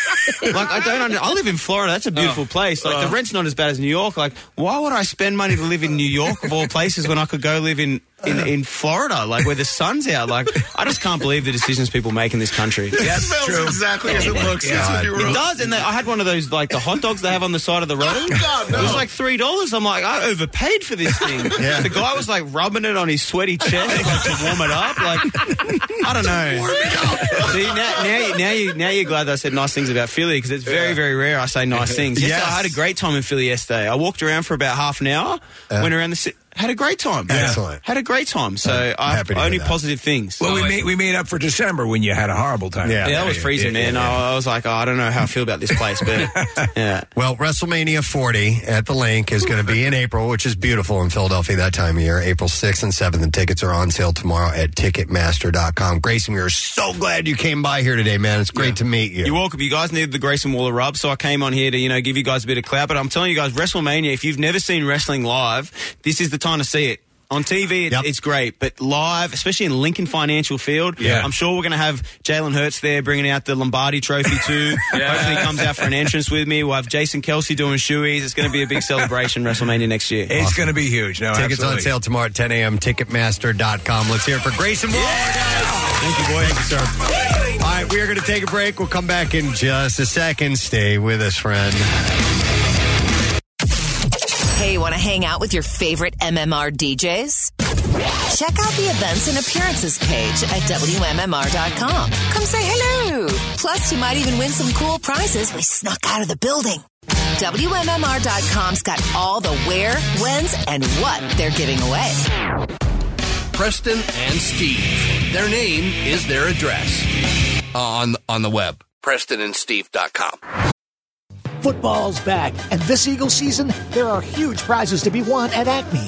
like I don't. Under- I live in Florida. That's a Oh. beautiful place. Like Uh. the rent's not as bad as New York. Like why would I spend money to live in New York of all places when I could go live in Uh. in, in Florida, like where the sun's out? Like I just can't believe the decisions people make in this country. It smells exactly Oh as it looks. That's what you wrote. It does, and they, I had one of those like the hot dogs they have on the side of the road. God, no. It was like three dollars. I'm like, I overpaid for this thing. Yeah. The guy was like rubbing it on his sweaty chest like, to warm it up. Like I don't know. See now, now, you- now you now you're glad that I said nice things about Philly because it's very very rare I say nice things. Yes, Yes. I had a great time in Philly yesterday. I walked around for about half an hour, went around the city, had a great time. Excellent. Had a great time. So I happy to hear only that. positive things. Well, we made we made up for December when you had a horrible time. Yeah, that was freezing, man. I, I was like, oh, I don't know how I feel about this place, but yeah. Well, WrestleMania 40 at the link is going to be in April, which is beautiful in Philadelphia that time of year, April 6th and 7th. And tickets are on sale tomorrow at Ticketmaster.com. Grayson, we are so glad you came by here today, man. It's great to meet you. You're welcome. You guys needed the Grayson Waller rub, so I came on here to you know give you guys a bit of clout. But I'm telling you guys, WrestleMania. If you've never seen wrestling live, this is the time to see it. On TV, it, it's great, but live, especially in Lincoln Financial Field, Yeah. I'm sure we're going to have Jalen Hurts there bringing out the Lombardi Trophy too. Yeah. Hopefully, he comes out for an entrance with me. We'll have Jason Kelsey doing shoeies. It's going to be a big celebration WrestleMania next year. It's going to be huge. No, Tickets absolutely. on sale tomorrow at 10 a.m. Ticketmaster.com. Let's hear it for Grayson Waller, guys. Thank you, boy. Thank you, sir. All right, we are going to take a break. We'll come back in just a second. Stay with us, friend. Hey, want to hang out with your favorite MMR DJs? Check out the events and appearances page at WMMR.com. Come say hello. Plus, you might even win some cool prizes we snuck out of the building. WMMR.com's got all the where, whens, and what they're giving away. Preston and Steve. Their name is their address Uh, on on the web. PrestonandSteve.com. Football's back, and this Eagle season, there are huge prizes to be won at Acme.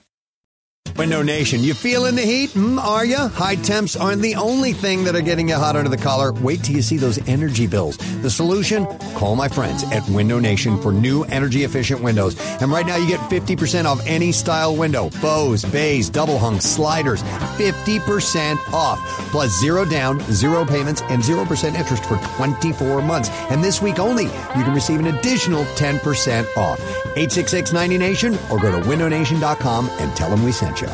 Window Nation, you feeling the heat? Mm, are you? High temps aren't the only thing that are getting you hot under the collar. Wait till you see those energy bills. The solution? Call my friends at Window Nation for new energy efficient windows. And right now you get 50% off any style window. Bows, bays, double hung, sliders. 50% off. Plus zero down, zero payments, and 0% interest for 24 months. And this week only, you can receive an additional 10% off. 866 90Nation or go to windownation.com and tell them we sent you.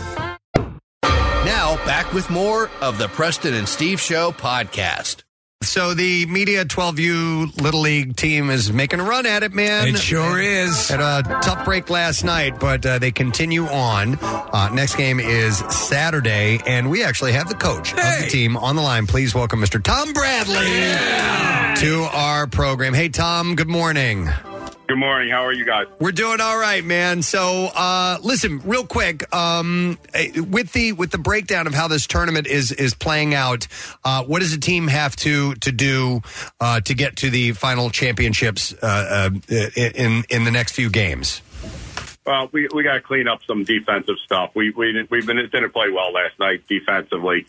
Now back with more of the Preston and Steve Show podcast. So the Media 12U Little League team is making a run at it, man. It sure is. Had a tough break last night, but uh, they continue on. Uh, next game is Saturday, and we actually have the coach of the team on the line. Please welcome Mr. Tom Bradley to our program. Hey, Tom. Good morning. Good morning. How are you guys? We're doing all right, man. So, uh, listen, real quick, um, eh, with the with the breakdown of how this tournament is is playing out, uh, what does a team have to to do uh, to get to the final championships uh, uh, in in the next few games? Well, Uh, we we got to clean up some defensive stuff. We we didn't, we've been didn't play well last night defensively.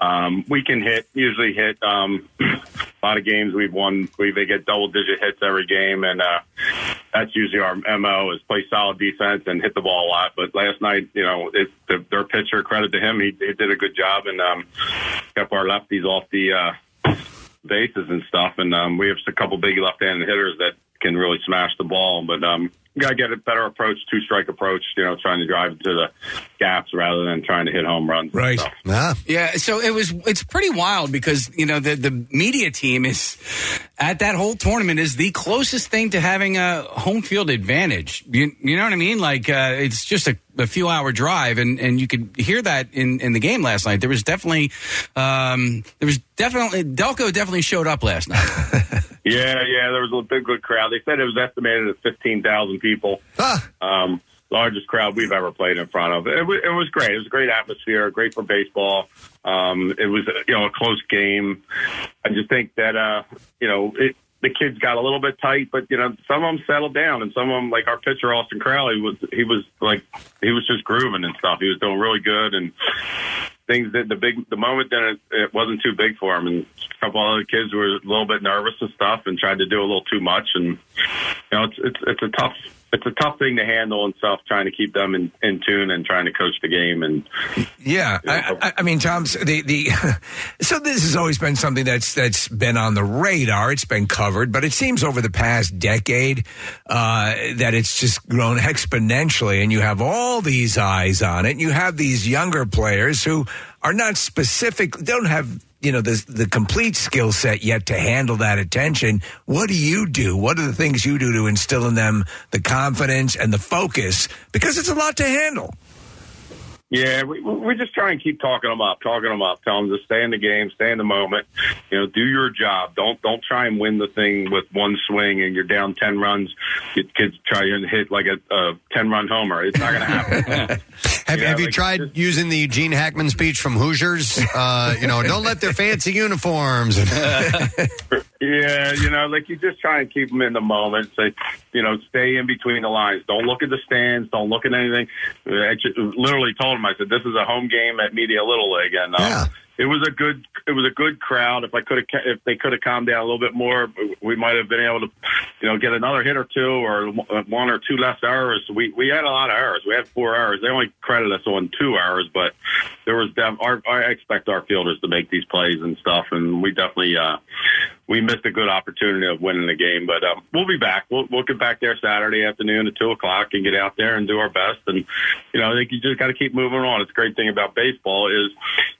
Um, we can hit, usually hit. Um, a lot of games we've won, we they get double digit hits every game, and uh, that's usually our mo is play solid defense and hit the ball a lot. But last night, you know, it, the, their pitcher credit to him, he, he did a good job and um, kept our lefties off the uh, bases and stuff. And um, we have a couple big left-handed hitters that can really smash the ball, but um, you got to get a better approach, two strike approach. You know, trying to drive to the gaps rather than trying to hit home runs. Right. Yeah, so it was. It's pretty wild because you know the the media team is at that whole tournament is the closest thing to having a home field advantage. You, you know what I mean? Like uh, it's just a, a few hour drive, and, and you could hear that in, in the game last night. There was definitely um, there was definitely Delco definitely showed up last night. Yeah, yeah, there was a big good crowd. They said it was estimated at fifteen thousand people. Um, largest crowd we've ever played in front of. It was, it was great. It was a great atmosphere. Great for baseball. Um, it was you know a close game. I just think that uh, you know it, the kids got a little bit tight, but you know some of them settled down, and some of them like our pitcher Austin Crowley was he was like he was just grooving and stuff. He was doing really good and things that the big the moment that it, it wasn't too big for him and a couple other kids were a little bit nervous and stuff and tried to do a little too much and you know it's it's, it's a tough it's a tough thing to handle and stuff trying to keep them in, in tune and trying to coach the game and Yeah, I, I, I mean, Tom's the the. So this has always been something that's that's been on the radar. It's been covered, but it seems over the past decade uh, that it's just grown exponentially, and you have all these eyes on it. You have these younger players who are not specific, don't have you know the the complete skill set yet to handle that attention. What do you do? What are the things you do to instill in them the confidence and the focus? Because it's a lot to handle. Yeah, we, we just try and keep talking them up, talking them up. Tell them to stay in the game, stay in the moment. You know, do your job. Don't don't try and win the thing with one swing and you're down ten runs. Your kids try and hit like a, a ten run homer. It's not going to happen. Have, Yeah, have you like, tried using the Gene Hackman speech from Hoosiers? Uh, you know, don't let their fancy uniforms. Yeah, you know, like you just try and keep them in the moment. Say, you know, stay in between the lines. Don't look at the stands. Don't look at anything. I ju- literally told him, I said, "This is a home game at Media Little League," and um, it was a good, it was a good crowd. If I could have, if they could have calmed down a little bit more, we might have been able to, you know, get another hit or two, or uh, one or two less errors. We we had a lot of errors. We had four errors. They only credit us on two errors, but there was def- our, I expect our fielders to make these plays and stuff, and we definitely. uh we missed a good opportunity of winning the game, but um, we'll be back. We'll, we'll get back there Saturday afternoon at two o'clock and get out there and do our best. And you know, I think you just got to keep moving on. It's a great thing about baseball is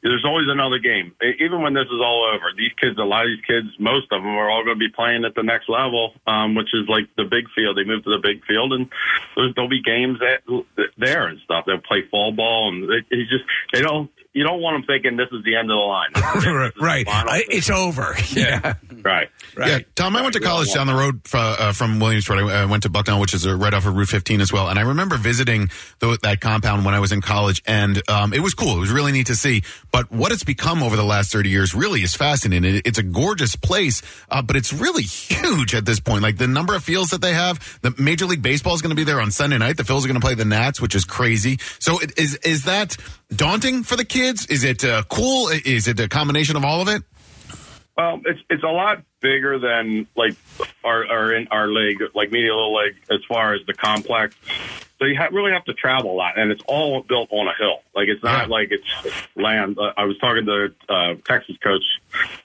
there's always another game. E- Even when this is all over, these kids, a lot of these kids, most of them are all going to be playing at the next level, um, which is like the big field. They move to the big field, and there's, there'll be games that, there and stuff. They'll play fall ball, and they, they just they don't. You don't want them thinking this is the end of the line. right. I- it's over. Yeah. Right. Yeah, Tom, I went to college down the road fro- uh, from Williamsport. I uh, went to Bucknell, which is uh, right off of Route 15 as well. And I remember visiting tho- that compound when I was in college, and um, it was cool. It was really neat to see. But what it's become over the last 30 years really is fascinating. It- it's a gorgeous place, uh, but it's really huge at this point. Like the number of fields that they have, the Major League Baseball is going to be there on Sunday night. The Phils are going to play the Nats, which is crazy. So it, is is that daunting for the kids? Is it uh, cool? Is it a combination of all of it? Well, it's it's a lot bigger than like our our in our league, like media little league, as far as the complex. So you ha- really have to travel a lot, and it's all built on a hill. Like it's not like it's land. Uh, I was talking to uh, Texas coach,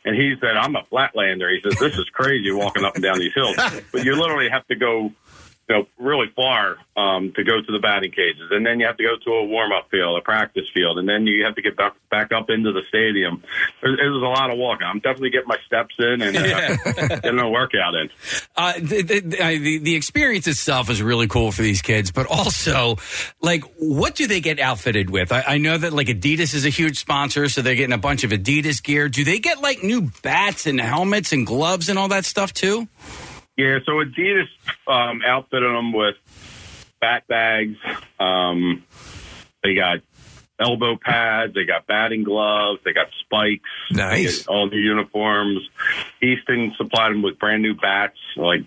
and he said, "I'm a flatlander." He says, "This is crazy walking up and down these hills, but you literally have to go." You know, really far um, to go to the batting cages, and then you have to go to a warm-up field, a practice field, and then you have to get back back up into the stadium. There's, there's a lot of walking. I'm definitely getting my steps in and uh, getting a workout in. Uh, the, the, the, the experience itself is really cool for these kids, but also, like, what do they get outfitted with? I, I know that, like, Adidas is a huge sponsor, so they're getting a bunch of Adidas gear. Do they get, like, new bats and helmets and gloves and all that stuff, too? Yeah, so Adidas um, outfitted them with bat bags. Um, they got elbow pads. They got batting gloves. They got spikes. Nice. They got all new uniforms. Easton supplied them with brand new bats, like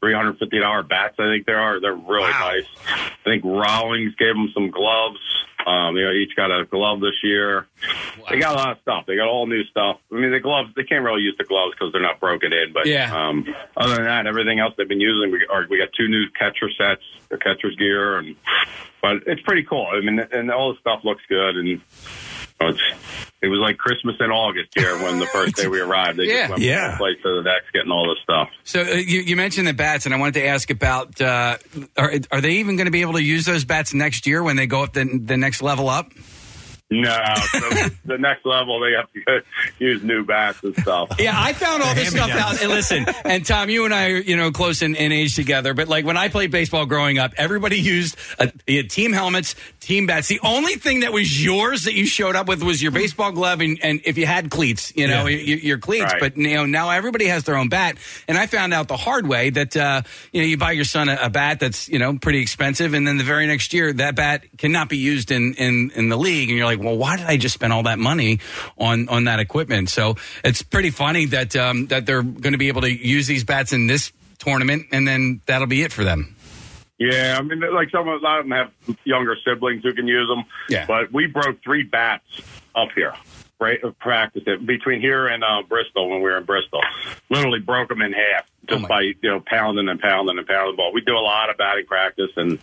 three hundred fifty dollar bats. I think there are. They're really nice. I think Rawlings gave them some gloves. Um, you know, each got a glove this year. They got a lot of stuff. They got all new stuff. I mean, the gloves. They can't really use the gloves because they're not broken in. But Yeah. Um, other than that, everything else they've been using. We, are, we got two new catcher sets, the catcher's gear, and but it's pretty cool. I mean, and all the stuff looks good and. Oh, It's, it was like Christmas in August here when the first day we arrived. They Yeah. just went Yeah. from one place to the next getting all this stuff. So uh, you, you mentioned the bats, and I wanted to ask about uh, are, are they even going to be able to use those bats next year when they go up the, the next level up? No, so the next level they have to go use new bats and stuff. Yeah, I found all this stuff Hand-me-downs. out. And listen, and Tom, you and I are, you know, close in, in age together, but like when I played baseball growing up, everybody used uh you had team helmets, team bats. The only thing that was yours that you showed up with was your baseball glove and, and if you had cleats, you know, Yeah. your, your cleats. Right. But, you know, now everybody has their own bat. And I found out the hard way that, uh, you know, you buy your son a, a bat that's, you know, pretty expensive. And then the very next year, that bat cannot be used in, in, in the league. And you're like, well, why did I just spend all that money on, on that equipment? So it's pretty funny that, um, that they're going to be able to use these bats in this tournament. And then that'll be it for them. Yeah, I mean, like some of, a lot of them have younger siblings who can use them. Yeah. But we broke three bats up here, right? Practice it between here and uh, Bristol when we were in Bristol. Literally broke them in half Oh just by you know pounding and pounding and pounding the ball. We do a lot of batting practice, and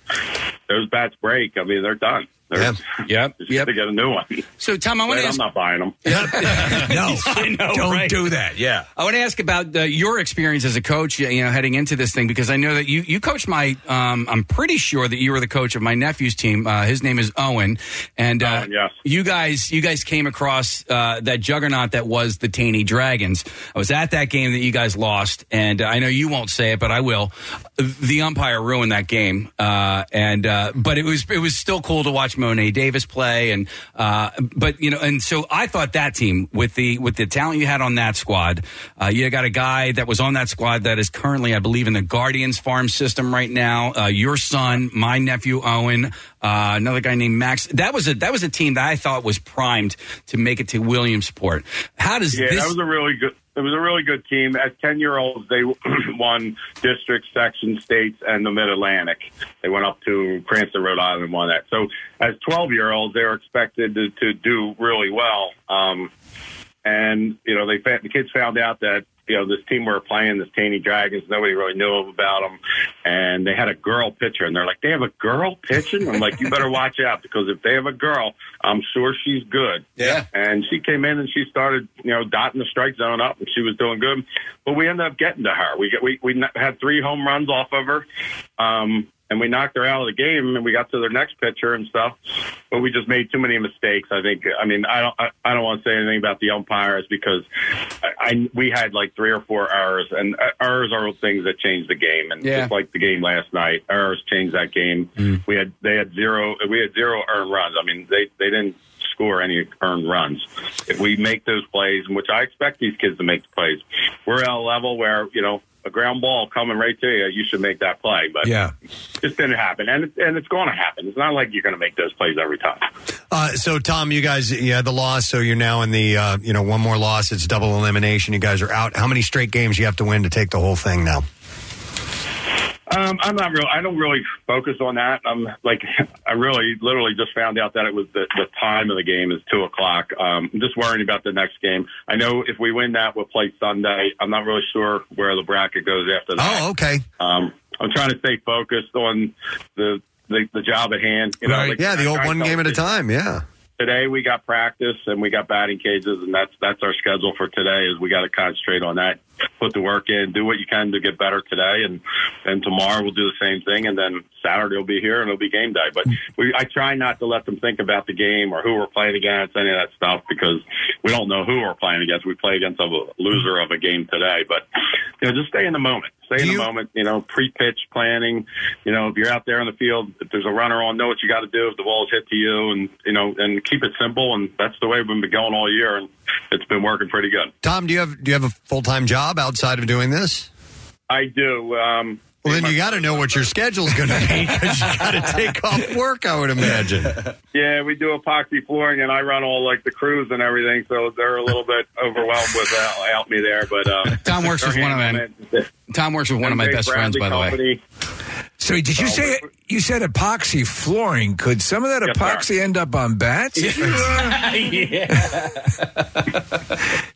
those bats break. I mean, they're done. They're, yep. Yep. yep. To get a new one. So, Tom, I want to I'm ask- not buying them. no, don't do that. Yeah. I want to ask about uh, your experience as a coach, you know, heading into this thing, because I know that you, you coached my, um, I'm pretty sure that you were the coach of my nephew's team. Uh, his name is Owen. And, uh, you guys, you guys came across, uh, that juggernaut that was the Taney Dragons. I was at that game that you guys lost. And uh, I know you won't say it, but I will. The umpire ruined that game. Uh, and, uh, but it was, it was still cool to watch Monet Davis play, and uh, but you know, and so I thought that team with the with the talent you had on that squad, uh, you got a guy that was on that squad that is currently, I believe, in the Guardians farm system right now. Uh, your son, my nephew Owen, uh, another guy named Max. That was a that was a team that I thought was primed to make it to Williamsport. How does yeah, this? that was a really good. It was a really good team. As ten year olds, they won district, section, states, and the Mid Atlantic. They went up to Cranston, Rhode Island, and won that. So, as twelve year olds, they were expected to, to do really well. Um, and you know, they fa- the kids found out that you know this team we were playing, this Taney Dragons, nobody really knew about them, and they had a girl pitcher, and they're like, they have a girl pitching. I'm like, you better watch out because if they have a girl, I'm sure she's good. Yeah. And she came in and she started, you know, dotting the strike zone up, and she was doing good. But we ended up getting to her. We get, we we kn- had three home runs off of her, um, and we knocked her out of the game. And we got to their next pitcher and stuff, but we just made too many mistakes. I think. I mean, I don't I, I don't want to say anything about the umpires because I, I we had like three or four errors, and uh, errors are things that change the game. And Yeah. just like the game last night, errors changed that game. We had they had zero we had zero earned runs. I mean they they didn't score any earned runs. If we make those plays, which I expect these kids to make the plays, we're at a level where you know a ground ball coming right to you, you should make that play. But Yeah. it didn't happen, and it, and it's going to happen. It's not like you're going to make those plays every time. Uh, so, Tom, you guys, you had the loss, so you're now in the, uh, you know, one more loss. It's double elimination. You guys are out. How many straight games you have to win to take the whole thing now? Um, I'm not real. I don't really focus on that. I'm like, I really, literally just found out that it was the, the time of the game is two o'clock. Um, I'm just worrying about the next game. I know if we win that, we'll play Sunday. I'm not really sure where the bracket goes after that. Oh, okay. Um, I'm trying to stay focused on the the, the job at hand. You know, like- yeah, the old I one tell game at a kids, time. Yeah. Today we got practice and we got batting cages, and that's that's our schedule for today. Is we got to concentrate on that, put the work in, do what you can to get better today, and and tomorrow we'll do the same thing, and then Saturday will be here and it'll be game day. But we, I try not to let them think about the game or who we're playing against, any of that stuff, because we don't know who we're playing against. We play against a loser of a game today, but you know, just stay in the moment. Stay in the moment. You know, pre-pitch planning. You know, if you're out there on the field, if there's a runner on, know what you got to do if the ball is hit to you, and you know, and keep it simple. And that's the way we've been going all year, and it's been working pretty good. Tom, do you have do you have a full time job outside of doing this? I do. Um, Well, then you got to know what your schedule's going to be because you got to take off work. I would imagine. yeah, we do epoxy flooring, and I run all like the crews and everything, so they're a little bit overwhelmed with uh, help me there. But uh, Tom works with one of my Tom works with one of my best friends, by the way. So did you say you said epoxy flooring? Could some of that epoxy end up on bats? If you, uh,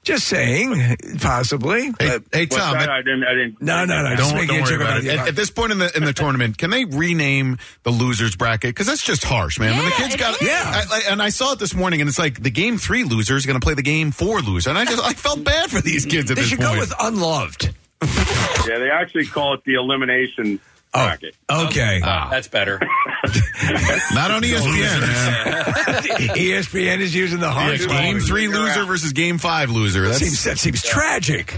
Just saying, possibly. Hey, hey What's Tom. that? I didn't. I didn't. No, no, no, just Don't, make don't a worry joke about about it. the- At, at this point in the in the tournament, can they rename the losers bracket? Because that's just harsh, man. when the kids got yeah, I, I- and I saw it this morning, and it's like the game three loser is going to play the game four loser, and I just I felt bad for these kids at They this should point. go with unloved. yeah, they actually call it the elimination Oh, bracket. Okay, that's better. Not on E ESPN. ESPN is using the harsh Yeah, game language. three loser versus game five loser. That seems- that seems tragic.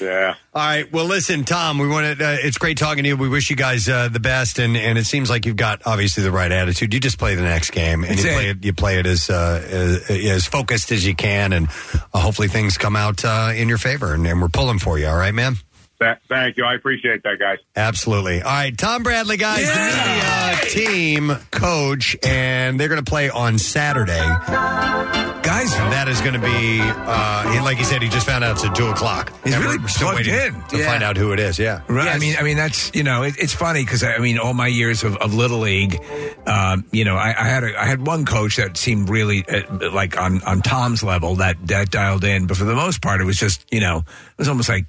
Yeah. All right. Well, listen, Tom. We want to. Uh, it's great talking to you. We wish you guys uh, the best, and and it seems like you've got obviously the right attitude. You just play the next game, and you That's play it. You play it as uh, as, as focused as you can, and uh, hopefully things come out uh, in your favor. And, and we're pulling for you. All right, man. Th- thank you. I appreciate that, guys. Absolutely. All right, Tom Bradley, guys, the media team coach, and they're going to play on Saturday. Guys, that is going to be, uh, he- like he said, he just found out it's at 2 o'clock. He's And really we're still plugged waiting in. to find out who it is. Yeah. Right. I mean, I mean that's you know, it, it's funny because I, I mean, all my years of, of little league, um, you know, I, I had a, I had one coach that seemed really uh, like on, on Tom's level that that dialed in, but for the most part, it was just you know, it was almost like,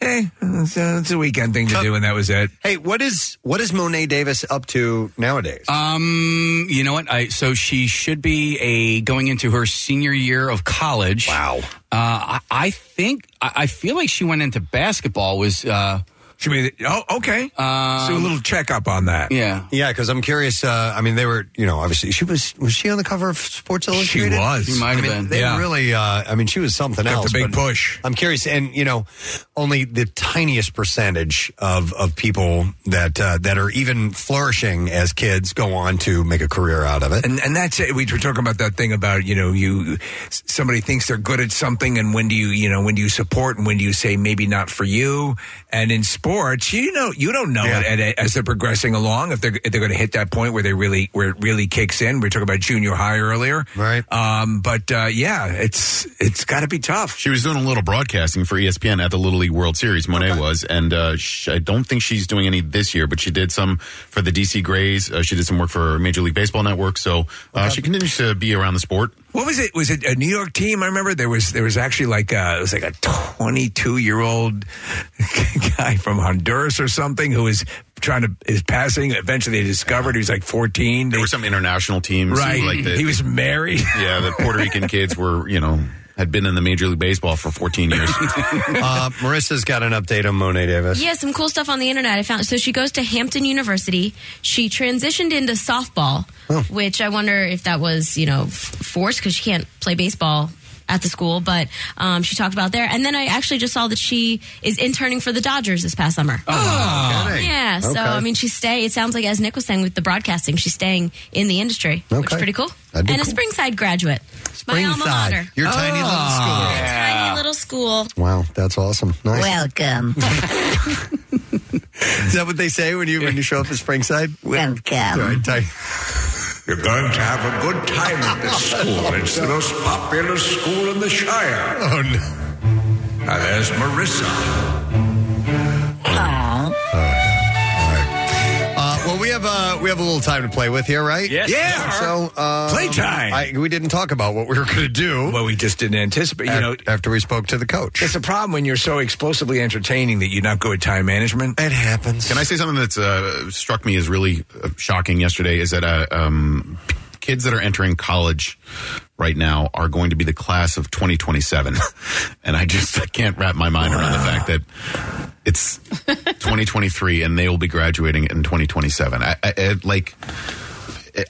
hey, it's a, it's a weekend thing to do, and that was it. Hey, what is what is Monet Davis up to nowadays? Um, you know what? I so she should be a going into her senior year of college. Wow. Uh, I, I think I, I feel like she went into basketball. Was uh, Should be. Oh, okay. Um, so a little checkup on that. Yeah, yeah. Because I'm curious. Uh, I mean, they were, you know, obviously she was. Was she on the cover of Sports Illustrated? was. She might I have mean, been, They yeah. really. Uh, I mean, she was something Got the else. big but I'm curious, and you know, only the tiniest percentage of of people that uh, that are even flourishing as kids go on to make a career out of it. And and that's it. We were talking about that thing about you know you s- somebody thinks they're good at something, and when do you you know when do you support, and when do you say maybe not for you? And in sports, you know you don't know it at, as they're progressing along if they're if they're going to hit that point where they really where it really kicks in. We are talking about junior high earlier, right? Um, but uh, yeah, it's it's got to be tough. She was doing a little broadcasting for E ESPN at the Little League World Series. Monet was, and uh, sh I don't think she's doing any this year, but she did some for the DC Grays. Uh, she did some work for Major League Baseball Network, so uh, she continues to be around the sport. What was it? Was it a New York team? I remember there was there was actually like a, it was like a twenty two year old guy from Honduras or something who was trying to is passing. Eventually, they discovered he was like fourteen. There were some international teams, right? Like the, he was married. Yeah, the Puerto Rican kids were, you know, had been in the Major League Baseball for 14 years. uh, Marissa's got an update on Monet Davis. Yeah, some cool stuff on the internet I found. So she goes to Hampton University. She transitioned into softball, Oh. which I wonder if that was, you know, f- forced because she can't play baseball at the school, but um, she talked about there. And then I actually just saw that she is interning for the Dodgers this past summer. Oh, kidding. yeah. So, Okay. I mean, she's stay. it sounds like, as Nick was saying with the broadcasting, she's staying in the industry, which Okay. is pretty cool. And That'd be a cool. Springside graduate. My alma Springside. mater. Your tiny little school. My tiny little school. Wow, that's awesome. Nice. Welcome. Is that what they say when you when you show up at Springside? Welcome. You're going to have a good time at this school. It's the most popular school in the Shire. Oh, no. Now, there's Marissa. Uh, well, we have uh, we have a little time to play with here, right? Yes, Yeah. we are. So um, Playtime. I, we didn't talk about what we were going to do. Well, we just didn't anticipate. You know, after we spoke to the coach, it's a problem when you're so explosively entertaining that you're not good at time management. It happens. Can I say something that's uh, struck me as really uh, shocking yesterday? Is that uh, um, p- kids that are entering college right now are going to be the class of 2027, and I just I can't wrap my mind around the fact that it's 2023 and they will be graduating in 2027. I, I, it, like. I-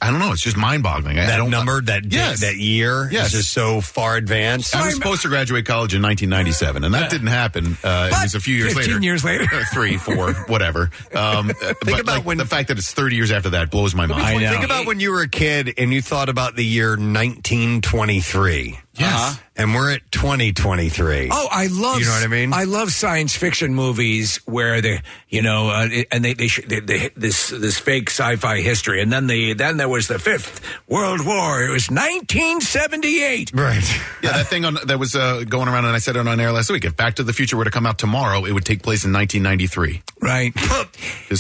I don't know. It's just mind-boggling. I, I That don't number, that day- that year is just so far advanced. I was supposed to graduate college in 1997, and that didn't happen. Uh, it was a few years 15 later. Uh, years later. three, four, whatever. Um, Think about when the fact that it's 30 years after that blows my mind. Think about when you were a kid and you thought about the year 1923. Yes. And we're at 2023. Oh, I love. You know what I mean? I love science fiction movies where they, you know, uh, it- and they, they, sh- they, they this this fake sci-fi history, and then the then there was the Fifth World War. It was 1978. Right. Yeah, that thing on that was uh, going around, and I said it on air last week. If Back to the Future were to come out tomorrow, it would take place in 1993. Right.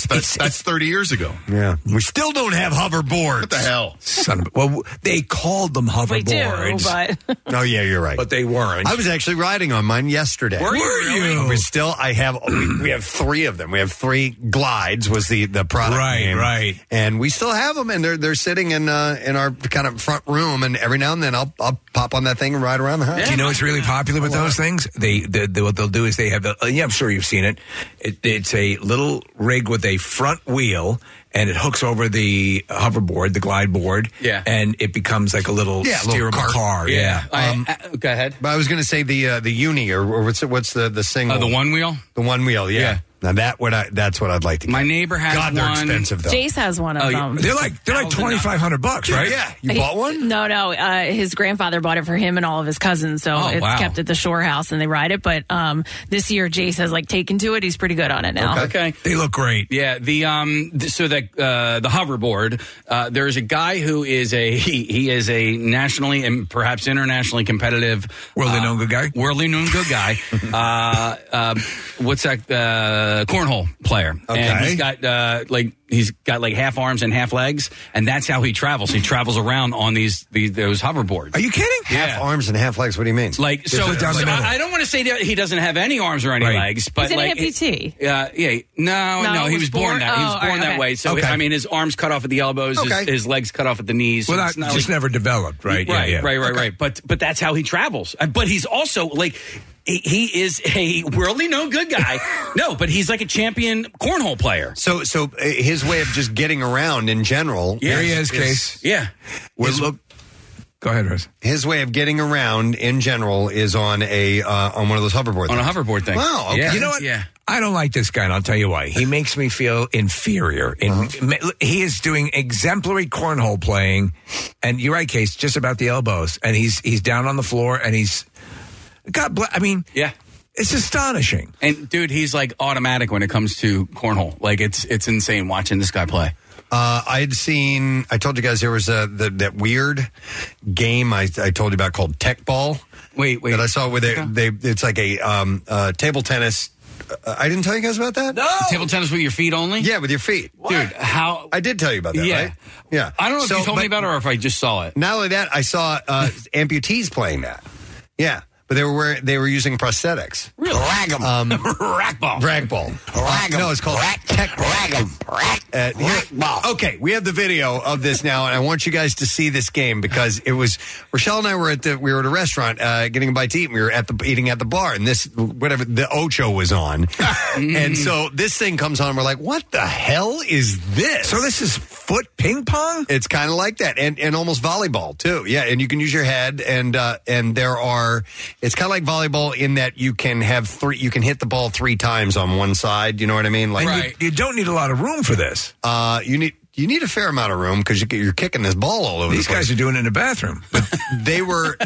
That's, that's 30 years ago. Yeah. We still don't have hoverboards. What the hell? Son of a, well, they called them hoverboards. We do, but Oh yeah, you're right. But they weren't. I was actually riding on mine yesterday. Were you really? We're still. I have. We, we have three of them. We have three glides. Was the the product Right, name. right. And we still have them, and they're they're sitting in uh, in our kind of front room. And every now and then, I'll I'll pop on that thing and ride around the house. Do you know what's really popular with those things? They, they, they what they'll do is they have a, yeah, I'm sure you've seen it. it. It's a little rig with a front wheel, and it hooks over the hoverboard, the glide board, Yeah. and it becomes like a little Yeah, a little steerable cart. car, yeah. Uh, uh, go ahead. But I was going to say the uh, the uni or, or what's it, what's the the single? Uh, the one wheel? The one wheel. Yeah. Yeah. Now that would I that's what I'd like to. Get. My neighbor has God, they're one. expensive though. Jace has one of Oh, you- them. they're like- They're like twenty five hundred bucks, right? He- No, no. Uh, his grandfather bought it for him and all of his cousins, so Oh, it's wow. kept at the Shore House, and they ride it. But um, this year, Jace has like taken to it. He's pretty good on it now. Okay. They look great. Yeah. The um. th- so that uh, the hoverboard. Uh, there's a guy who is a he, he is a nationally and perhaps internationally competitive worldly uh, known good guy. Worldly known good guy. uh, uh, what's that? Uh, cornhole player. And Okay. he's got uh, like he's got like half arms and half legs, and that's how he travels. He travels around on these, these those hoverboards. Are you kidding? Half arms and half legs. What do you mean? Like so, Just down the so middle. I, I don't want to say that he doesn't have any arms or any Right. legs, but He's an like amputee. Yeah, Uh, yeah. No, No, no, he was was born, born- that. he was oh, born all right, that okay. way. So Okay. I mean, his arms cut off at the elbows, Okay. his, his legs cut off at the knees. Well, so not, it's not just like- never developed, right? Right, yeah, yeah. right, right, right. But but that's how he travels. Uh, But he's also like he, he is a worldly no good guy. no, but he's like a champion cornhole player. So, so uh, his way of just getting around in general. Here he is, Case. Yeah. We're His- look- Go ahead, Rose. His way of getting around in general is on a uh, on one of those hoverboard On a things. hoverboard thing. Wow. Okay. You know what? I don't like this guy, and I'll tell you why. He makes me feel inferior. In, Uh-huh. He is doing exemplary cornhole playing, and you're right, Case, just about the elbows. And he's he's down on the floor, and he's God bless. I mean, yeah, it's astonishing. And dude, he's like automatic when it comes to cornhole. Like it's it's insane watching this guy play. Uh, I'd seen. I told you guys there was a the, that weird game I, I told you about called Tech Ball. Wait, wait. That I saw where they, they it's like a um, uh, table tennis. Uh, I didn't tell you guys about that. No table tennis with your feet only. Yeah, with your feet, dude. How I did tell you about that. Yeah. right? yeah. I don't know So, if you told me but- about it or if I just saw it. Not only that, I saw uh, amputees playing that. Yeah, but they were wearing, they were using prosthetics. Really? Rag 'em. Um, rag ball. Rag ball. Uh, no, it's called tech rag 'em. Rag, ball. Okay, we have the video of this now, and I want you guys to see this game because it was Rochelle and I were at the we were at a restaurant uh, getting a bite to eat. And we were at the eating at the bar, and this whatever the Ocho was on, and so this thing comes on. and We're like, what the hell is this? So this is foot ping pong. It's kind of like that, and and almost volleyball too. Yeah, and you can use your head, and uh, and there are. It's kind of like volleyball in that you can have three. You can hit the ball three times on one side. You know what I mean? Like And you- you, don't need a lot of room for this. Uh, you need. You need a fair amount of room because you, are kicking this ball all over. These the place. guys are doing it in the bathroom. they were.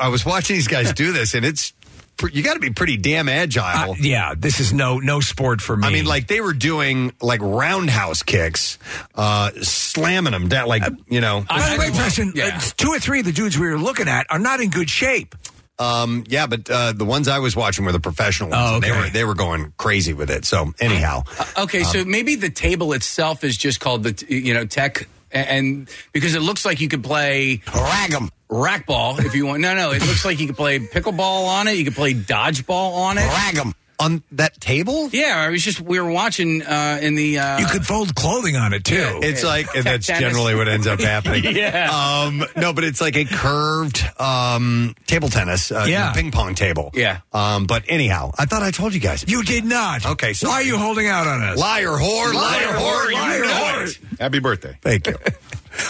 I was watching these guys do this, and it's pre- you got to be pretty damn agile. Uh, yeah, this is no no sport for me. I mean, like they were doing like roundhouse kicks, uh, slamming them down, Uh, like you know. By the way, Preston, uh, two or three of the dudes we were looking at are not in good shape. Um, yeah, but uh, the ones I was watching were the professional ones. Oh, and okay. They were they were going crazy with it. So anyhow, Uh, Okay, Um, so maybe the table itself is just called the t- you know tech, a- and because it looks like you could play rag'em rackball if you want. No, no, it looks like you could play pickleball on it. You could play dodgeball on it. Rag'em on that table. Yeah, I was just we were watching uh, in the. Uh, you could fold clothing on it too. It's like and that's generally what ends up happening. yeah. Um, no, but it's like a curved um, table tennis, uh, Yeah. ping pong table. Yeah. Um, but anyhow, I thought I told you guys. You did not. Okay. So Why are you holding out on us? Liar, whore, liar, whore. you know it. Happy birthday. Thank you.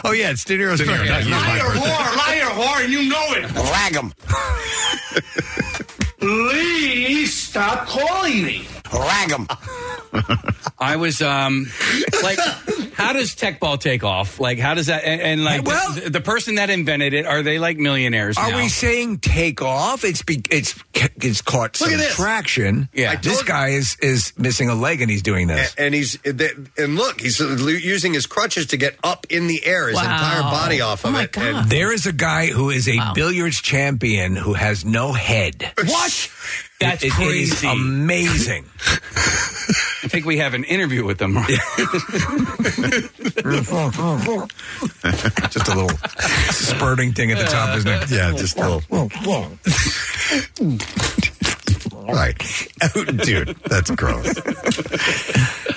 Oh yeah, it's De Niro's birthday. whore, liar, whore, and you know it. Rag 'em. Please stop calling me. Rag'em. I was um like, how does tech ball take off? Like, how does that and, and like Well- the, the person that invented it are they like millionaires? Are now? Uh, we saying take off? It's be, it's it's caught Look some at this. traction. Yeah. this guy is is missing a leg and he's doing this. A- and he's and look, he's using his crutches to get up in the air, his Wow. Oh, entire body off of it. and- There is a guy who is a billiards champion who has no head. What? That's It- it is crazy. amazing. I think we have an interview with them. just a little spurting thing at the top of his neck. Yeah, just a little. Right. Dude, that's gross.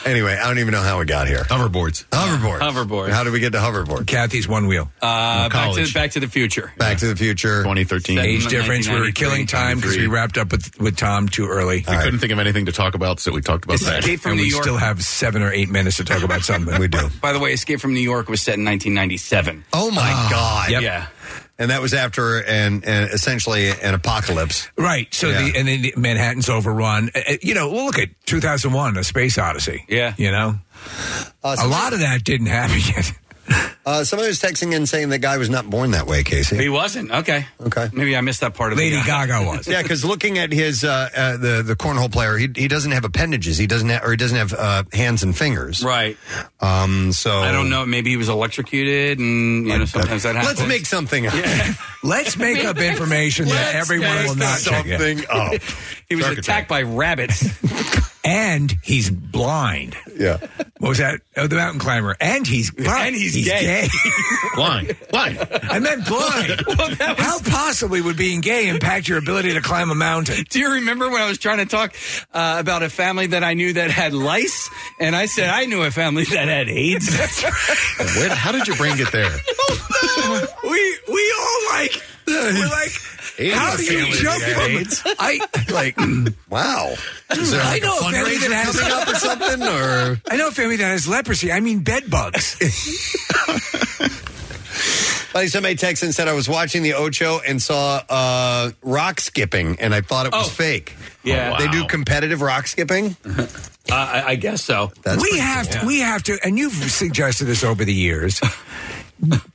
anyway, I don't even know how we got here. Hoverboards. Hoverboards. Hoverboards. How did we get to hoverboard? Kathy's one wheel. Uh, back College. to Back to the Future. Back to the Future. 2013. Age difference. We were killing time because we wrapped up with, with Tom too early. We couldn't think of anything to talk about, so we talked about that. Escape from and New we York. still have seven or eight minutes to talk about something. we do. By the way, Escape from New York was set in 1997. Oh my God. Ah, Yep. Yeah. And that was after an, an essentially an apocalypse. Right. So Yeah. the and then the- Manhattan's overrun. Uh, uh, You know, well, look at 2001, A Space Odyssey. Yeah. You know, a lot of that didn't happen yet. Uh, somebody was texting in saying the guy was not born that way, Casey. He wasn't. Okay. Okay. Maybe I missed that part of Lady the Gaga was. Yeah, because looking at his uh, uh, the the cornhole player, he he doesn't have appendages. He doesn't ha- or he doesn't have uh, hands and fingers. Right. Um. So I don't know. Maybe he was electrocuted, and you know sometimes that happens. Let's make something up. Let's make up information that Let's everyone will make not check. it. something up. He was attacked by rabbits. And he's blind. Yeah. What was that? Oh, the mountain climber. And he's And blind. he's gay. blind. Blind. I meant blind. How possibly would being gay impact your ability to climb a mountain? Do you remember when I was trying to talk uh, about a family that I knew that had lice, and I said I knew a family that had AIDS? Where, how did your brain get there? we we all like we're like How do you jump from I like wow. Is there like I know a family fundraiser that has coming up or something, or I know a family that has leprosy. I mean bed bugs. Like somebody texted and said I was watching the Ocho and saw uh, rock skipping, and I thought it Oh. was fake. Yeah. they do Wow. competitive rock skipping. Uh, I, I guess so. we have to, we have to, and you've suggested this over the years.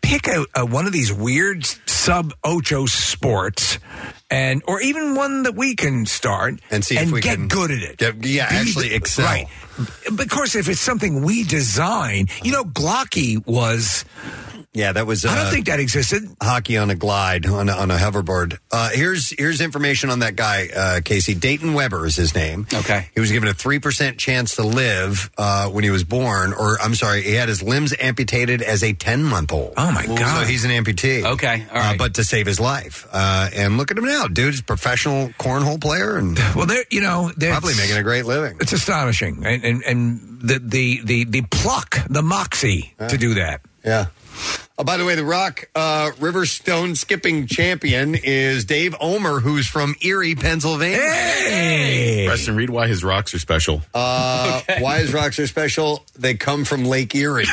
Pick a, a one of these weird sub ocho sports, and or even one that we can start and see if we get can- good at it. yeah, Be actually the- excel. Right. But of course, if it's something we design, you know, Glocky was. Yeah, that was. I don't uh, think that existed. hockey on a glide on a, on a hoverboard. Uh, here's here's information on that guy, uh, Casey Dayton Weber is his name. Okay, he was given a three percent chance to live uh, when he was born, or I'm sorry, he had his limbs amputated as a ten month old. Oh my So God. he's an amputee. Okay, all uh, but to save his life, uh, and look at him now, dude. He's a professional cornhole player, and Well, there, you know, that's- probably making a great living. It's astonishing, and and, and the, the the the pluck, the moxie to do that. Yeah. Oh, by the way, the Rock uh, Riverstone skipping champion is Dave Omer, who's from Erie, Pennsylvania. Preston, read why his rocks are special. Uh, Why is rocks are special? They come from Lake Erie.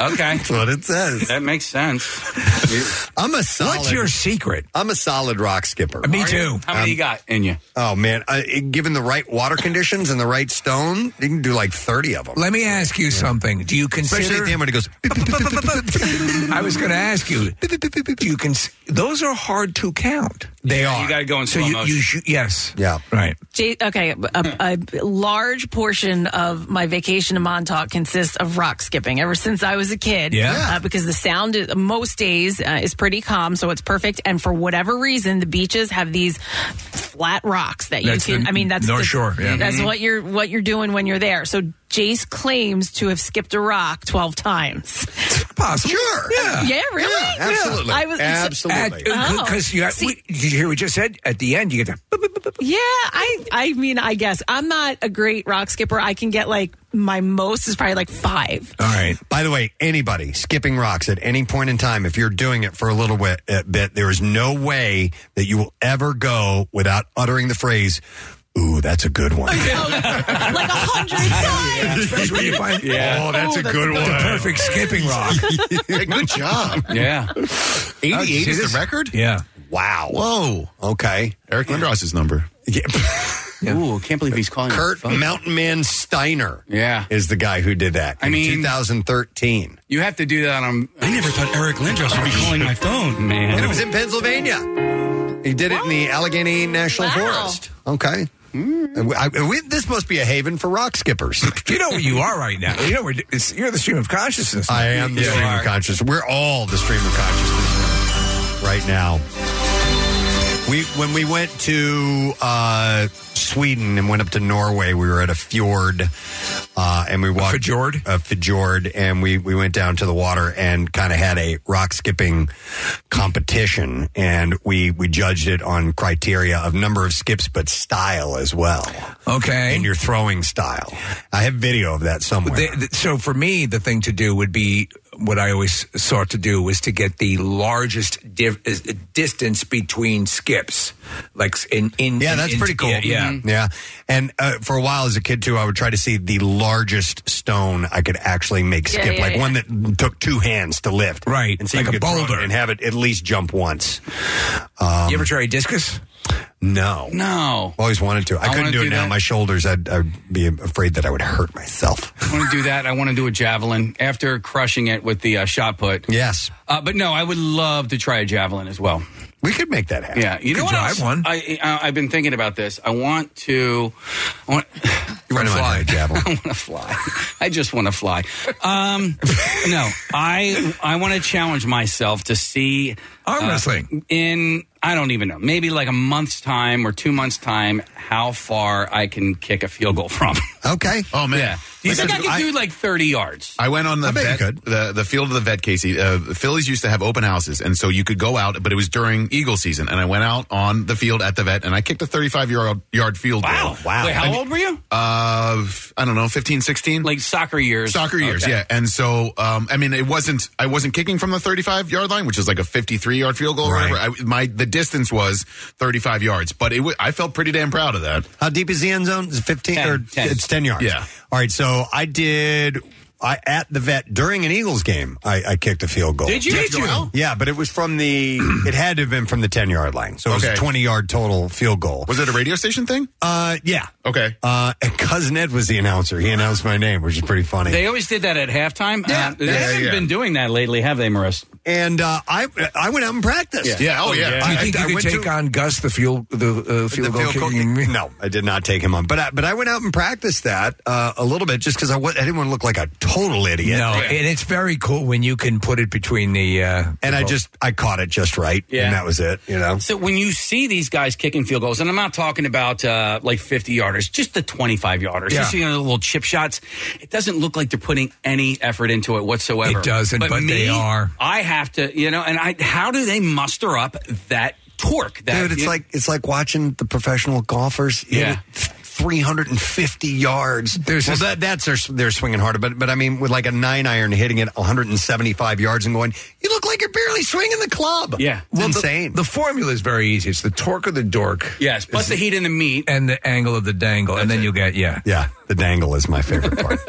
okay, that's what it says. That makes sense. I'm a solid. What's your secret? I'm a solid rock skipper. Me Are you? too. How many you got in you? Oh man, I, it- given the right water conditions and the right stone, you can do like 30 of them. Let me ask you something. Do you consider? Especially at the end when it goes. I was going to ask you. Do you can? Those are hard to count. They Yeah, you gotta go in so slow you, motion. you should- yes. Yeah. Right. J- okay, a, a large portion of my vacation to Montauk consists of rock skipping. Ever since I was a kid, Yeah. uh, because the sound is, most days uh, is pretty calm, so it's perfect. And for whatever reason, the beaches have these flat rocks that you That's can. the I mean, that's North the- Shore, yeah. That's Mhm. what you're what you're doing when you're there. So Jace claims to have skipped a rock twelve times. Possible. Sure. Yeah. Yeah. Really. Yeah. I was Oh. Because you, See, we, did you hear what we just said? At the end, you get to. Yeah, I I mean, I guess I'm not a great rock skipper. I can get like my most is probably like five. All right. By the way, anybody skipping rocks at any point in time, if you're doing it for a little bit, uh, bit there is no way that you will ever go without uttering the phrase, Ooh, that's a good one. like a hundred times. Especially when you find, Yeah. Oh, that's a good The one. perfect skipping rock. good job. Yeah. 88 Oh, is Jesus. the record? Yeah. Wow. Whoa. Okay. Eric Lindros's number. Ooh, can't believe he's calling. Kurt Mountain Man Steiner Yeah. is the guy who did that. I in mean- 2013. You have to do that on. I never thought Eric Lindros would be calling my phone, man. And it was in Pennsylvania. He did it in the Allegheny National Forest. Okay. And we- I- we- this must be a haven for rock skippers. You know where you are right now. You know where it's, you're the stream of consciousness. I am the You stream are. of consciousness. We're all the stream of consciousness right now. We when we went to uh, Sweden and went up to Norway, we were at a fjord, uh, and we walked a fjord, a fjord, and we we went down to the water and kind of had a rock skipping competition, and we we judged it on criteria of number of skips, but style as well. Okay, and your throwing style. I have video of that somewhere. They- th- so for me, the thing to do would be what I always sought to do was to get the largest div- is- distance between skips, like s- in in Yeah, in- that's in- pretty cool. Mm-hmm. Yeah, yeah. yeah. And uh, for a while as a kid too, I would try to see the largest stone I could actually make Yeah, skip, yeah, like yeah. one that took two hands to lift, right? And see if like you a could throw it boulder. and have it at least jump once. Um, you ever try a discus? No, no. Always wanted to. I, I couldn't wanna do it do now. that. My shoulders, I'd, I'd be afraid that I would hurt myself. I want to do that. I want to do a javelin after crushing it with the uh, shot put. Yes. Uh, but no, I would love to try a javelin as well. We could make that happen. Yeah, you know what? else? I, I I've been thinking about this. I want to. I want. You want to fly, javelin? I want to fly. I just want to fly. Um, no, I I want to challenge myself to see uh, Arm wrestling. in I don't even know, maybe like a month's time or two months time, how far I can kick a field goal from. Okay. Oh man. Yeah. Do you think I could do like 30 yards? I went on the I bet you vet, the the field of the vet, Casey. Uh, the Phillies used to have open houses, and so you could go out, but it was during Eagle season. And I went out on the field at the vet, and I kicked a 35 yard yard field wow. goal. Wait, how And- old were you? Uh, I don't know, 15, 16? Like soccer years. Soccer years, Okay. yeah. And so, um, I mean, it wasn't. I wasn't kicking from the 35 yard line, which is like a 53 yard field goal. Or whatever. I, my the distance was 35 yards, but it w- I felt pretty damn proud of that. How deep is the end zone? Is it 15 or it's 10 yards? Yeah. All right. So I did. I at the vet during an Eagles game. I, I kicked a field goal. Did you? Did you? Yeah, but it was from the. it had to have been from the ten yard line. So it was a Okay. twenty yard total field goal. Was it a radio station thing? Uh, yeah. Okay. Uh, and cousin Ed was the announcer. He announced my name, which is pretty funny. They always did that at halftime. Yeah, they yeah, haven't yeah. been doing that lately, have they, Maris? and uh, I I went out and practiced. oh, Do you think oh, I- I you went could take to- on Gus the fuel the uh, field the goal field goal kicking? No, I did not take him on. But I, but I went out and practiced that uh, a little bit just because I wa- I didn't want to look like a total idiot. No, and it's very cool when you can put it between the. Uh, and the I goal. just I caught it just right, Yeah. and that was it. You know, So when you see these guys kicking field goals, and I'm not talking about uh, like 50 yarders, just the 25 yarders, Yeah. just you know, the little chip shots. It doesn't look like they're putting any effort into it whatsoever. It doesn't, but me, they are. I have to, you know, and I how do they muster up that torque? That dude, it's you- like it's like watching the professional golfers. hit Yeah. it Three hundred and fifty yards. well, this- that, that's their they're swinging harder, but but I mean, with like a nine iron hitting it one hundred and seventy five yards and going, you look like you're barely swinging the club. it's Well, the- insane. The, formula is very easy. It's the torque of the dork. Yes, plus the heat in the meat and the angle of the dangle, and then you get yeah, yeah. The dangle is my favorite part.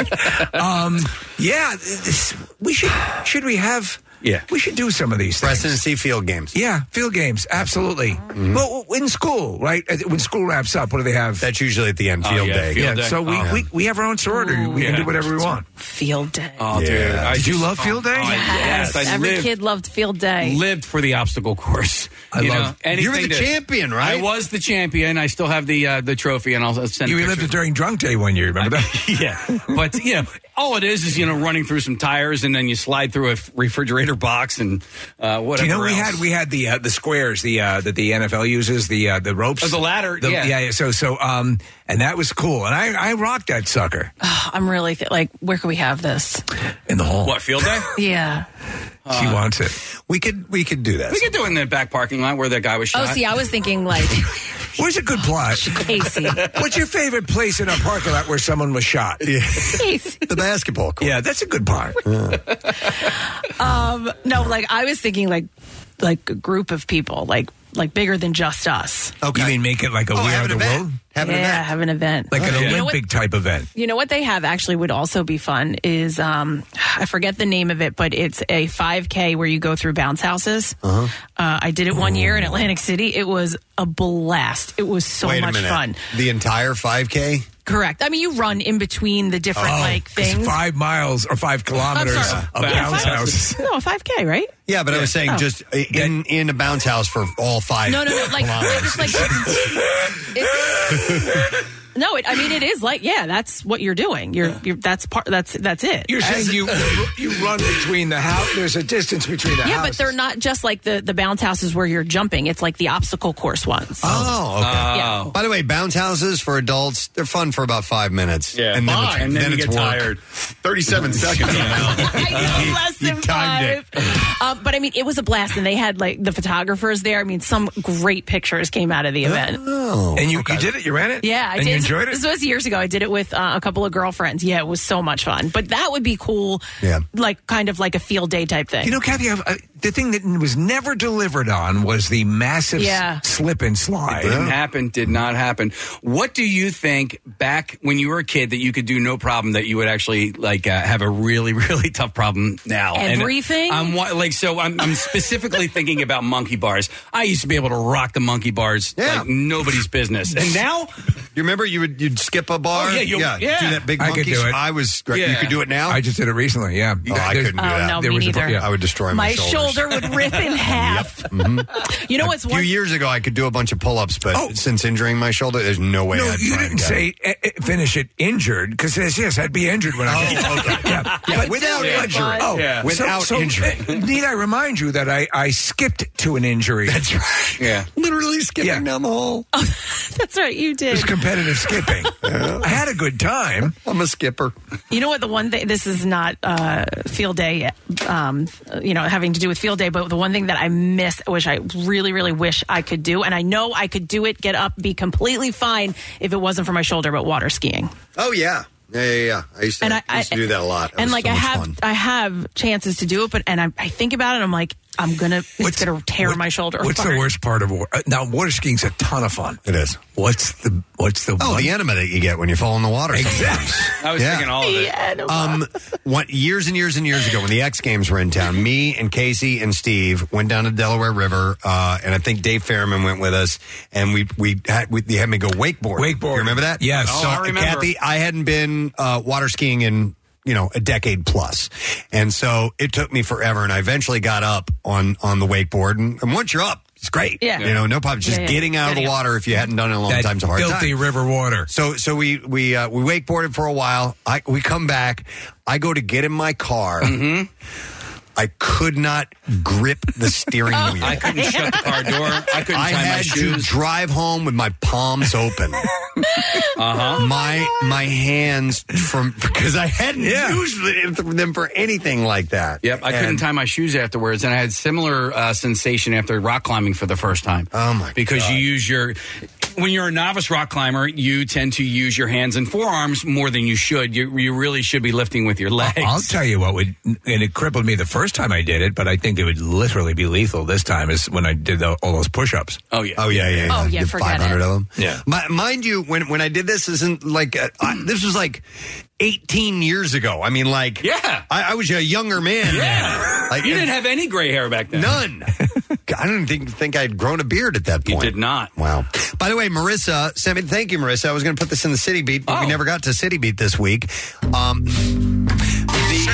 um, yeah, this- we should should we have Yeah. we should do some of these things. Presidency field games. Yeah, field games, absolutely. Well, in school, right? Uh, When school wraps up, what do they have? That's usually at the end, Oh, field yeah, day. yeah, field day. so we, Oh. we, we have our own sorority. we Yeah. can do whatever we want. Field day. Oh, dude, I Did you just- love field day? Oh, yes. I Every lived- kid loved field day. lived for the obstacle course. I you love- know, anything You were the to- champion, right? I was the champion. I still have the uh, the trophy, and I'll send. You a relived picture. it during drunk day one year. Remember that? yeah, but you know, all it is is you know running through some tires, and then you slide through a f- refrigerator box and uh, whatever. Do you know we else. had we had the uh, the squares the uh, that the NFL uses the uh, the ropes Oh, the ladder, yeah. yeah so so um and that was cool and I I rocked that sucker Oh, I'm really th- like, where could we have this? in the hall what field day? Yeah. she wants it we could we could do that Uh, we could do it in the back parking lot where that guy was shot. Oh, see, I was thinking like where's a good plot Casey. what's your favorite place in a parking lot where someone was shot yeah Casey. the basketball court yeah that's a good part Um, no, like I was thinking like like a group of people, like like bigger than just us. okay you mean make it like a Oh, we have are an the event. world yeah, have an event. like an You know what- Olympic type event You know what they have actually would also be fun is um, I forget the name of it, but it's a 5K where you go through bounce houses. Uh-huh. I did it one year in Atlantic City. It was a blast. It was so Wait a much minute. fun. The entire five k. Correct. I mean, you run in between the different Oh, like 'cause things. five miles or five kilometers I'm sorry. of Yeah, bounce five- houses No, 5K, right? Yeah, but I was saying Oh. just in in a bounce house for all five. No, no, no. Like, kilometers. it's like. it's- no, it, I mean it is like yeah, that's what you're doing. You're, you're that's part. That's that's it. you're saying you you run between the house there's a distance between the yeah, houses. but they're not just like the the bounce houses where you're jumping. It's like the obstacle course ones. Oh, okay. Yeah. By the way, bounce houses for adults, they're fun for about five minutes. Yeah. And then, Five. It's, And then you it's get work. tired. 37 seconds. less than five. Um, but I mean, it was a blast, and they had like the photographers there. I mean, some great pictures came out of Oh, the event. and you, you did it you ran it Yeah, I and did. you enjoyed it This was years ago. I did it with uh, a couple of girlfriends. Yeah, it was so much fun. But that would be cool. Yeah. like kind of like a field day type thing. You know, Kathy, I've, uh, the thing that was never delivered on was the massive s- Yeah. slip and slide. Didn't happen. Did not happen. What do you think back when you were a kid that you could do no problem that you would actually like uh, have a really really tough problem now? And Everything? I'm wa- like so. I'm, I'm specifically thinking about monkey bars. I used to be able to rock the monkey bars like nobody's business, and now you remember you would you'd skip a bar. Oh, yeah, you- yeah, yeah. Do that big I could monkey do s- it. I was. great. You Yeah. could do it now. I just did it recently, yeah. Oh, I There's- couldn't do that. no, me was a- neither. yeah. I would destroy my, my shoulder would rip in half. You know what's Mm-hmm. A few one? years ago, I could do a bunch of pull-ups, but since injuring my shoulder, there's no way. No, I'd you try and didn't get it. say eh, eh, finish it injured because yes, yes, I'd be injured when I. Oh, okay. yeah, Yeah, but- without Yeah. injury. Oh, Yeah. so- Without so, injury. eh, Need I remind you that I I skipped to an injury? That's right. Yeah. Literally skipping yeah. down the hole. That's right, you It did. was competitive skipping. I had a good time. I'm a skipper. You know what? The one thing this is not uh, field day, um, you know, having to do with field day, but the one thing that I miss, which I really, really wish I could do, and I know I could do it, get up, be completely fine if it wasn't for my shoulder, but water skiing. Oh yeah. Yeah, yeah, yeah. I used to, And I, I- used to do that a lot. That and was like so I much have, fun. I have chances to do it, but and I, I think about it, I'm like, I'm gonna it's gonna tear my shoulder. What's the apart. worst part of water? uh, Now, water skiing's a ton of fun. It is. What's the what's the Oh, the enema that you get when you fall in the water. Exactly. I was thinking all of it. Um, what years and years and years ago when the X Games were in town, me and Casey and Steve went down to Delaware River, uh, and I think Dave Fairman went with us, and we we had we, they had me go wakeboard. Wakeboard, you remember that? Yes. Oh, so I remember. Kathy, I hadn't been uh, water skiing in you know a decade plus, and so it took me forever, and I eventually got up on on the wakeboard, and, and once you're up. It's great, Yeah. You know, no problem. Just Yeah, yeah. getting out of Getting the up. water if you hadn't done it in a long That time's a hard time. filthy river water. So so we we uh, we wakeboarded for a while. I we come back. I go to get in my car. Mm-hmm. I could not grip the steering wheel. I couldn't shut the car door. I couldn't I tie had my shoes. to drive home with my palms open. Uh-huh. My my hands from because I hadn't used them for anything like that. Yep, I couldn't And- tie my shoes afterwards, and I had similar uh, sensation after rock climbing for the first time. Oh my! Because you use your when you're a novice rock climber, you tend to use your hands and forearms more than you should. You you really should be lifting with your legs. I- I'll tell you what would, and it crippled me the first time I did it, but I think it would literally be lethal this time. Is when I did the, all those push-ups. Oh yeah. Oh yeah, yeah. yeah. Oh, yeah, Did forget 500 it. of them. Yeah. My, mind you, when when I did this, isn't like uh, Hmm. I, this was like eighteen years ago. I mean, like yeah, I, I was a younger man. Yeah. Like, you didn't have any gray hair back then. None. I didn't think think I'd grown a beard at that point. You did not. Wow. By the way, Marissa sent me. Thank you, Marissa. I was going to put this in the city beat, Oh. but we never got to city beat this week. Um, the,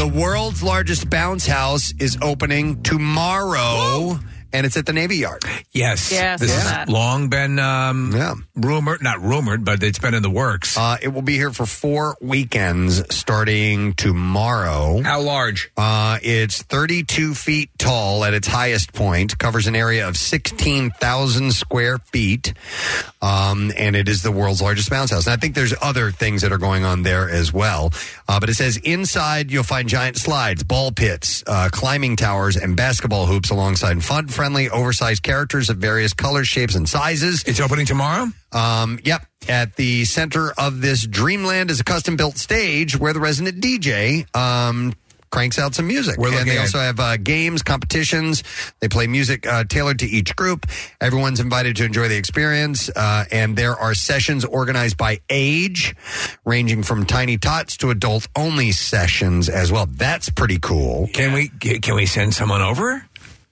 the world's largest bounce house is opening tomorrow, and it's at the Navy Yard. Yes. Yes, This I has saw that. long been um, rumored, not rumored, but it's been in the works. Uh, it will be here for four weekends starting tomorrow. How large? Uh, it's 32 feet tall at its highest point, covers an area of 16,000 square feet, um, and it is the world's largest bounce house. And I think there's other things that are going on there as well. Uh, but it says inside you'll find giant slides, ball pits, uh, climbing towers, and basketball hoops alongside fun friendly, oversized characters of various colors, shapes, and sizes. It's opening tomorrow? Um, yep. At the center of this dreamland is a custom built stage where the resident DJ um, cranks out some music. We're and looking they at- also have uh, games, competitions. They play music uh, tailored to each group. Everyone's invited to enjoy the experience. Uh, and there are sessions organized by age, ranging from tiny tots to adult only sessions as well. That's pretty cool. Can we can we send someone over?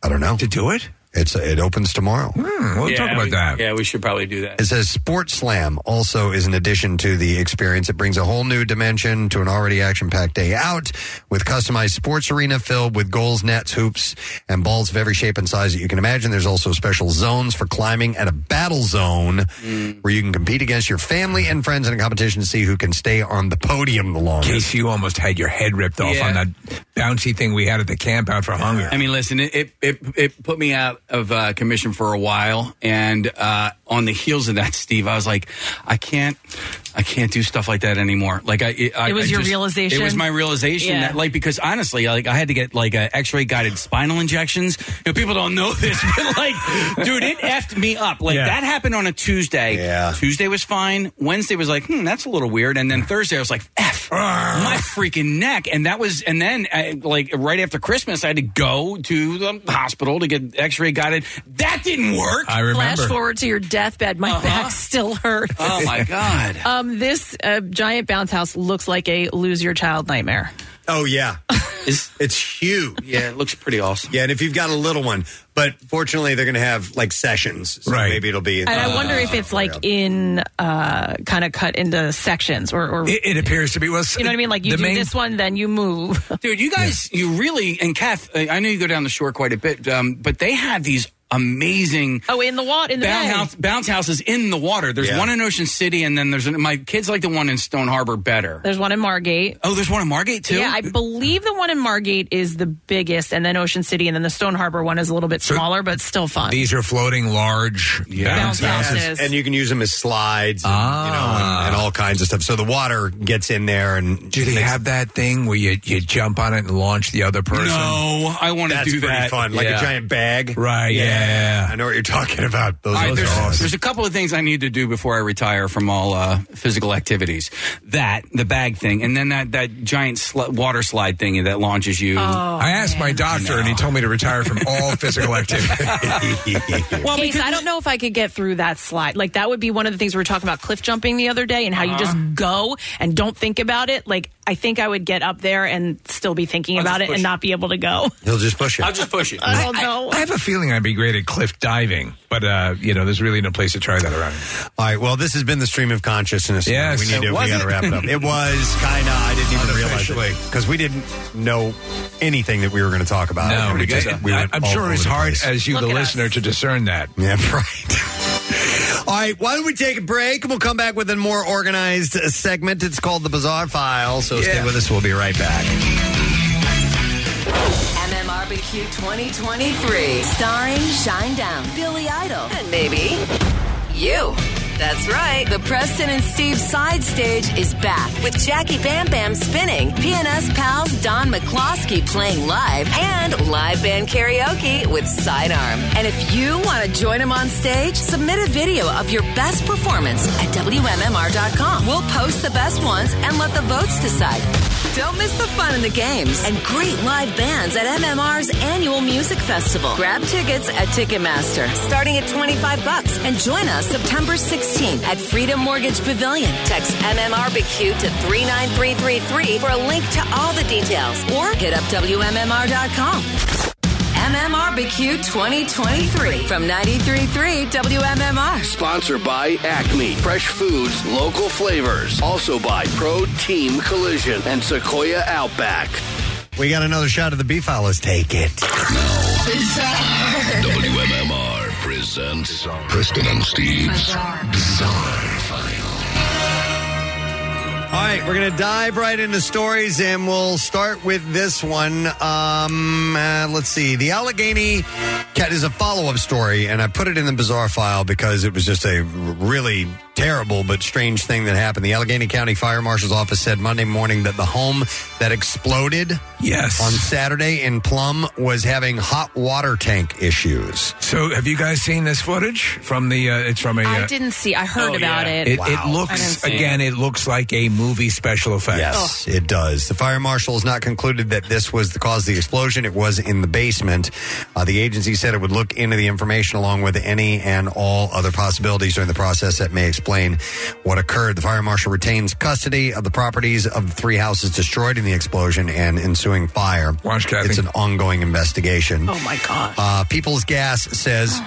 I don't know to do it. Hmm, It's it opens tomorrow. we'll talk about we, that. Yeah, we should probably do that. It says Sports Slam also is an addition to the experience. It brings a whole new dimension to an already action packed day out with customized sports arena filled with goals, nets, hoops, and balls of every shape and size that you can imagine. There's also special zones for climbing and a battle zone Mm. where you can compete against your family and friends in a competition to see who can stay on the podium the longest. Casey, you almost had your head ripped off Yeah. on that bouncy thing we had at the camp out for hunger. I mean, listen, it it, it, it put me out of uh, commission for a while, and uh, on the heels of that, Steve, I was like, I can't, I can't do stuff like that anymore. Like I, it, I- It was I your just- realization? It was my realization Yeah. that, like, because honestly, like I had to get like uh, X-ray guided spinal injections. You know, people don't know this, but like, dude, it effed me up. Like Yeah. that happened on a Tuesday. Yeah. Tuesday was fine. Wednesday was like, hmm, that's a little weird, and then Thursday I was like, f my freaking neck, and that was, and then I, like right after Christmas, I had to go to the hospital to get X-ray guided. That didn't work. Uh-huh. Flash forward to your deathbed. My back still hurts. Oh, my God. Um, this uh, giant bounce house looks like a lose your child nightmare. Oh yeah, it's, huge. Yeah, it looks pretty awesome. Yeah, and if you've got a little one, but fortunately they're going to have like sessions, so right? Maybe it'll be. And I wonder if it's like in uh, kind of cut into sections or, or it, it appears to be. Well, you know what I mean? Like you the do main- this one, then you move. Dude, you guys, you really, and Kath, I I know you go down the shore quite a bit, um, but they have these amazing Oh, in the water, in the bounce, bay. house, bounce houses in the water. There's Yeah. one in Ocean City, and then there's an, my kids like the one in Stone Harbor better. There's one in Margate. Oh, there's one in Margate too. Yeah, I believe the one in Margate is the biggest, and then Ocean City, and then the Stone Harbor one is a little bit smaller, but still fun. These are floating large bounce houses. Ah. and you can use them as slides, and, you know, and, and all kinds of stuff. So the water gets in there, and Do they have that thing where you, you jump on it and launch the other person? No, I want to That's do pretty that. fun, like a giant bag. Right, yeah. yeah. I know what you're talking about. Those, All right, those there's, are awesome. there's a couple of things I need to do before I retire from all uh, physical activities. That the bag thing, and then that that giant sl- water slide thing that launches Oh, you. Oh. I asked my doctor, and he told me to retire from all physical activity. Well, because I don't know if I could get through that slide. Like that would be one of the things we were talking about cliff jumping the other day and how you just go and don't think about it. Like I think I would get up there and still be thinking about it and not be able to go. He'll just push it. I'll just push it. I don't know. I have a feeling I'd be great at cliff diving, but uh, you know, there's really no place to try that around. All right. Well, this has been the stream of consciousness. Yes, we need to. We got to wrap it up. It was kind of. I didn't even realize it because we didn't know anything that we were going to talk about. No, we because just- we I, went I'm all sure over it's the hard place. as you, the listener, to discern that. Yeah, right. All right, why don't we take a break? We'll come back with a more organized uh, segment. It's called the Bizarre File, so stay with us. We'll be right back. MMRBQ 2023, starring Shine Down, Billy Idol, and maybe you. That's right. The Preston and Steve side stage is back with Jackie Bam Bam spinning, PNS pals Don McCloskey playing live, and live band karaoke with Sidearm. And if you want to join them on stage, submit a video of your best performance at WMMR.com. We'll post the best ones and let the votes decide. Don't miss the fun in the games and great live bands at MMR's annual music festival. Grab tickets at Ticketmaster, starting at 25 bucks, and join us September 16th at Freedom Mortgage Pavilion. Text MMRBQ to 39333 for a link to all the details, or hit up WMMR.com. MMRBQ 2023 from 933 WMMR. Sponsored by Acme, fresh foods, local flavors. Also by Pro Team Collision and Sequoia Outback. We got another shot of the B file. Let's take it. WMMR presents Preston and Steve's Bizarre File. All right, we're going to dive right into stories, and we'll start with this one. Um, uh, let's see. The Allegheny cat is a follow up story, and I put it in the bizarre file because it was just a really terrible but strange thing that happened. The Allegheny County Fire Marshal's office said Monday morning that the home that exploded yes. on Saturday in Plum was having hot water tank issues. So, have you guys seen this footage from the? Uh, it's from a. I uh, didn't see. I heard Oh, about yeah. it. It, I didn't looks see again. It. It looks like a movie special effect. Yes, it does. The fire marshal has not concluded that this was the cause of the explosion. It was in the basement. Uh, the agency said it would look into the information along with any and all other possibilities during the process that may explain what occurred. The fire marshal retains custody of the properties of the three houses destroyed in the explosion and ensuing fire. Watch, Kathy. It's an ongoing investigation. Oh my god. Uh, People's Gas says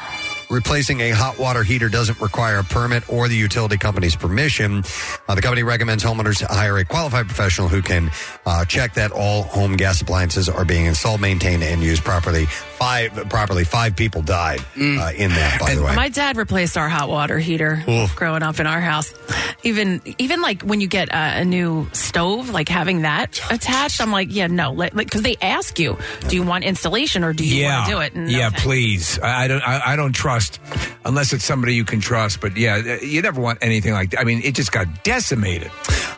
replacing a hot water heater doesn't require a permit or the utility company's permission. Uh, the company recommends homeowners hire a qualified professional who can uh, check that all home gas appliances are being installed, maintained, and used properly. Five properly. Five people died uh, in that. By the way, My dad replaced our hot water heater Oof. growing up in our house. Even even like when you get uh, a, a new stove, like having that attached, I'm like, yeah, no, because like, 'cause they ask you, do you want installation or do you yeah. want to do it? And no yeah, thanks. please. I, I don't. I, I don't trust unless it's somebody you can trust. But yeah, you never want anything like that. I mean, it just got decimated.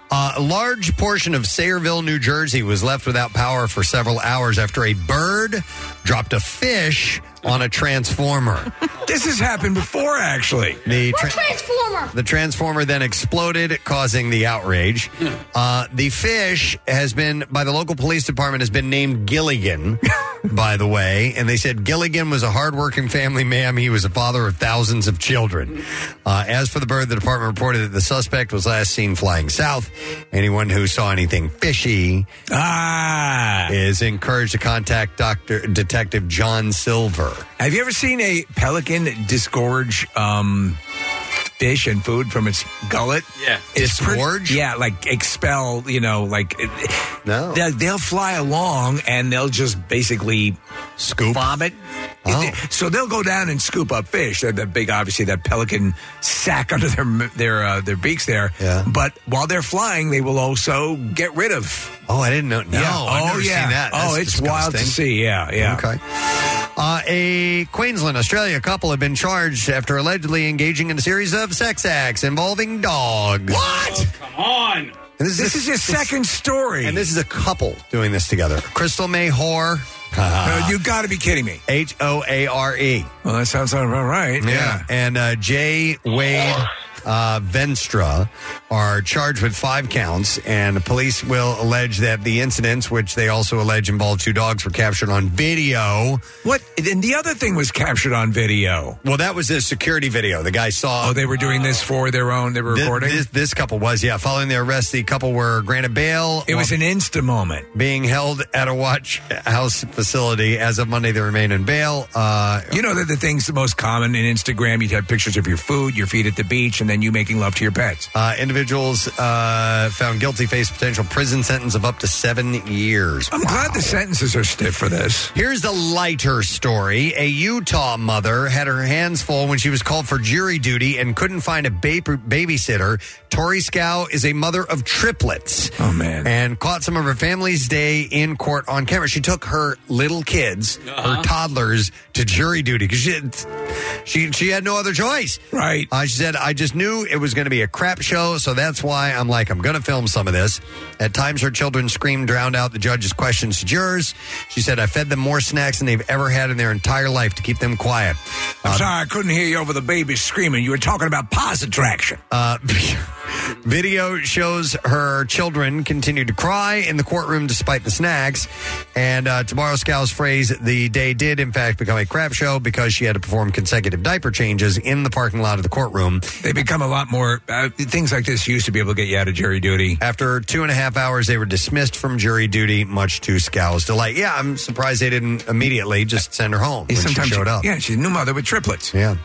Uh, a large portion of Sayreville, New Jersey was left without power for several hours after a bird dropped a fish on a transformer. this has happened before, actually. The tra- Transformer. The transformer then exploded, causing the outrage. Hmm. Uh, the fish has been, by the local police department, has been named Gilligan, by the way. And they said Gilligan was a hardworking family man. He was a father of thousands of children. Uh, as for the bird, the department reported that the suspect was last seen flying south. Anyone who saw anything fishy Ah. is encouraged to contact Dr. Detective John Silver. Have you ever seen a pelican disgorge um, fish and food from its gullet? Yeah. It's pretty- Disgorge? yeah, like expel, you know, like. it- No. They'll, they'll fly along and they'll just basically scoop Oh. vomit. So they'll go down and scoop up fish. They're that big, obviously, that pelican sack under their their uh, their beaks there. Yeah. But while they're flying, they will also get rid of. Oh, I didn't know. No, yeah. I've oh never seen yeah. that. Oh, That's it's wild to disgusting. see. Yeah, yeah. Okay. Uh, a Queensland, Australia couple have been charged after allegedly engaging in a series of sex acts involving dogs. What? Come on. And this, This is his second story. And this is a couple doing this together. Crystal May Hoare No, you got to be kidding me. H O A R E. Uh-huh. Well, that sounds about right. Yeah. And uh, Jay Wade uh, Venstra are charged with five counts, and police will allege that the incidents, which they also allege involved two dogs, were captured on video. What? And the other thing was captured on video. Well, that was a security video. The guy saw. Oh, they were doing this for their own. They were Thi- recording. This, this couple was, yeah. Following their arrest, the couple were granted bail. It was while an insta moment. Being held at a watch house facility. As of Monday, they remain in bail. Uh, you know that the things the most common in Instagram, you'd have pictures of your food, your feet at the beach, and then you making love to your pets. Uh, individuals uh, found guilty face potential prison sentence of up to seven years. I'm glad the sentences are stiff for this. Here's the lighter story. A Utah mother had her hands full when she was called for jury duty and couldn't find a ba- babysitter. Tori Scow is a mother of triplets. Oh, man. And caught some of her family's day in court on camera. She took her little kids, her toddlers, to jury duty because she, she, she had no other choice. Right. Uh, she said, I just knew it was going to be a crap show, so that's why I'm like, I'm going to film some of this. At times, her children screamed, drowned out the judge's questions to jurors. She said, I fed them more snacks than they've ever had in their entire life to keep them quiet. Uh, I'm sorry, I couldn't hear you over the baby screaming. You were talking about positraction. Uh, video shows her children continued to cry in the courtroom despite the snacks. And uh, tomorrow, Scow's phrase, the day did in fact become a crap show because she had to perform consecutive diaper changes in the parking lot of the courtroom. They become a lot more. Uh, things like this used to be able to get you out of jury duty. After two and a half hours, they were dismissed from jury duty, much to Scow's delight. Yeah, I'm surprised they didn't immediately just send her home when she showed up. Yeah, she's a new mother with triplets. Yeah.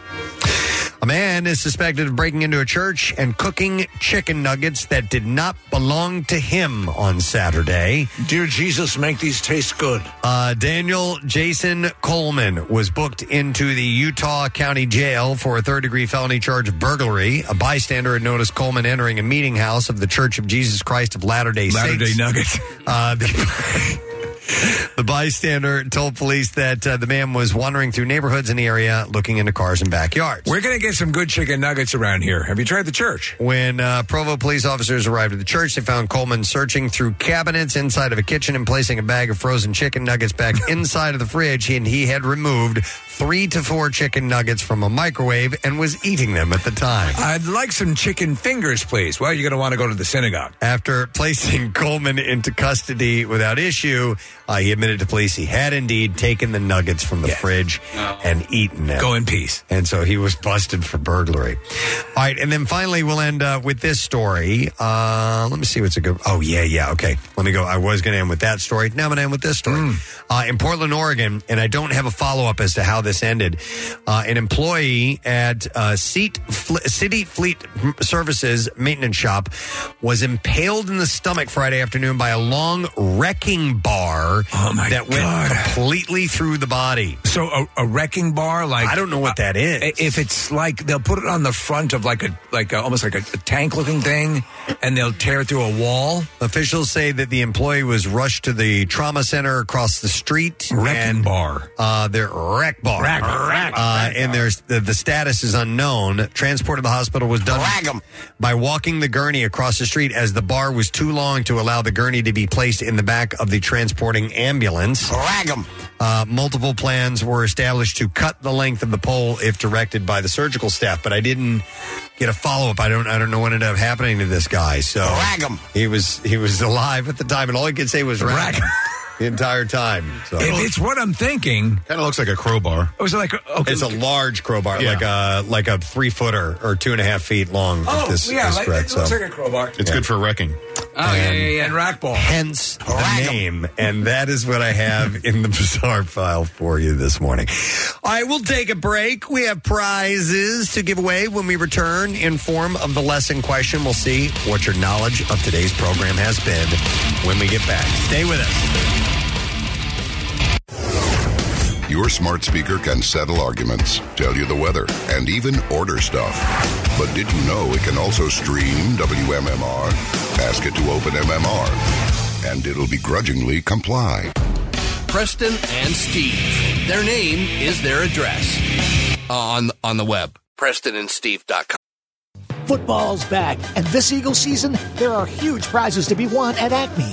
A man is suspected of breaking into a church and cooking chicken nuggets that did not belong to him on Saturday. Dear Jesus, make these taste good. Uh, Daniel Jason Coleman was booked into the Utah County Jail for a third degree felony charge of burglary. A bystander had noticed Coleman entering a meeting house of the Church of Jesus Christ of Latter day Saints. Latter-day Nuggets. Uh, the- The bystander told police that uh, the man was wandering through neighborhoods in the area looking into cars and backyards. We're going to get some good chicken nuggets around here. Have you tried the church? When uh, Provo police officers arrived at the church, they found Coleman searching through cabinets inside of a kitchen and placing a bag of frozen chicken nuggets back inside of the fridge. And he had removed three to four chicken nuggets from a microwave and was eating them at the time. I'd like some chicken fingers, please. Well, you're going to want to go to the synagogue. After placing Coleman into custody without issue, uh, he admitted to police he had indeed taken the nuggets from the fridge and eaten them. Go in peace. And so he was busted for burglary. All right, and then finally we'll end uh, with this story. Uh, let me see what's a good. Oh yeah, yeah. Okay, let me go. I was going to end with that story. Now I'm going to end with this story. Mm. Uh, in Portland, Oregon, and I don't have a follow up as to how this ended. Uh, an employee at uh, Seat Fl- City Fleet Services maintenance shop was impaled in the stomach Friday afternoon by a long wrecking bar that went completely through the body. Oh So a, a wrecking bar, like I don't know what that is. If it's like they'll put it on the front of like a like a, almost like a, a tank looking thing, Oh, and they'll tear it through a wall. Officials say that the employee was rushed to the trauma center across the street. Wrecking bar. Uh, their wreck bar. Wreck, uh, and there's the, the status is unknown. Transport to the hospital was done by walking the gurney across the street as the bar was too long to allow the gurney to be placed in the back of the transporting ambulance. Drag Uh, multiple plans were established to cut the length of the pole if directed by the surgical staff, but I didn't get a follow up. I don't. I don't know what ended up happening to this guy. So Rag 'em. He was he was alive at the time, and all he could say was rag 'em the entire time. So. If it's what I'm thinking, Oh, Kind of looks like a crowbar. it was like okay, It's a large crowbar, Yeah. like a like a three footer or two and a half feet long. if oh this yeah, is like, correct, it looks so. like a crowbar. It's good for wrecking. Oh yeah, yeah, yeah, and rack ball. Hence the name, and that is what I have in the bizarre file for you this morning. All right, we'll take a break. We have prizes to give away when we return in form of the lesson question. We'll see what your knowledge of today's program has been when we get back. Stay with us. Your smart speaker can settle arguments, tell you the weather, and even order stuff. But did you know it can also stream WMMR, ask it to open MMR, and it'll begrudgingly comply. Preston and Steve. Their name is their address Uh, on on the web. PrestonandSteve.com. Football's back, and this Eagle season, there are huge prizes to be won at Acme.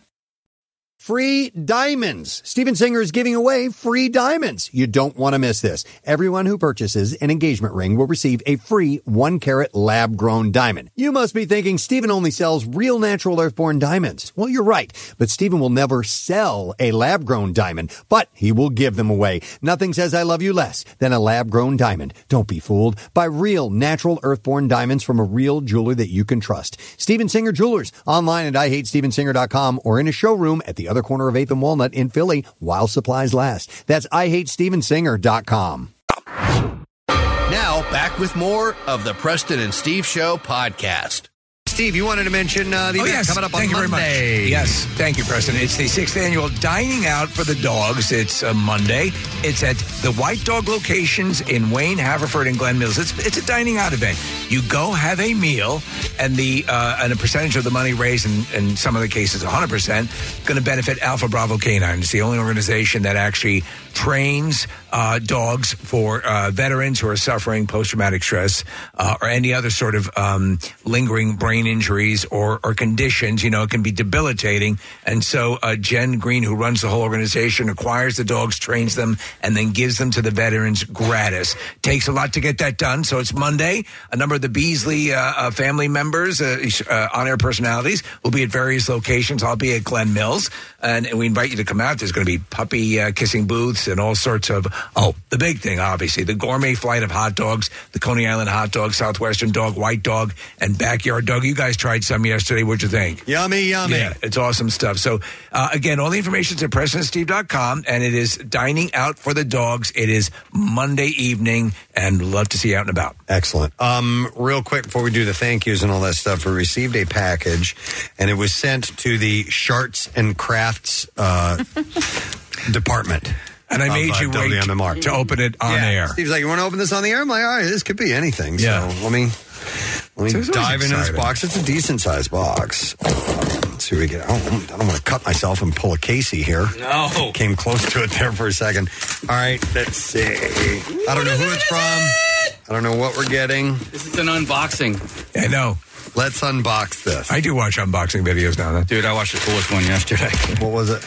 Free diamonds. Steven Singer is giving away free diamonds. You don't want to miss this. Everyone who purchases an engagement ring will receive a free one carat lab grown diamond. You must be thinking Steven only sells real natural earthborn diamonds. Well, you're right, but Steven will never sell a lab grown diamond, but he will give them away. Nothing says I love you less than a lab grown diamond. Don't be fooled by real natural earthborn diamonds from a real jeweler that you can trust. Steven Singer Jewelers online at IHateStevenSinger.com or in a showroom at the other corner of 8th and Walnut in Philly while supplies last. That's IHateStevenSinger.com. Now, back with more of the Preston and Steve Show podcast. Steve, you wanted to mention uh, the oh, event yes. coming up on Thank you Monday. Very much. Yes. Thank you, Preston. It's the sixth annual Dining Out for the Dogs. It's a Monday. It's at the White Dog locations in Wayne, Haverford, and Glen Mills. It's, it's a dining out event. You go have a meal, and the uh, and a percentage of the money raised, in, in some of the cases 100%, going to benefit Alpha Bravo Canine. It's the only organization that actually trains uh, dogs for uh, veterans who are suffering post traumatic stress uh, or any other sort of um, lingering brain injuries or, or conditions. You know, it can be debilitating. And so uh, Jen Green, who runs the whole organization, acquires the dogs, trains them, and then gives them to the veterans gratis. Takes a lot to get that done. So it's Monday. A number of the Beasley uh, uh, family members, uh, uh, on air personalities, will be at various locations. I'll be at Glen Mills. And we invite you to come out. There's going to be puppy uh, kissing booths and all sorts of, oh, the big thing, obviously, the gourmet flight of hot dogs, the Coney Island hot dog, Southwestern dog, white dog, and backyard dog. You guys tried some yesterday. What'd you think? Yummy, yummy. Yeah, it's awesome stuff. So, uh, again, all the information's at PresidentSteve.com, and it is dining out for the dogs. It is Monday evening, and love to see you out and about. Excellent. Um, real quick before we do the thank yous and all that stuff, we received a package, and it was sent to the Sharts and Crafts uh, department. And I of, made uh, you wait WMMR. to open it on Yeah. air. Steve's like, "You want to open this on the air?" I'm like, "All right, this could be anything." So let me let So me it's always dive into this exciting. box. It's a decent sized box. Let's see what we get. I don't, I don't want to cut myself and pull a Casey here. No. Came close to it there for a second. All right, let's see. I don't know who it's from. I don't know what we're getting. This is an unboxing. I know. Let's unbox this. I do watch unboxing videos now. Though. Dude, I watched the coolest one yesterday. What was it?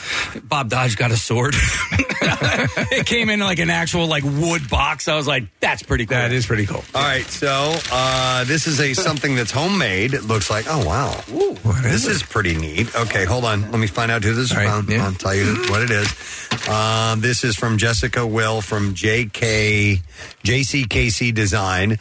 Bob Dodge got a sword. it came in like an actual like wood box. I was like, that's pretty cool. That is pretty cool. All right, so uh, this is a something that's homemade. It looks like. Oh wow, this is pretty neat. Okay, hold on. Let me find out who this is from. I'll tell you what it is. Um, this is from Jessica Will from JK JCKC Design.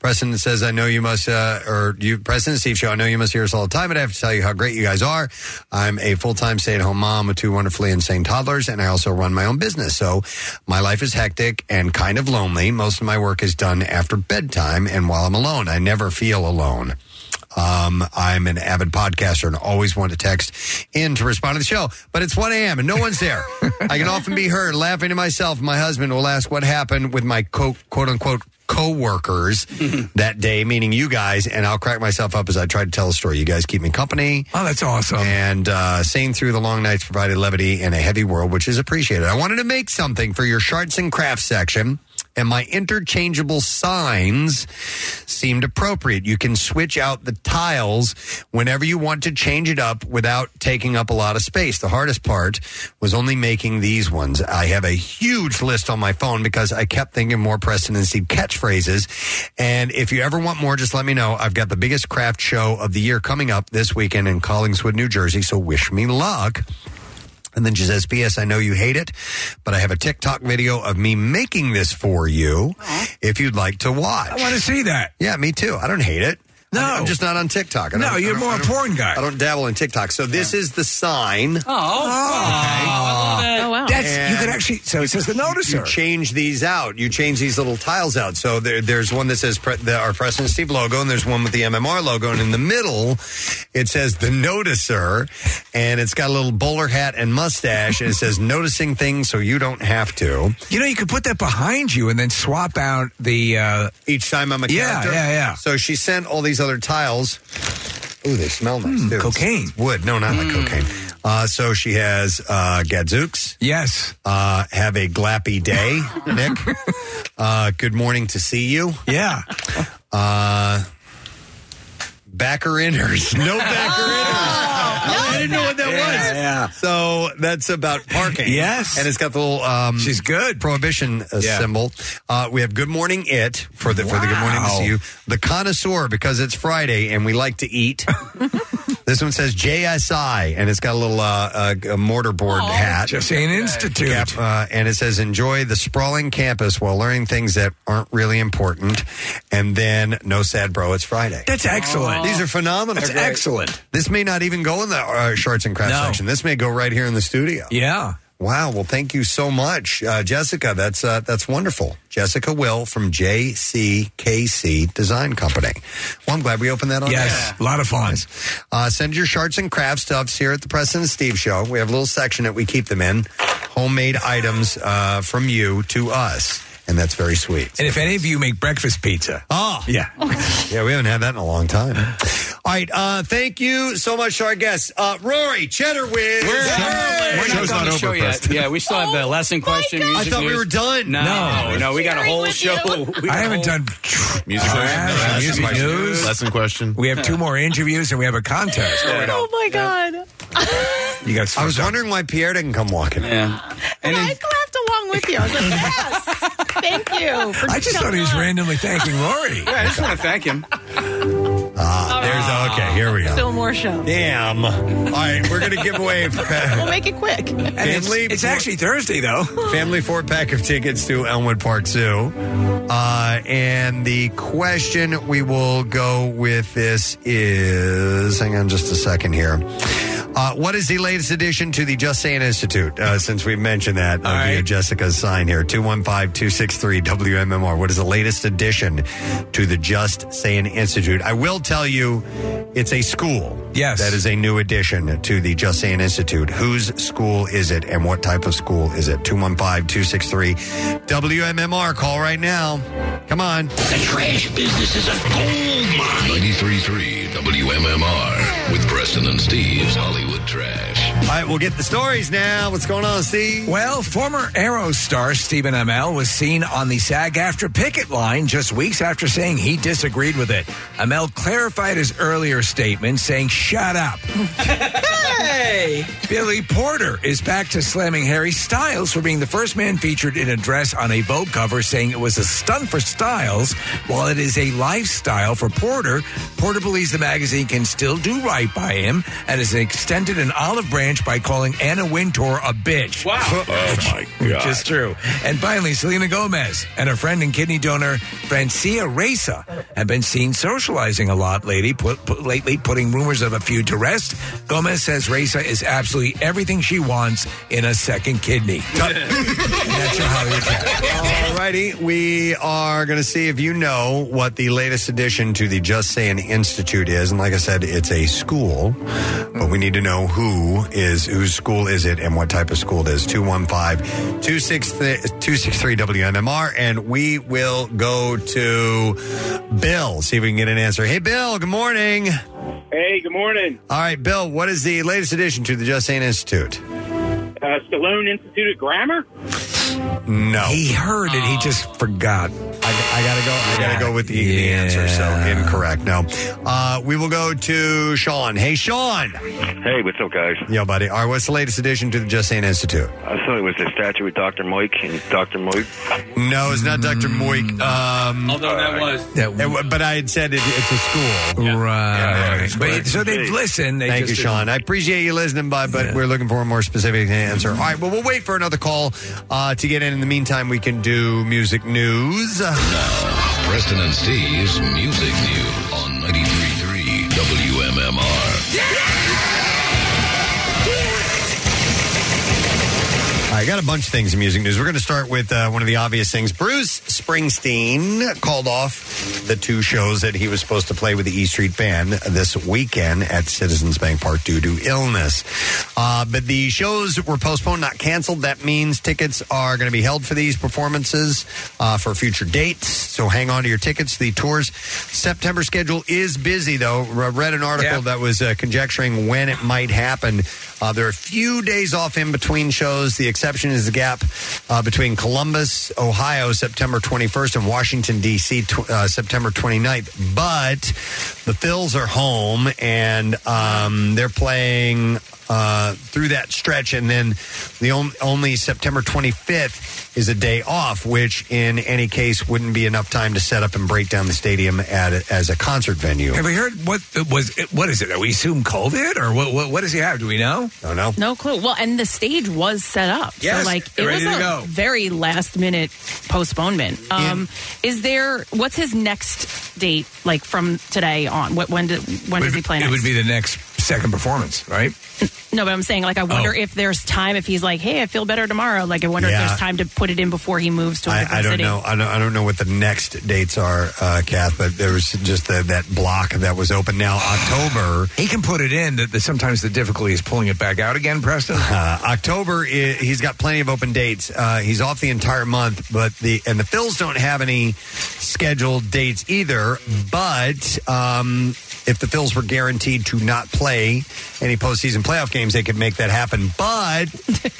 President says, "I know you must, uh, or you, President Steve Show. I know you must hear us all the time, but I have to tell you how great you guys are. I'm a full time stay at home mom with two wonderfully insane toddlers, and I also run my own business. So my life is hectic and kind of lonely. Most of my work is done after bedtime, and while I'm alone, I never feel alone." Um, I'm an avid podcaster and always want to text in to respond to the show, but it's 1 a.m. and no one's there. I can often be heard laughing to myself. My husband will ask what happened with my quote, quote unquote co-workers that day, meaning you guys, and I'll crack myself up as I try to tell a story. You guys keep me company. Oh, that's awesome. And uh, sane through the long nights provided levity in a heavy world, which is appreciated. I wanted to make something for your shards and crafts section. And my interchangeable signs seemed appropriate. You can switch out the tiles whenever you want to change it up without taking up a lot of space. The hardest part was only making these ones. I have a huge list on my phone because I kept thinking more Preston and Steve catchphrases. And if you ever want more, just let me know. I've got the biggest craft show of the year coming up this weekend in Collingswood, New Jersey. So wish me luck. And then she says, P.S. I know you hate it, but I have a TikTok video of me making this for you if you'd like to watch. I want to see that. Yeah, me too. I don't hate it. No, I'm just not on TikTok. I No, don't- you're I don't- more I a don't- porn guy. I don't dabble in TikTok. So this is the sign. Oh, Oh, wow. That's, you could actually. So it says the noticer. You change these out. You change these little tiles out. So there, there's one that says pre, the, our President Steve logo, and there's one with the MMR logo, and in the middle, it says the noticer, and it's got a little bowler hat and mustache, and it says noticing things so you don't have to. You know, you could put that behind you and then swap out the uh, each time I'm a yeah, character. Yeah, yeah, So she sent all these other tiles. Ooh, they smell nice. too. It's- Hmm, cocaine. Hmm. it's wood. No, not like cocaine. Uh, so she has uh, Gadzooks. Yes. Uh, have a glappy day, Nick. Uh, good morning to see you. Yeah. Uh, backer inners. No backer Oh, I didn't know what that was. Yeah. So that's about parking. Yes. And it's got the little um, She's good. prohibition uh, Yeah. symbol. Uh, we have good morning it for the for the good morning to see you. The connoisseur because it's Friday and we like to eat. this one says JSI and it's got a little uh, a, a mortar board hat. Just an institute. Yep, uh, and it says enjoy the sprawling campus while learning things that aren't really important. And then no sad bro, it's Friday. That's excellent. These are phenomenal. That's excellent. This may not even go in the uh, shorts and crafts No. section. This may go right here in the studio. Yeah. Wow. Well, thank you so much, uh, Jessica. That's uh, that's wonderful. Jessica Will from JCKC Design Company. Well, I'm glad we opened that on. Yes, a lot of fun. Uh, send your shards and craft stuffs here at the President Steve Show. We have a little section that we keep them in, homemade items uh, from you to us, and that's very sweet. And if any of you make breakfast pizza, oh yeah, yeah, we haven't had that in a long time. All right, uh, thank you so much to our guests, uh, Rory Cheddarwiz. We're, Hey! we're not done the show yet. Yeah, we still Oh have the lesson question. God. music I thought we news. were done. No, No. no, we got a whole show. We got I a haven't whole- done Music Uh, question. yeah, Lesson music question. news. Lesson question. We have two more interviews and we have a contest. Oh my God. You got. I was wondering why Pierre didn't come walking. Yeah. And I clapped along with you. I was like, yes, thank you. for I just thought he was coming randomly thanking Lori. Yeah, I just want to thank him. Ah, there's okay. Here we on. go. Still more show. Damn. All right, we're gonna give away. We'll make it quick. And it's, Family it's four- actually Thursday though. Family four pack of tickets to Elmwood Park Zoo. Uh, and the question we will go with this is hang on just a second here. Uh, what is the latest addition to the Just Saying Institute? Uh, since we mentioned that uh, via Jessica's sign here 215 263 WMMR. What is the latest addition to the Just Saying Institute? I will tell you, it's a school. Yes. That is a new addition to the Just Saying Institute. Whose school is it and what type of school is it? 215 263 WMMR. Call right now. Come on. The trash business is a gold mine. 93.3 WMMR with Preston and Steve's Hollywood Trash. All right, we'll get the stories now. What's going on, Steve? Well, former Arrow star Stephen Amell was seen on the SAG after picket line just weeks after saying he disagreed with it. Amell clarified his earlier statement, saying, Shut up. hey! Billy Porter is back to slamming Harry Styles for being the first man featured in a dress on a Vogue cover, saying it was a stunt for Styles, while it is a lifestyle for Porter. Porter believes the magazine can still do right by him and has extended an olive branch by calling Anna Wintour a bitch. Wow. Oh my Which is true. And finally, Selena Gomez and her friend and kidney donor Francia Reza have been seen socializing a lot lately, put, put- lately putting rumors of a feud to rest. Gomez says Reza is absolutely everything she wants in a second kidney. That's your Hollywood Trash. All righty, we are going to see if you know what the latest addition to the Just Saying Institute is. And like I said, it's a school, but we need to know who is whose school is it and what type of school it is. 215-263 WMMR, and we will go to Bill. See if we can get an answer. Hey, Bill. Good morning. Hey, good morning. All right, Bill. What is the latest addition to the Just Saying Institute? Uh, Stallone Institute of Grammar. No. He heard it. He just forgot. I, I gotta go. I gotta go with the, the answer. So incorrect. No. Uh, we will go to Sean. Hey, Sean. Hey, what's up, guys? Yo, buddy. All right. What's the latest addition to the Just Saying Institute? I saw it was a statue with Dr. Moik and Dr. Moik. No, it's not Dr. Moik. Um, Although that was. That w- but I had said it, it's a school. Right. it's But correct. so they've listened. They Thank you, just Sean. didn't- I appreciate you listening, bud, but we're looking for a more specific answer. All right, well, we'll wait for another call uh, to get in. In the meantime, we can do music news. Preston and Steve's Music News on 93.3 I got a bunch of things in music news. We're going to start with uh, one of the obvious things. Bruce Springsteen called off the two shows that he was supposed to play with the E Street Band this weekend at Citizens Bank Park due to illness. Uh, but the shows were postponed, not canceled. That means tickets are going to be held for these performances uh, for future dates. So hang on to your tickets. The tour's September schedule is busy, though. I read an article that was uh, conjecturing when it might happen. Uh, there are a few days off in between shows. The exception is the gap uh, between Columbus, Ohio, September 21st, and Washington, D.C., tw- uh, September 29th. But the Phils are home and um, they're playing. Uh, through that stretch, and then the on- only September 25th is a day off, which in any case wouldn't be enough time to set up and break down the stadium at a- as a concert venue. Have we heard what was it, what is it? Are we assume COVID or what, what? What does he have? Do we know? Don't know. No clue. Well, and the stage was set up. Yes, so like it ready was to go. a very last minute postponement. Um is there what's his next date like from today on? What when do, when does he play It next? would be the next second performance, right? no, but I'm saying like I wonder Oh. if there's time if he's like, "Hey, I feel better tomorrow." Like I wonder Yeah. if there's time to put it in before he moves to a different I, I don't city. know. I don't, I don't know what the next dates are, uh, Kath, but there was just the, that block that was open now, October. He can put it in. That the, sometimes the difficulty is pulling it back out again, Preston. Uh, October, i he's got plenty of open dates. Uh, he's off the entire month, but the and the Phils don't have any scheduled dates either. But um, if the Phils were guaranteed to not play any postseason playoff games, they could make that happen. But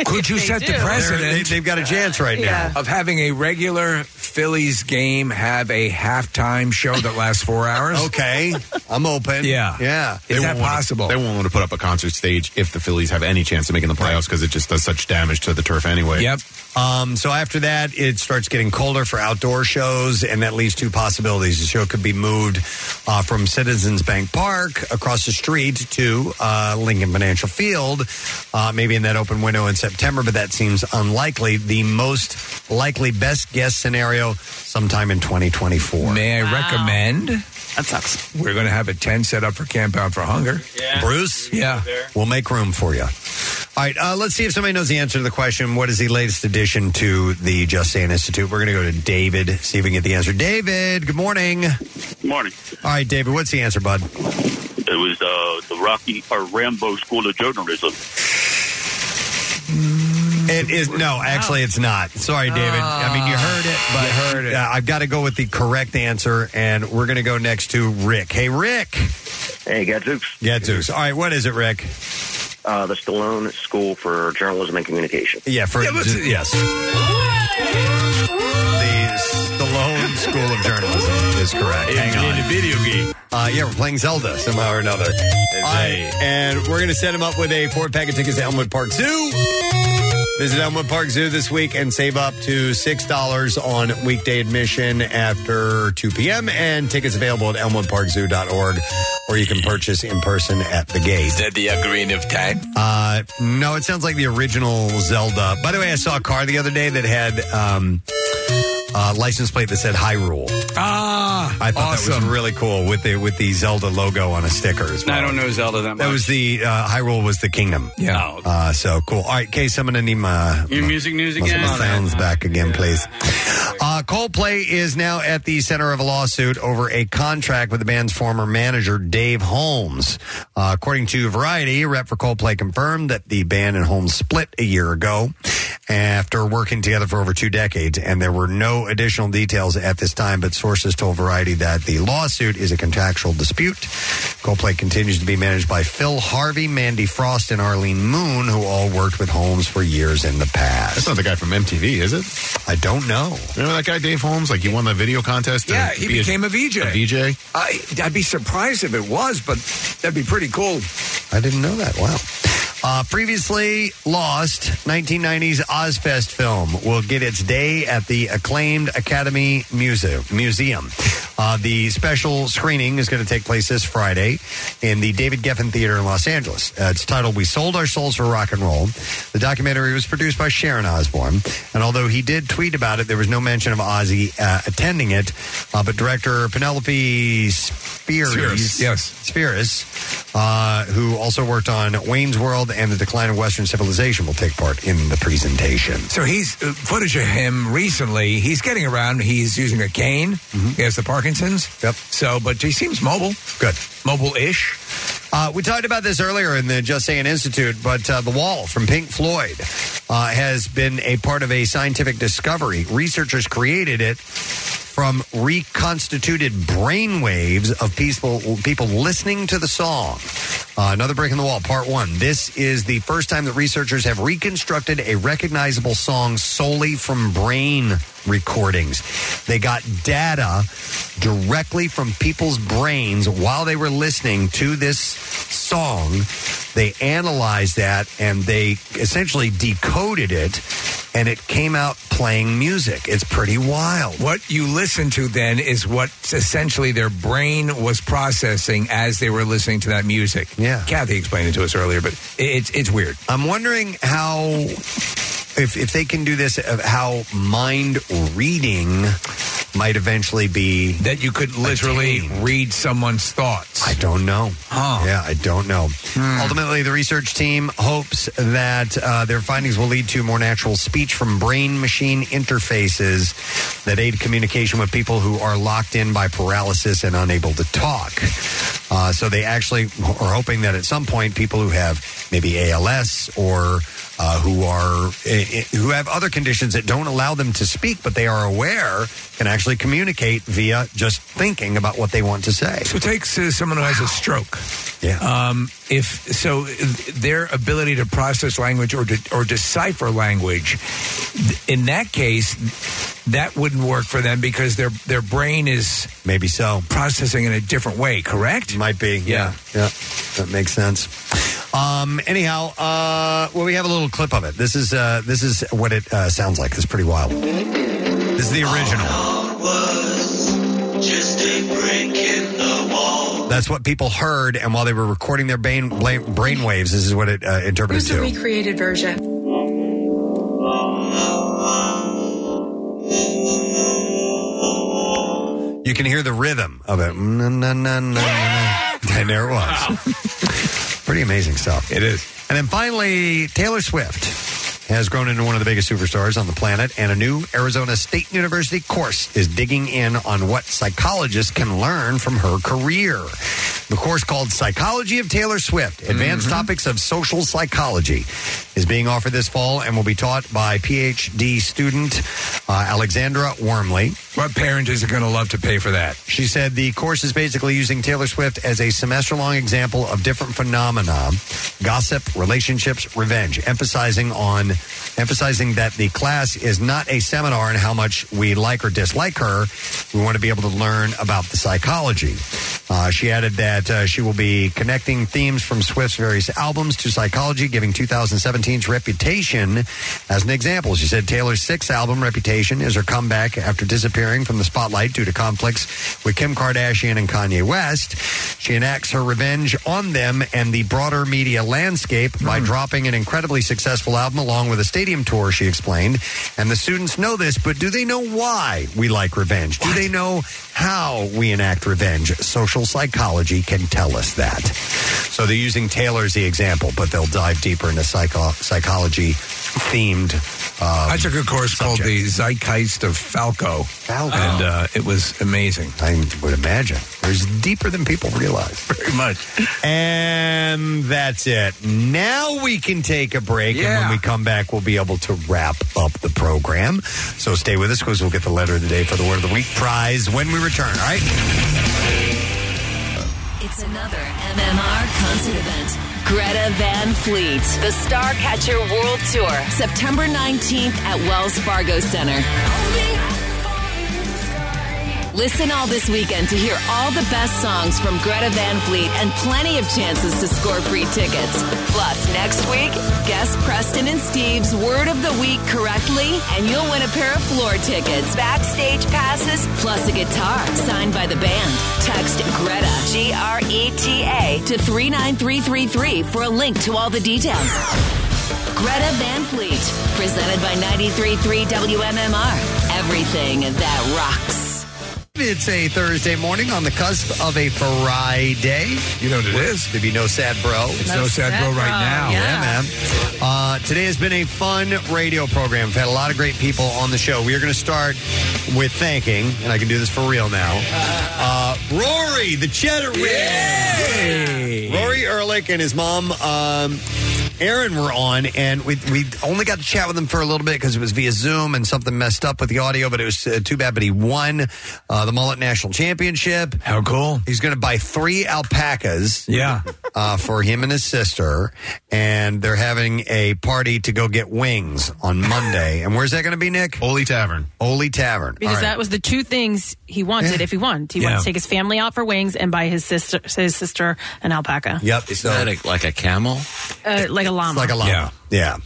could you set the precedent? They, have got a chance right now. of having a regular Phillies game have a halftime show that lasts four hours. okay, I'm open. Yeah, yeah. Is that won't wanna- possible? Uh, they won't want to put up a concert stage if the Phillies have any chance of making the playoffs because it just does such damage to the turf anyway. Yep. Um, so after that, it starts getting colder for outdoor shows, and that leaves two possibilities. The show could be moved uh, from Citizens Bank Park across the street to uh, Lincoln Financial Field, uh, maybe in that open window in September, but that seems unlikely. The most likely best guess scenario sometime in 2024. May I recommend? That sucks. We're going to have a tent set up for Camp Out for Hunger. Bruce? Yeah. We'll make room for you. All right, uh, let's see if somebody knows the answer to the question. What is the latest addition to the Just Saying Institute? We're going to go to David, see if we can get the answer. David, good morning. Morning. All right, David, what's the answer, bud? It was uh, the Rocky or Rambo School of Journalism. It is no, actually, it's not. Sorry, David. I mean, you heard it, but heard it. I've got to go with the correct answer, and we're going to go next to Rick. Hey, Rick. Hey, Gadzooks. Gadzooks. All right, what is it, Rick? Uh, the Stallone School for Journalism and Communication. Yeah, for yes. The Stallone School of Journalism is correct. Hang on. In a video game. Uh, yeah, we're playing Zelda somehow or another. All right, and we're going to set him up with a four pack of tickets to Elmwood Park Zoo. Visit Elmwood Park Zoo this week and save up to $6 on weekday admission after 2 p.m. And tickets available at elmwoodparkzoo.org or you can purchase in person at the gate. that the agreement of time? Uh, no, it sounds like the original Zelda. By the way, I saw a car the other day that had um, a license plate that said Hyrule. Ah, I thought that was really cool with the with the Zelda logo on a sticker as well. I don't know Zelda that much. That was the uh, Hyrule was the kingdom. Yeah. Uh, so cool. All right, Case, I'm gonna need my Your music news my- again? My sounds back again, please. Uh, Coldplay is now at the center of a lawsuit over a contract with the band's former manager, Dave Holmes. Uh, according to Variety, a rep for Coldplay confirmed that the band and Holmes split a year ago after working together for over two decades, and there were no additional details at this time, but sources told Variety that the lawsuit is a contractual dispute. Coldplay continues to be managed by Phil Harvey, Mandy Frost, and Arlene Moon, who all worked with Holmes for years in the past. That's not the guy from MTV, is it? I don't know. Remember that guy, Dave Holmes? Like, he won the video contest? to Yeah, he be became a VJ. A VJ? I, I'd be surprised if it was, but that'd be pretty cool. I didn't know that. Wow. Uh, previously lost 1990s Ozfest film will get its day at the acclaimed Academy Muse- Museum. Uh, the special screening is going to take place this Friday in the David Geffen Theater in Los Angeles. Uh, it's titled "We Sold Our Souls for Rock and Roll." The documentary was produced by Sharon Osbourne, and although he did tweet about it, there was no mention of Ozzy uh, attending it. Uh, but director Penelope Spears, Spheres, yes. Spheris, uh, who also worked on Wayne's World and the Decline of Western Civilization, will take part in the presentation. So he's uh, footage of him recently. He's getting around. He's using a cane. He has the Parkinson's. Yep. So, but he seems mobile. Mm-hmm. Good. Mobile ish. Uh, we talked about this earlier in the Just Saying Institute, but uh, the wall from Pink Floyd uh, has been a part of a scientific discovery. Researchers created it from reconstituted brain waves of peaceful people listening to the song. Uh, another break in the wall, part one. This is the first time that researchers have reconstructed a recognizable song solely from brain recordings. They got data directly from people's brains while they were listening to this song. They analyzed that and they essentially decoded it, and it came out playing music. It's pretty wild. What you listen to then is what essentially their brain was processing as they were listening to that music. Yeah. Kathy explained it to us earlier, but it- it's it's weird. I'm wondering how, if if they can do this, uh, how mind reading might eventually be that you could literally read someone's thoughts. I don't know. Yeah, I don't know. Ultimately, the research team hopes that uh, their findings will lead to more natural speech from brain machine interfaces that aid communication with people who are locked in by paralysis and unable to talk. Uh, so they actually are hoping that at some point, people who have maybe ALS or uh, who are eh, eh, who have other conditions that don't allow them to speak, but they are aware can actually communicate via just thinking about what they want to say. So it takes uh, someone who has a stroke. Yeah. Um, if so, th- their ability to process language or de- or decipher language, th- in that case, that wouldn't work for them because their their brain is maybe so processing in a different way. Correct? Might be. Yeah. Yeah, that makes sense. Um, anyhow, uh, well, we have a little clip of it. This is uh, this is what it uh, sounds like. It's pretty wild. This is the original. That's what people heard, and while they were recording their brain bla- brain waves, this is what it uh, interpreted Here's the to. recreated version. You can hear the rhythm of it. Mm, Na, na, na, na, na, na. And there it was. Pretty amazing stuff. It is. And then finally, Taylor Swift has grown into one of the biggest superstars on the planet, and a new Arizona State University course is digging in on what psychologists can learn from her career. The course called Psychology of Taylor Swift Advanced Mm-hmm. Topics of Social Psychology is being offered this fall and will be taught by PhD student uh, Alexandra Wormley. What parent is going to love to pay for that? She said the course is basically using Taylor Swift as a semester long example of different phenomena gossip, relationships, revenge, emphasizing on emphasizing that the class is not a seminar on how much we like or dislike her. We want to be able to learn about the psychology. Uh, she added that uh, she will be connecting themes from Swift's various albums to psychology, giving 2017's Reputation as an example. She said Taylor's sixth album, Reputation, is her comeback after disappearing from the spotlight due to conflicts with Kim Kardashian and Kanye West. She enacts her revenge on them and the broader media landscape by dropping an incredibly successful album along with a stadium tour, she explained. And the students know this, but do they know why we like revenge? Do they know how we enact revenge? Social psychology can tell us that. So they're using Taylor as the example, but they'll dive deeper into psycho- psychology themed. Um, I took a course called the Zeitgeist of Falco. Falco. And uh, it was amazing. I would imagine. There's deeper than people realize. Very much. And that's it. Now we can take a break. And when we come back, we'll be able to wrap up the program. So stay with us because we'll get the letter of the day for the word of the week prize when we return. All right. It's another MMR concert event. Greta Van Fleet, the Starcatcher World Tour, September 19th at Wells Fargo Center. Listen all this weekend to hear all the best songs from Greta Van Fleet and plenty of chances to score free tickets. Plus, next week, guess Preston and Steve's word of the week correctly, and you'll win a pair of floor tickets, backstage passes, plus a guitar signed by the band. Text Greta, G R E T A, to 39333 for a link to all the details. Greta Van Fleet, presented by 933 WMMR. Everything that rocks. It's a Thursday morning on the cusp of a Friday. You know what it is. There'd be no sad bro. There's no No sad sad bro right bro, Yeah, now. yeah. man. Uh, today has been a fun radio program. We've had a lot of great people on the show. We are going to start with thanking, and I can do this for real now. Uh, Rory, the cheddar Ring. Rory Ehrlich and his mom. Um, Aaron were on, and we we only got to chat with him for a little bit because it was via Zoom and something messed up with the audio, but it was uh, too bad. But he won uh, the Mullet National Championship. How cool! He's going to buy three alpacas. Yeah, uh, for him and his sister, and they're having a party to go get wings on Monday. and where's that going to be, Nick? Ole Tavern. Ole Tavern. Because All right. that was the two things he wanted if he won. He wanted Yeah. to take his family out for wings and buy his sister his sister an alpaca. Yep. Is that a, like a camel? Uh, like a llama. Yeah.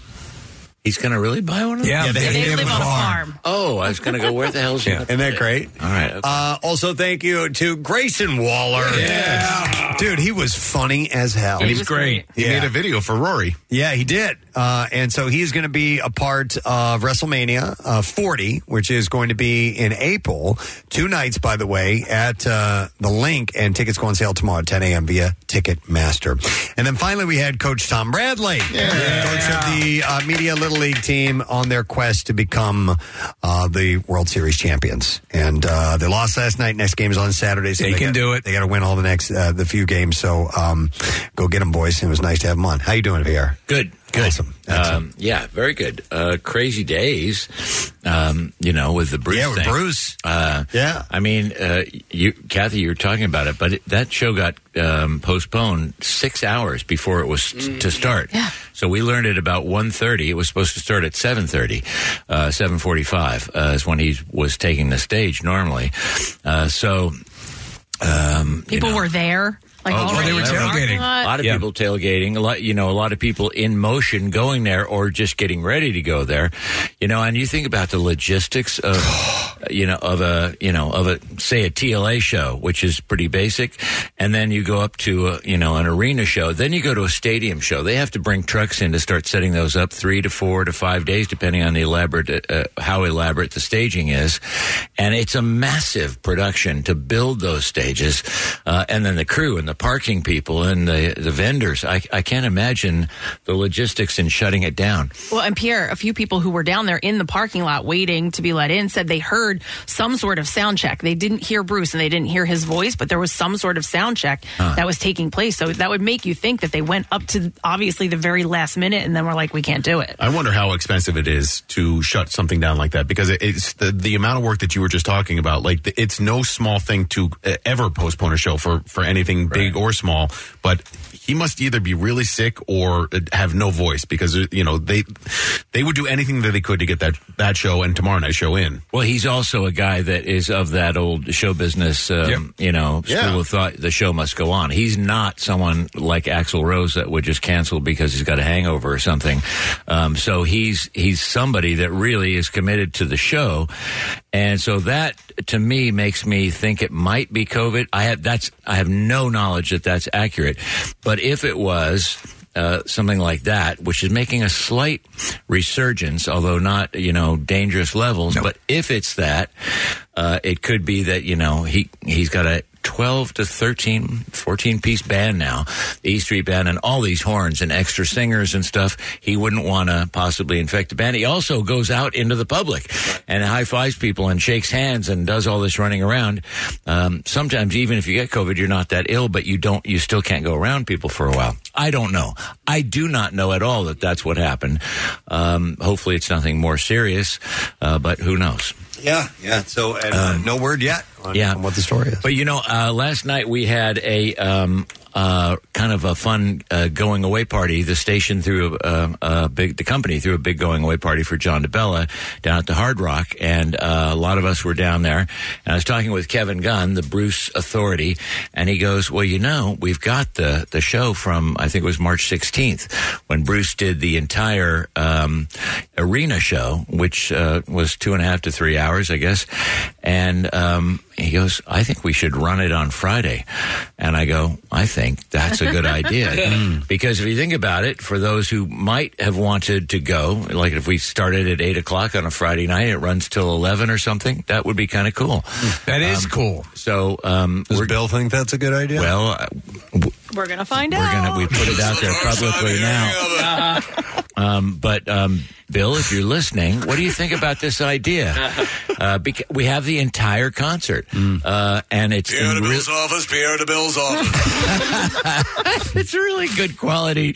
He's going to really buy one of them? Yeah, Yeah, they- they they live live on a on a farm. Oh, I was going to go, where the hell's he? Isn't that great? All right. okay. Uh, also, thank you to Grayson Waller. Yeah. Dude, he was funny as hell. And he was great. He made a video for Rory. Yeah, he did. Uh, and so he's going to be a part of WrestleMania uh, 40, which is going to be in April. Two nights, by the way, at uh, the link, and tickets go on sale tomorrow at 10 a.m. via Ticketmaster. And then finally, we had Coach Tom Bradley, coach of the uh, Media Little League team, on their quest to become uh, the World Series champions. And uh, they lost last night. Next game is on Saturday. So They can do it. They got to win all the next uh, the few games. So um, go get them, boys. It was nice to have them on. How you doing, VR? Good. Good. Awesome. Um, yeah, very good. Uh, crazy days, um, you know, with the Bruce. Yeah, with thing. Bruce. Uh, yeah. I mean, uh, you, Kathy, you were talking about it, but it, that show got um, postponed six hours before it was t- to start. Yeah. So we learned at about 1.30. It was supposed to start at 7.30, uh, 7.45 uh, is when he was taking the stage normally. Uh, so... Um, you People were there. Like Oh, well, already they were in the parking tailgating. lot. A lot of people tailgating. A lot, you know, a lot of people in motion going there or just getting ready to go there. You know, and you think about the logistics of, you know, of a, you know, of a say a TLA show, which is pretty basic, and then you go up to a, you know an arena show, then you go to a stadium show. They have to bring trucks in to start setting those up three to four to five days, depending on the elaborate uh, how elaborate the staging is, and it's a massive production to build those stages, uh, and then the crew and the parking people and the the vendors. I, I can't imagine the logistics in shutting it down. Well, and Pierre, a few people who were down there in the parking lot waiting to be let in said they heard some sort of sound check. They didn't hear Bruce and they didn't hear his voice, but there was some sort of sound check Huh. that was taking place. So that would make you think that they went up to obviously the very last minute and then were like, we can't do it. I wonder how expensive it is to shut something down like that because it, it's the, the amount of work that you were just talking about. Like the, it's no small thing to uh, ever postpone a show for for anything big or small. But he must either be really sick or uh, have no voice because uh, you know they they would do anything that they could to get that that show and tomorrow night's show in. Well, he's also a guy that is of that old show business, um, you know, school Yeah. of thought. The show must go on. He's not someone like Axl Rose that would just cancel because he's got a hangover or something. Um, so he's he's somebody that really is committed to the show, and so that to me makes me think it might be COVID. I have that's I have no knowledge that that's accurate, but if it was uh, something like that, which is making a slight resurgence, although not you know dangerous levels. But if it's that, uh, it could be that you know he he's got a. 12 to 13, 14 piece band now, the E Street Band, and all these horns and extra singers and stuff. He wouldn't want to possibly infect the band. He also goes out into the public and high fives people and shakes hands and does all this running around. Um, sometimes, even if you get COVID, you're not that ill, but you don't, you still can't go around people for a while. I don't know. I do not know at all that that's what happened. Um, hopefully, it's nothing more serious, uh, but who knows? Um, Yeah, yeah. So and, uh, no word yet on, yeah. on what the story is. But you know, uh, last night we had a um, uh, kind of a fun uh, going away party. The station threw a, a, a big, the company threw a big going away party for John DeBella down at the Hard Rock, and uh, a lot of us were down there. And I was talking with Kevin Gunn, the Bruce Authority, and he goes, "Well, you know, we've got the the show from I think it was March 16th when Bruce did the entire um, arena show, which uh, was two and a half to three hours, I guess." And um, he goes, "I think we should run it on Friday," and I go, "I think that's a good idea." Yeah. Because if you think about it, for those who might have wanted to go, like if we started at eight o'clock on a Friday night, it runs till eleven or something. That would be kind of cool. That is Um, cool. So, um, does Bill think that's a good idea? Well, uh, We're gonna find we're out. gonna we put it out there publicly now. Um, but um, Bill, if you're listening, what do you think about this idea? Uh, beca- we have the entire concert, Mm. uh, and it's in real- office, Pierre to Bill's office. it's really good quality,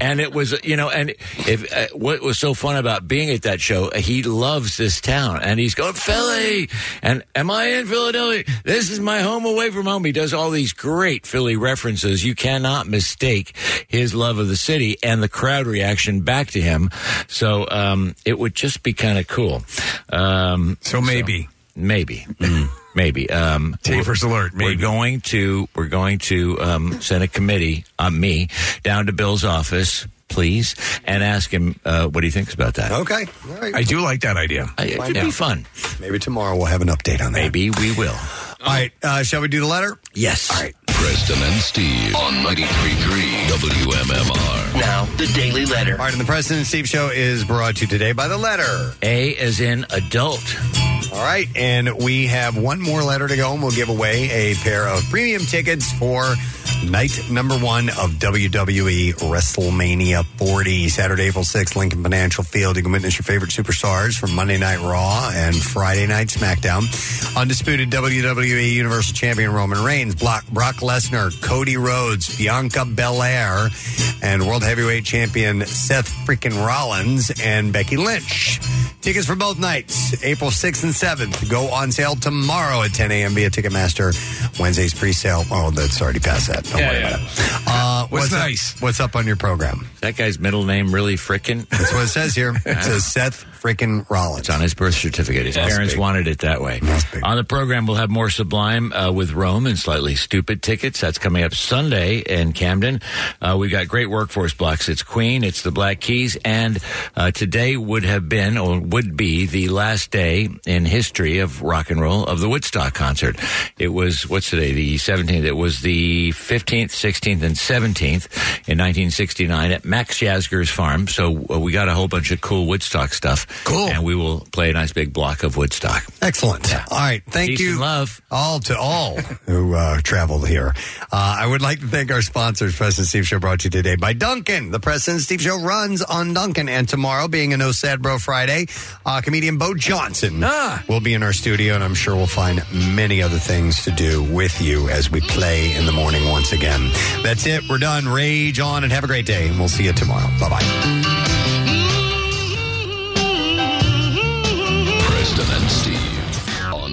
and it was you know, and if uh, what was so fun about being at that show, uh, he loves this town, and he's going Philly, and am I in Philadelphia? This is my home away from home. He does all these great Philly references. You cannot mistake his love of the city and the crowd reaction back to him. So um, it would just be kind of cool. Um, so maybe, maybe. Mm. Maybe. Um, Tapers alert. We're going to we're going to um, send a committee on me down to Bill's office, please, and ask him uh, what he thinks about that. Okay. All right. I do like that idea. I- it should be fun. Maybe tomorrow we'll have an update on that. Maybe we will. All right. Uh, shall we do the letter? Yes. All right. Preston and Steve on 93.3 WMMR. Now, the Daily Letter. All right, and the President and Steve Show is brought to you today by the letter A, as in adult. All right, and we have one more letter to go, and we'll give away a pair of premium tickets for night number one of WWE WrestleMania 40, Saturday, April 6th, Lincoln Financial Field. You can witness your favorite superstars from Monday Night Raw and Friday Night SmackDown. Undisputed WWE Universal Champion Roman Reigns, Brock, Brock Lesnar, Cody Rhodes, Bianca Belair, and World Heavyweight Champion Seth freaking Rollins and Becky Lynch. Tickets for both nights, April 6th and 7th, go on sale tomorrow at 10 a.m. via Ticketmaster. Wednesday's pre sale. Oh, that's already past that. Don't worry about it. Uh, what's nice? Up, what's up on your program? That guy's middle name really frickin'. That's what it says here. It says Seth frickin' Rollins. It's on his birth certificate. His That's parents big. wanted it that way. On the program, we'll have more Sublime uh, with Rome and Slightly Stupid tickets. That's coming up Sunday in Camden. Uh, we've got great workforce blocks. It's Queen, it's the Black Keys, and uh, today would have been or would be the last day in history of rock and roll of the Woodstock concert. It was, what's today, the 17th? It was the 15th, 16th, and 17th in 1969 at Max Jasger's farm. So uh, we got a whole bunch of cool Woodstock stuff. Cool. And we will play a nice big block of Woodstock. Excellent. All right. Thank Peace you. and love. All to all who uh, traveled here. Uh, I would like to thank our sponsors, President Steve Show brought to you today by Duncan. The President Steve Show runs on Duncan. And tomorrow, being a No Sad Bro Friday, uh, comedian Bo Johnson Ah. will be in our studio. And I'm sure we'll find many other things to do with you as we play in the morning once again. That's it. We're done. Rage on and have a great day. And we'll see you tomorrow. Bye bye. Preston and Steve on